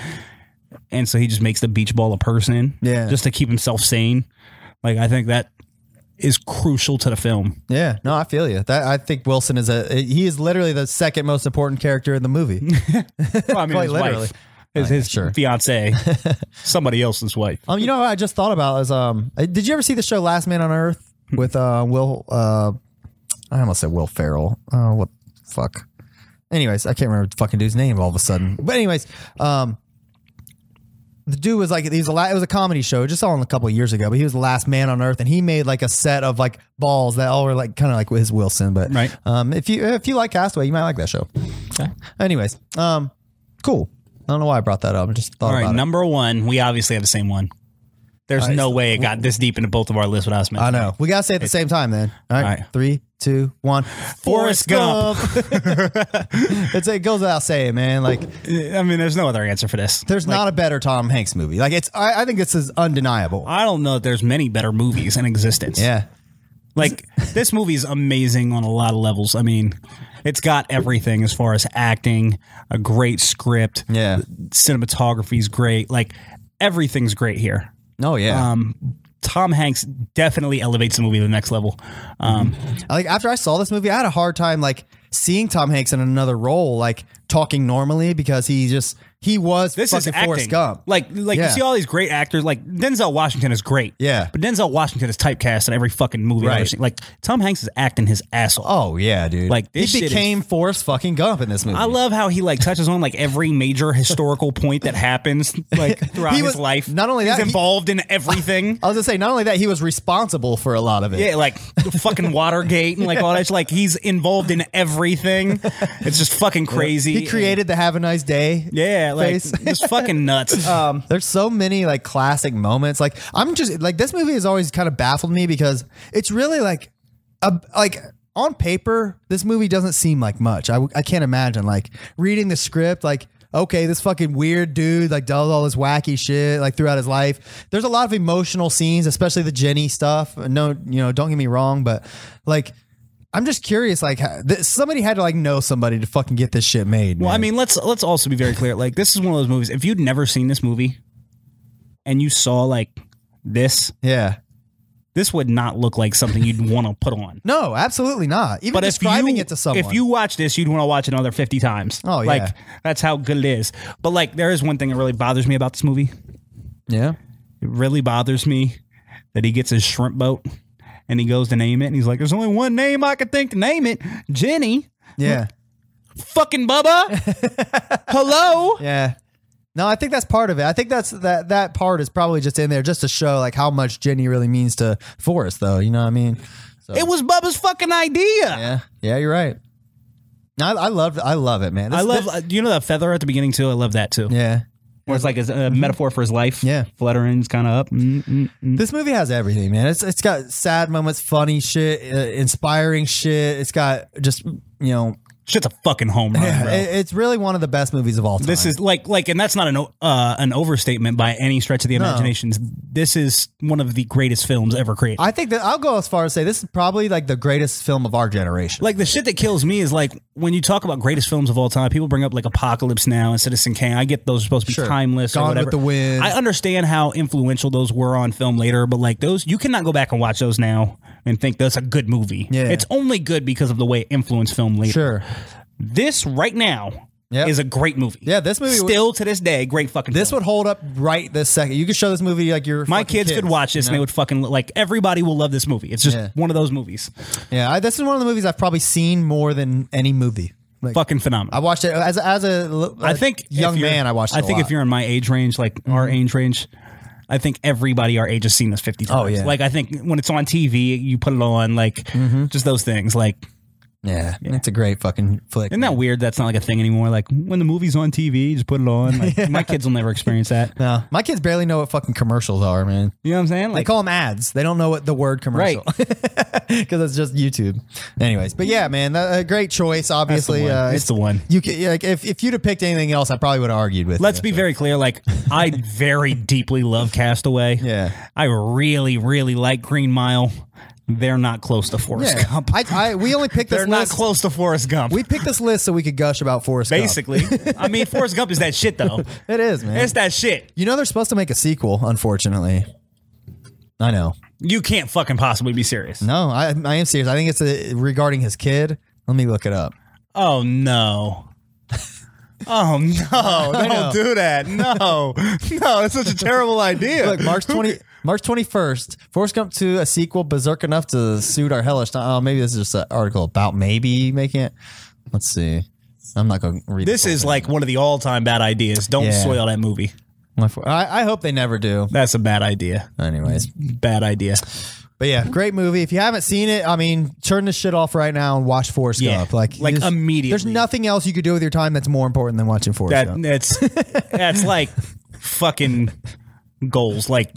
Speaker 1: And so he just makes the beach ball a person,
Speaker 2: Yeah.
Speaker 1: just to keep himself sane. Like, I think that is crucial to the film.
Speaker 2: Yeah, no, I feel you. That I think Wilson is a he is literally the second most important character in the movie.
Speaker 1: Well, I mean,
Speaker 2: Quite
Speaker 1: his
Speaker 2: literally. Oh,
Speaker 1: wife, his, his
Speaker 2: sure.
Speaker 1: fiance, somebody else's wife.
Speaker 2: Um, you know what I just thought about is um, uh, did you ever see the show Last Man on Earth with uh Will uh, I almost said Will Ferrell. Uh, what the fuck? Anyways, I can't remember the fucking dude's name all of a sudden. But anyways, um, the dude was like he was a la- it was a comedy show just on a couple of years ago, but he was the last man on earth, and he made like a set of like balls that all were like kind of like his Wilson. But
Speaker 1: Right.
Speaker 2: um, if you if you like Castaway, you might like that show. Anyways, um, cool. I don't know why I brought that up. I just thought
Speaker 1: All right,
Speaker 2: about it.
Speaker 1: number one. We obviously have the same one. There's no way it got this deep into both of our lists without us
Speaker 2: I
Speaker 1: mentioning.
Speaker 2: know. We gotta say it at the same time then. All right.
Speaker 1: All right.
Speaker 2: Three, two, one.
Speaker 1: Forrest Gump.
Speaker 2: Gump. it's it goes without saying, man. Like
Speaker 1: it. I mean, there's no other answer for this.
Speaker 2: there's not a better Tom Hanks movie. Like it's I, I think this is undeniable.
Speaker 1: I don't know that there's many better movies in existence.
Speaker 2: Yeah.
Speaker 1: Like this movie's amazing on a lot of levels. I mean, it's got everything as far as acting, a great script,
Speaker 2: Yeah.
Speaker 1: cinematography's great. Like everything's great here.
Speaker 2: Oh yeah.
Speaker 1: Um, Tom Hanks definitely elevates the movie to the next level. Um,
Speaker 2: like after I saw this movie, I had a hard time like seeing Tom Hanks in another role, like talking normally because he just He was
Speaker 1: This is
Speaker 2: fucking
Speaker 1: acting.
Speaker 2: Forrest Gump.
Speaker 1: Like, like
Speaker 2: Yeah.
Speaker 1: you see all these great actors. Like Denzel Washington is great.
Speaker 2: Yeah.
Speaker 1: but Denzel Washington is typecast in every fucking movie I've ever
Speaker 2: Right.
Speaker 1: seen. Like Tom Hanks is acting his ass off.
Speaker 2: oh yeah, dude.
Speaker 1: Like, this
Speaker 2: he
Speaker 1: shit is-
Speaker 2: became Forrest fucking Gump in this movie.
Speaker 1: I love how he like touches on like every major historical point that happens like throughout
Speaker 2: He
Speaker 1: his
Speaker 2: was-
Speaker 1: life.
Speaker 2: not only
Speaker 1: he's
Speaker 2: that, he-
Speaker 1: involved in everything.
Speaker 2: I was gonna say not only that he was responsible for a lot of it.
Speaker 1: Yeah, like the fucking Watergate and like all that. shit. Like he's involved in everything. It's just fucking crazy.
Speaker 2: He created the Have a Nice Day.
Speaker 1: Yeah, like
Speaker 2: face.
Speaker 1: just fucking nuts.
Speaker 2: Um, There's so many like classic moments. Like I'm just like this movie has always kind of baffled me because it's really like a like on paper this movie doesn't seem like much. I I can't imagine like reading the script like okay this fucking weird dude like does all this wacky shit like throughout his life. There's a lot of emotional scenes, especially the Jenny stuff. No, you know, don't get me wrong, but like. I'm just curious, like how- th- somebody had to like know somebody to fucking get this shit made.
Speaker 1: Well, I
Speaker 2: man.
Speaker 1: mean, let's let's also be very clear. Like, this is one of those movies. If you'd never seen this movie, and you saw like this,
Speaker 2: yeah,
Speaker 1: this would not look like something you'd want to put on.
Speaker 2: no, absolutely not. Even
Speaker 1: But if
Speaker 2: describing
Speaker 1: you,
Speaker 2: it to someone,
Speaker 1: if you watch this, you'd want to watch it another fifty times.
Speaker 2: Oh, yeah.
Speaker 1: like that's how good it is. But like, there is one thing that really bothers me about this movie.
Speaker 2: yeah,
Speaker 1: It really bothers me that he gets his shrimp boat and he goes to name it, and he's like, "There's only one name I can think to name it, Jenny."
Speaker 2: Yeah.
Speaker 1: Fucking Bubba. Hello.
Speaker 2: Yeah. No, I think that's part of it. I think that's that that part is probably just in there just to show like how much Jenny really means to Forrest though, you know what I mean? So
Speaker 1: It was Bubba's fucking idea.
Speaker 2: Yeah. Yeah, you're right. No, I, I love I love it, man. This-
Speaker 1: I love
Speaker 2: this-
Speaker 1: uh, you know that feather at the beginning too. I love that too.
Speaker 2: Yeah.
Speaker 1: Where it's like a, a metaphor for his life.
Speaker 2: Yeah.
Speaker 1: fluttering's kind of up. Mm, mm, mm.
Speaker 2: This movie has everything, man. It's it's got sad moments, funny shit, uh, inspiring shit. It's got just, you know,
Speaker 1: Shit's a fucking home run, bro.
Speaker 2: it- it's really one of the best movies of all time.
Speaker 1: this is like like, and that's not an o- uh, an overstatement by any stretch of the imagination. This is one of the greatest films ever created.
Speaker 2: I think that I'll go as far as say this is probably like the greatest film of our generation.
Speaker 1: like the shit that kills me is like when you talk about greatest films of all time, people bring up like Apocalypse Now and Citizen Kane. I get those are supposed to be
Speaker 2: Sure.
Speaker 1: timeless. or
Speaker 2: Gone with
Speaker 1: whatever.
Speaker 2: the Wind.
Speaker 1: I understand how influential those were on film later, but like those, you cannot go back and watch those now and think that's a good movie.
Speaker 2: Yeah.
Speaker 1: it's only good because of the way it influenced film later.
Speaker 2: Sure.
Speaker 1: This right now
Speaker 2: Yep.
Speaker 1: is a great movie.
Speaker 2: Yeah, this movie would-
Speaker 1: still to this day, great fucking.
Speaker 2: This
Speaker 1: film.
Speaker 2: would hold up right this second. You could show this movie like your
Speaker 1: My
Speaker 2: fucking
Speaker 1: kids, could watch this and they would fucking like everybody will love this movie. It's just
Speaker 2: Yeah.
Speaker 1: one of those movies.
Speaker 2: Yeah, I, this is one of the movies I've probably seen more than any movie. Like,
Speaker 1: Fucking phenomenal.
Speaker 2: I watched it as as a l-
Speaker 1: I
Speaker 2: a
Speaker 1: think if
Speaker 2: young
Speaker 1: you're-
Speaker 2: man. I watched. It
Speaker 1: I
Speaker 2: a
Speaker 1: think
Speaker 2: lot. Mm-hmm.
Speaker 1: if you're in my age range, like our age range, I think everybody our age has seen this fifty times.
Speaker 2: Oh, yeah.
Speaker 1: Like I think when it's on TV, you put it on. Like
Speaker 2: Mm-hmm.
Speaker 1: just those things. Like
Speaker 2: yeah, it's a great fucking flick.
Speaker 1: isn't that weird? That's not like a thing anymore. Like when the movie's on TV, just put it on. Like, My kids will never experience that.
Speaker 2: no, my kids barely know what fucking commercials are, man.
Speaker 1: You know what I'm saying?
Speaker 2: They
Speaker 1: Like
Speaker 2: call them ads. They don't know what the word commercial, because it's just YouTube. Anyways, but yeah, man, that, a great choice. Obviously,
Speaker 1: one.
Speaker 2: Uh,
Speaker 1: It's the one.
Speaker 2: You could, like if if you'd have picked anything else, I probably would have argued with.
Speaker 1: Let's
Speaker 2: you.
Speaker 1: be very clear. Like, I very deeply love Castaway.
Speaker 2: Yeah.
Speaker 1: I really, really like Green Mile. They're not close to Forrest
Speaker 2: Yeah.
Speaker 1: Gump.
Speaker 2: I, I, we only picked this
Speaker 1: They're not
Speaker 2: list-
Speaker 1: close to Forrest Gump.
Speaker 2: We picked this list so we could gush about Forrest Gump.
Speaker 1: basically. I mean, Forrest Gump is that shit though.
Speaker 2: It is, man.
Speaker 1: It's that shit.
Speaker 2: you know they're supposed to make a sequel, unfortunately. I know.
Speaker 1: You can't fucking possibly be serious.
Speaker 2: No, I, I am serious. I think it's uh regarding his kid. Let me look it up.
Speaker 1: Oh no. Oh no! Don't do that. No, no, that's such a terrible idea.
Speaker 2: Look, March twenty, March twenty first. Forrest Gump to a sequel, berserk enough to suit our hellish. Oh, maybe this is just an article about maybe making it. Let's see. I'm not going to read
Speaker 1: this
Speaker 2: whole
Speaker 1: is
Speaker 2: thing.
Speaker 1: like one of the all-time bad ideas. Don't
Speaker 2: Yeah.
Speaker 1: soil that movie.
Speaker 2: My fo- I, I hope they never do.
Speaker 1: That's a bad idea.
Speaker 2: Anyways,
Speaker 1: Bad idea.
Speaker 2: but yeah, great movie. If you haven't seen it, I mean, turn this shit off right now and watch Forrest
Speaker 1: Yeah.
Speaker 2: Gump. Like,
Speaker 1: Like,
Speaker 2: there's-
Speaker 1: immediately.
Speaker 2: There's nothing else you could do with your time that's more important than watching Forrest Gump.
Speaker 1: That that's that's like fucking goals. Like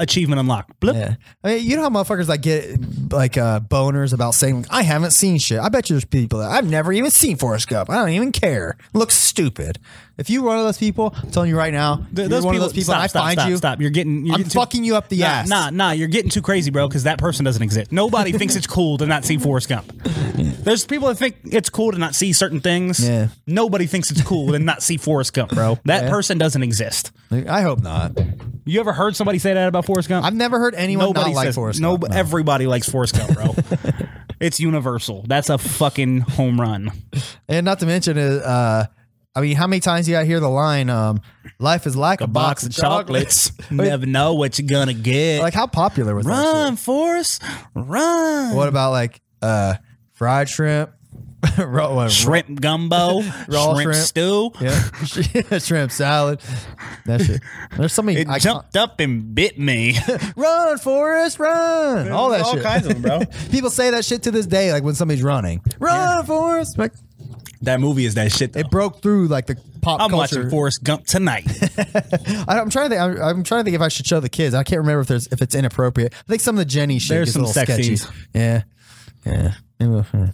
Speaker 1: achievement unlocked. Bloop.
Speaker 2: Yeah. I mean, you know how motherfuckers like get like uh, boners about saying I haven't seen shit. I bet you there's people that I've never even seen Forrest Gump. I don't even care. Looks stupid. If you're one of those people, I'm telling you right now,
Speaker 1: Th-
Speaker 2: you're one of those people.
Speaker 1: Stop,
Speaker 2: I
Speaker 1: stop,
Speaker 2: find
Speaker 1: stop,
Speaker 2: you.
Speaker 1: Stop! You're getting. You're
Speaker 2: I'm
Speaker 1: getting too-
Speaker 2: fucking you up the
Speaker 1: nah,
Speaker 2: ass.
Speaker 1: Nah, nah. You're getting too crazy, bro. Because that person doesn't exist. Nobody thinks it's cool to not see Forrest Gump. There's people that think it's cool to not see certain things.
Speaker 2: Yeah.
Speaker 1: Nobody thinks it's cool to not see Forrest Gump, bro. That person doesn't exist.
Speaker 2: I hope not.
Speaker 1: You ever heard somebody say that about Forrest Gump?
Speaker 2: I've never heard anyone
Speaker 1: Nobody
Speaker 2: not like
Speaker 1: says-
Speaker 2: Forrest
Speaker 1: no,
Speaker 2: Gump.
Speaker 1: Everybody likes Forrest Gump, bro. it's universal. That's a fucking home run.
Speaker 2: And not to mention, uh, uh, I mean, how many times do you got to hear the line, um, life is like a, box, of chocolates?
Speaker 1: Never know what you're gonna get.
Speaker 2: like, how popular was that? shit?
Speaker 1: run, Forrest, run.
Speaker 2: What about like uh, fried shrimp? Raw- what,
Speaker 1: Shrimp gumbo,
Speaker 2: Raw
Speaker 1: shrimp,
Speaker 2: shrimp.
Speaker 1: stew.
Speaker 2: Yeah, shrimp salad. That shit. There's so many.
Speaker 1: It
Speaker 2: icon-
Speaker 1: jumped up and bit me.
Speaker 2: Run, Forrest, run! All that
Speaker 1: all
Speaker 2: shit.
Speaker 1: kinds of them, bro.
Speaker 2: People say that shit to this day, like when somebody's running. Run, Forrest! Like,
Speaker 1: that movie is that shit. Though.
Speaker 2: it broke through like the pop
Speaker 1: I'm
Speaker 2: culture.
Speaker 1: watching Forrest Gump tonight.
Speaker 2: I, am trying to think. I'm, I'm trying to think if I should show the kids. I can't remember if there's if it's inappropriate. I think some of the Jenny shit.
Speaker 1: There's
Speaker 2: gets
Speaker 1: some
Speaker 2: a little
Speaker 1: sex
Speaker 2: sketchy.
Speaker 1: scenes.
Speaker 2: Yeah, yeah. Maybe we'll- hmm.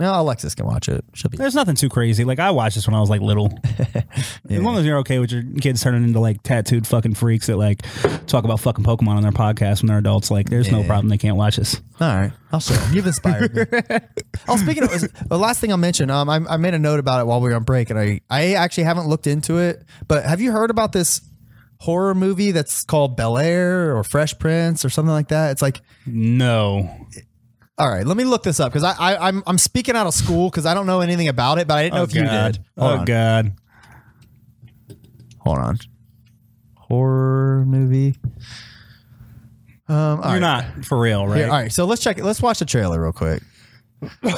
Speaker 2: No, Alexis can watch it. She'll be.
Speaker 1: There's nothing too crazy. Like I watched this when I was like little. As long as you're okay with your kids turning into like tattooed fucking freaks that like talk about fucking Pokemon on their podcast when they're adults, like there's no problem they can't watch this.
Speaker 2: All right, I'll show. them. You've inspired me. oh, speaking of the last thing I'll mention, um, I, I made a note about it while we were on break, and I I actually haven't looked into it. But have you heard about this horror movie that's called Bel Air or Fresh Prince or something like that? It's like
Speaker 1: No,
Speaker 2: all right, let me look this up because I, I I'm I'm speaking out of school because I don't know anything about it, but I didn't know if you did. Hold
Speaker 1: oh
Speaker 2: on.
Speaker 1: god,
Speaker 2: Hold on. Horror movie. Um, all right.
Speaker 1: you're not for real, right?
Speaker 2: Here, all right, so let's check it. Let's watch the trailer real quick.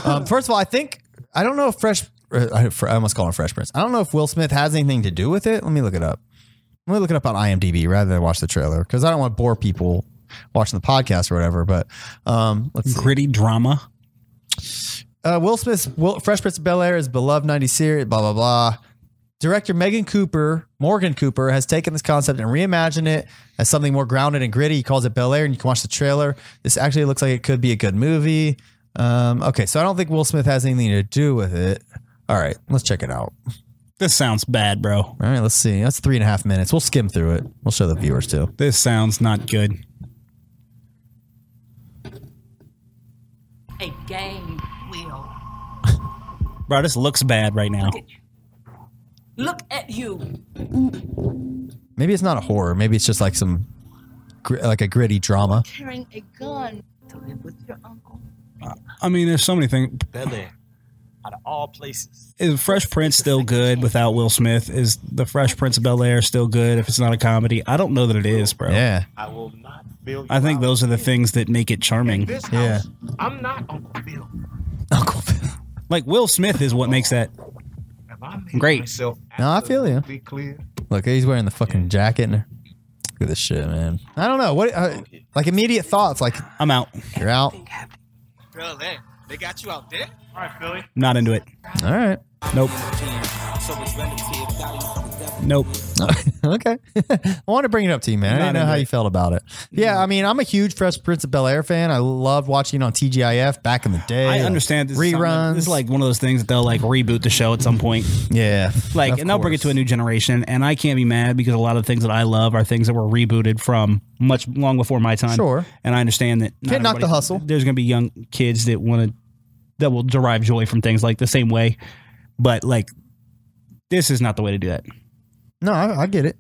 Speaker 2: Um, first of all, I think I don't know if Fresh. uh, I fr- I almost call him Fresh Prince. I don't know if Will Smith has anything to do with it. Let me look it up. Let me look it up on IMDb rather than watch the trailer because I don't want to bore people watching the podcast or whatever. But um, let's see.
Speaker 1: Gritty drama.
Speaker 2: Uh, Will Smith's Will, Fresh Prince of Bel Air is beloved 90s series, blah, blah, blah. Director Megan Cooper, Morgan Cooper, has taken this concept and reimagined it as something more grounded and gritty. He calls it Bel Air, and you can watch the trailer. This actually looks like it could be a good movie. Um, okay, so I don't think Will Smith has anything to do with it. All right, let's check it out.
Speaker 1: This sounds bad, bro.
Speaker 2: All right, let's see. That's three and a half minutes. We'll skim through it. We'll show the viewers too.
Speaker 1: This sounds not good.
Speaker 7: A game will.
Speaker 1: Bro, this looks bad right now.
Speaker 7: Look at you.
Speaker 2: Maybe it's not a horror. Maybe it's just like some, gr- like a gritty drama.
Speaker 7: Carrying a gun to live with your uncle.
Speaker 1: I mean, there's so many things.
Speaker 8: Bel Air, out of all places.
Speaker 1: Is Fresh Prince still good without Will Smith? Is the Fresh Prince of Bel Air still good if it's not a comedy? I don't know that it is, bro.
Speaker 2: Yeah.
Speaker 8: I will not build.
Speaker 1: I think those are the things that make it charming.
Speaker 8: This
Speaker 2: Yeah.
Speaker 8: house, I'm not Uncle Bill.
Speaker 2: Uncle Phil.
Speaker 1: Like Will Smith is what makes that.
Speaker 8: Have I made
Speaker 1: Great.
Speaker 8: myself
Speaker 2: No, I feel you.
Speaker 8: absolutely Clear.
Speaker 2: Look, he's wearing the fucking jacket. And look at this shit, man. I don't know what, uh, like immediate thoughts, like
Speaker 1: I'm out.
Speaker 2: you're out.
Speaker 8: Bel Air, they got you out there. All right, Philly.
Speaker 1: Not into it.
Speaker 2: All right,
Speaker 1: Nope. Nope.
Speaker 2: okay. I want to bring it up to you, man. I didn't
Speaker 1: Not
Speaker 2: know how
Speaker 1: into
Speaker 2: you
Speaker 1: it.
Speaker 2: felt about it. Yeah, I mean, I'm a huge Fresh Prince of Bel Air fan. I loved watching it on TGIF back in the day.
Speaker 1: I understand this is something-
Speaker 2: reruns.
Speaker 1: This is like one of those things that they'll like reboot the show at some point.
Speaker 2: yeah,
Speaker 1: Like,
Speaker 2: of
Speaker 1: and they'll bring it to
Speaker 2: course.
Speaker 1: a new generation. And I can't be mad because a lot of the things that I love are things that were rebooted from much long before my time.
Speaker 2: Sure.
Speaker 1: And I understand that. not
Speaker 2: Can't knock
Speaker 1: everybody-
Speaker 2: the hustle.
Speaker 1: There's going to be young kids that want to, that will derive joy from things like the same way. But like, this is not the way to do that.
Speaker 2: No, I, I get it.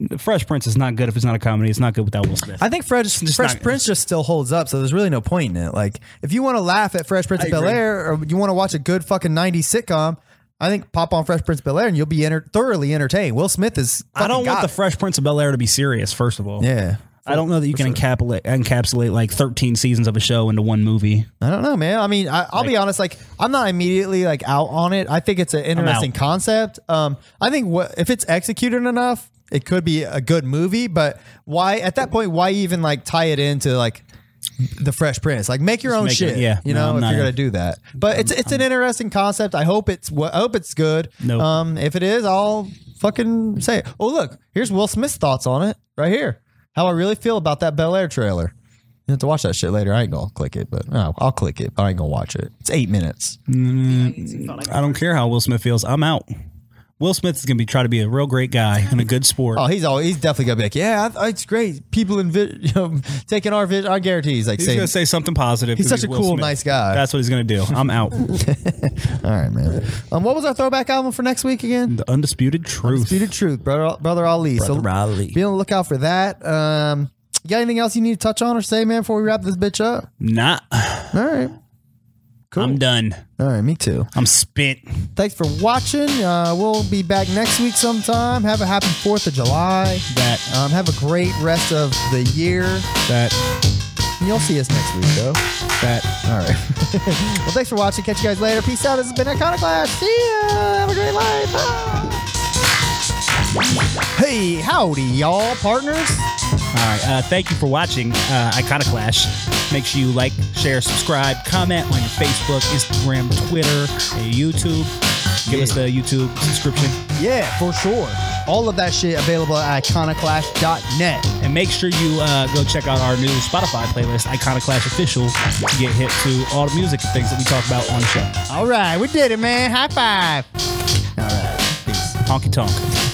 Speaker 1: The Fresh Prince is not good if it's not a comedy. It's not good without Will Smith.
Speaker 2: I think Fresh,
Speaker 1: just
Speaker 2: Fresh
Speaker 1: not-
Speaker 2: Prince just still holds up, so there's really no point in it. Like, if you want to laugh at Fresh Prince of Bel Air, or you want to watch a good fucking '90s sitcom, I think pop on Fresh Prince of Bel Air and you'll be enter- thoroughly entertained. Will Smith is.
Speaker 1: I don't
Speaker 2: fucking
Speaker 1: want
Speaker 2: God.
Speaker 1: the Fresh Prince of Bel Air to be serious. First of all,
Speaker 2: yeah,
Speaker 1: I don't know that you can encapsulate encapsulate like 13 seasons of a show into one movie.
Speaker 2: I don't know, man. I mean, I, I'll be honest. Like, I'm not immediately like out on it. I think it's an interesting
Speaker 1: out.
Speaker 2: concept. Um, I think what if it's executed enough, it could be a good movie. But why at that point? Why even like tie it into like the Fresh Prince? Like, make your own
Speaker 1: make it-
Speaker 2: shit.
Speaker 1: yeah.
Speaker 2: you
Speaker 1: No,
Speaker 2: know,
Speaker 1: I'm
Speaker 2: if
Speaker 1: not
Speaker 2: you're gonna
Speaker 1: in.
Speaker 2: do that. But it's it's an interesting concept. I hope it's wha- I hope it's good.
Speaker 1: Nope.
Speaker 2: Um, if it is, I'll fucking say it. Oh look, here's Will Smith's thoughts on it right here. How I really feel about that Bel Air trailer. You have to watch that shit later. I ain't gonna click it, but no, I'll click it. But I ain't gonna watch it. It's eight minutes.
Speaker 1: Mm. I don't care how Will Smith feels. I'm out. Will Smith is going to be try to be a real great guy and a good sport.
Speaker 2: Oh, he's all he's definitely gonna be like, yeah, I- it's great. People in vi- you know, taking our vision. I guarantee he's like
Speaker 1: he's going
Speaker 2: saying,
Speaker 1: to say something positive.
Speaker 2: He's
Speaker 1: 'cause
Speaker 2: such a
Speaker 1: Will
Speaker 2: cool,
Speaker 1: Smith.
Speaker 2: nice guy.
Speaker 1: That's what he's going to do. I'm out. the
Speaker 2: all right, man. Um, what was our throwback album for next week again?
Speaker 1: undisputed truth.
Speaker 2: Undisputed Truth, brother, brother Ali. so
Speaker 1: Brother Ali.
Speaker 2: be on the lookout for that. Um, you got anything else you need to touch on or say, man, before we wrap this bitch up?
Speaker 1: Nah.
Speaker 2: All right.
Speaker 1: I'm done.
Speaker 2: All right, me too.
Speaker 1: I'm spent.
Speaker 2: Thanks for watching. Uh, we'll be back next week sometime. Have a happy 4th of July.
Speaker 1: That
Speaker 2: Um, have a great rest of the year.
Speaker 4: That,
Speaker 2: You'll see us next week, though.
Speaker 4: that.
Speaker 2: All right. well, thanks for watching. Catch you guys later. Peace out. This has been Iconoclash. See ya. Have a great life. Bye. Hey, howdy, y'all, partners.
Speaker 1: All right. Uh, thank you for watching uh, Iconoclash. Make sure you like, share, subscribe, comment on your Facebook, Instagram, Twitter, and YouTube. Give us the YouTube subscription.
Speaker 2: Yeah, for sure. All of that shit available at iconoclash.net.
Speaker 1: And make sure you uh, go check out our new Spotify playlist, Iconoclash Official, to get hip to all the music and things that we talk about on the show.
Speaker 2: All right, we did it, man. High five. All right. Peace.
Speaker 1: Honky Tonk.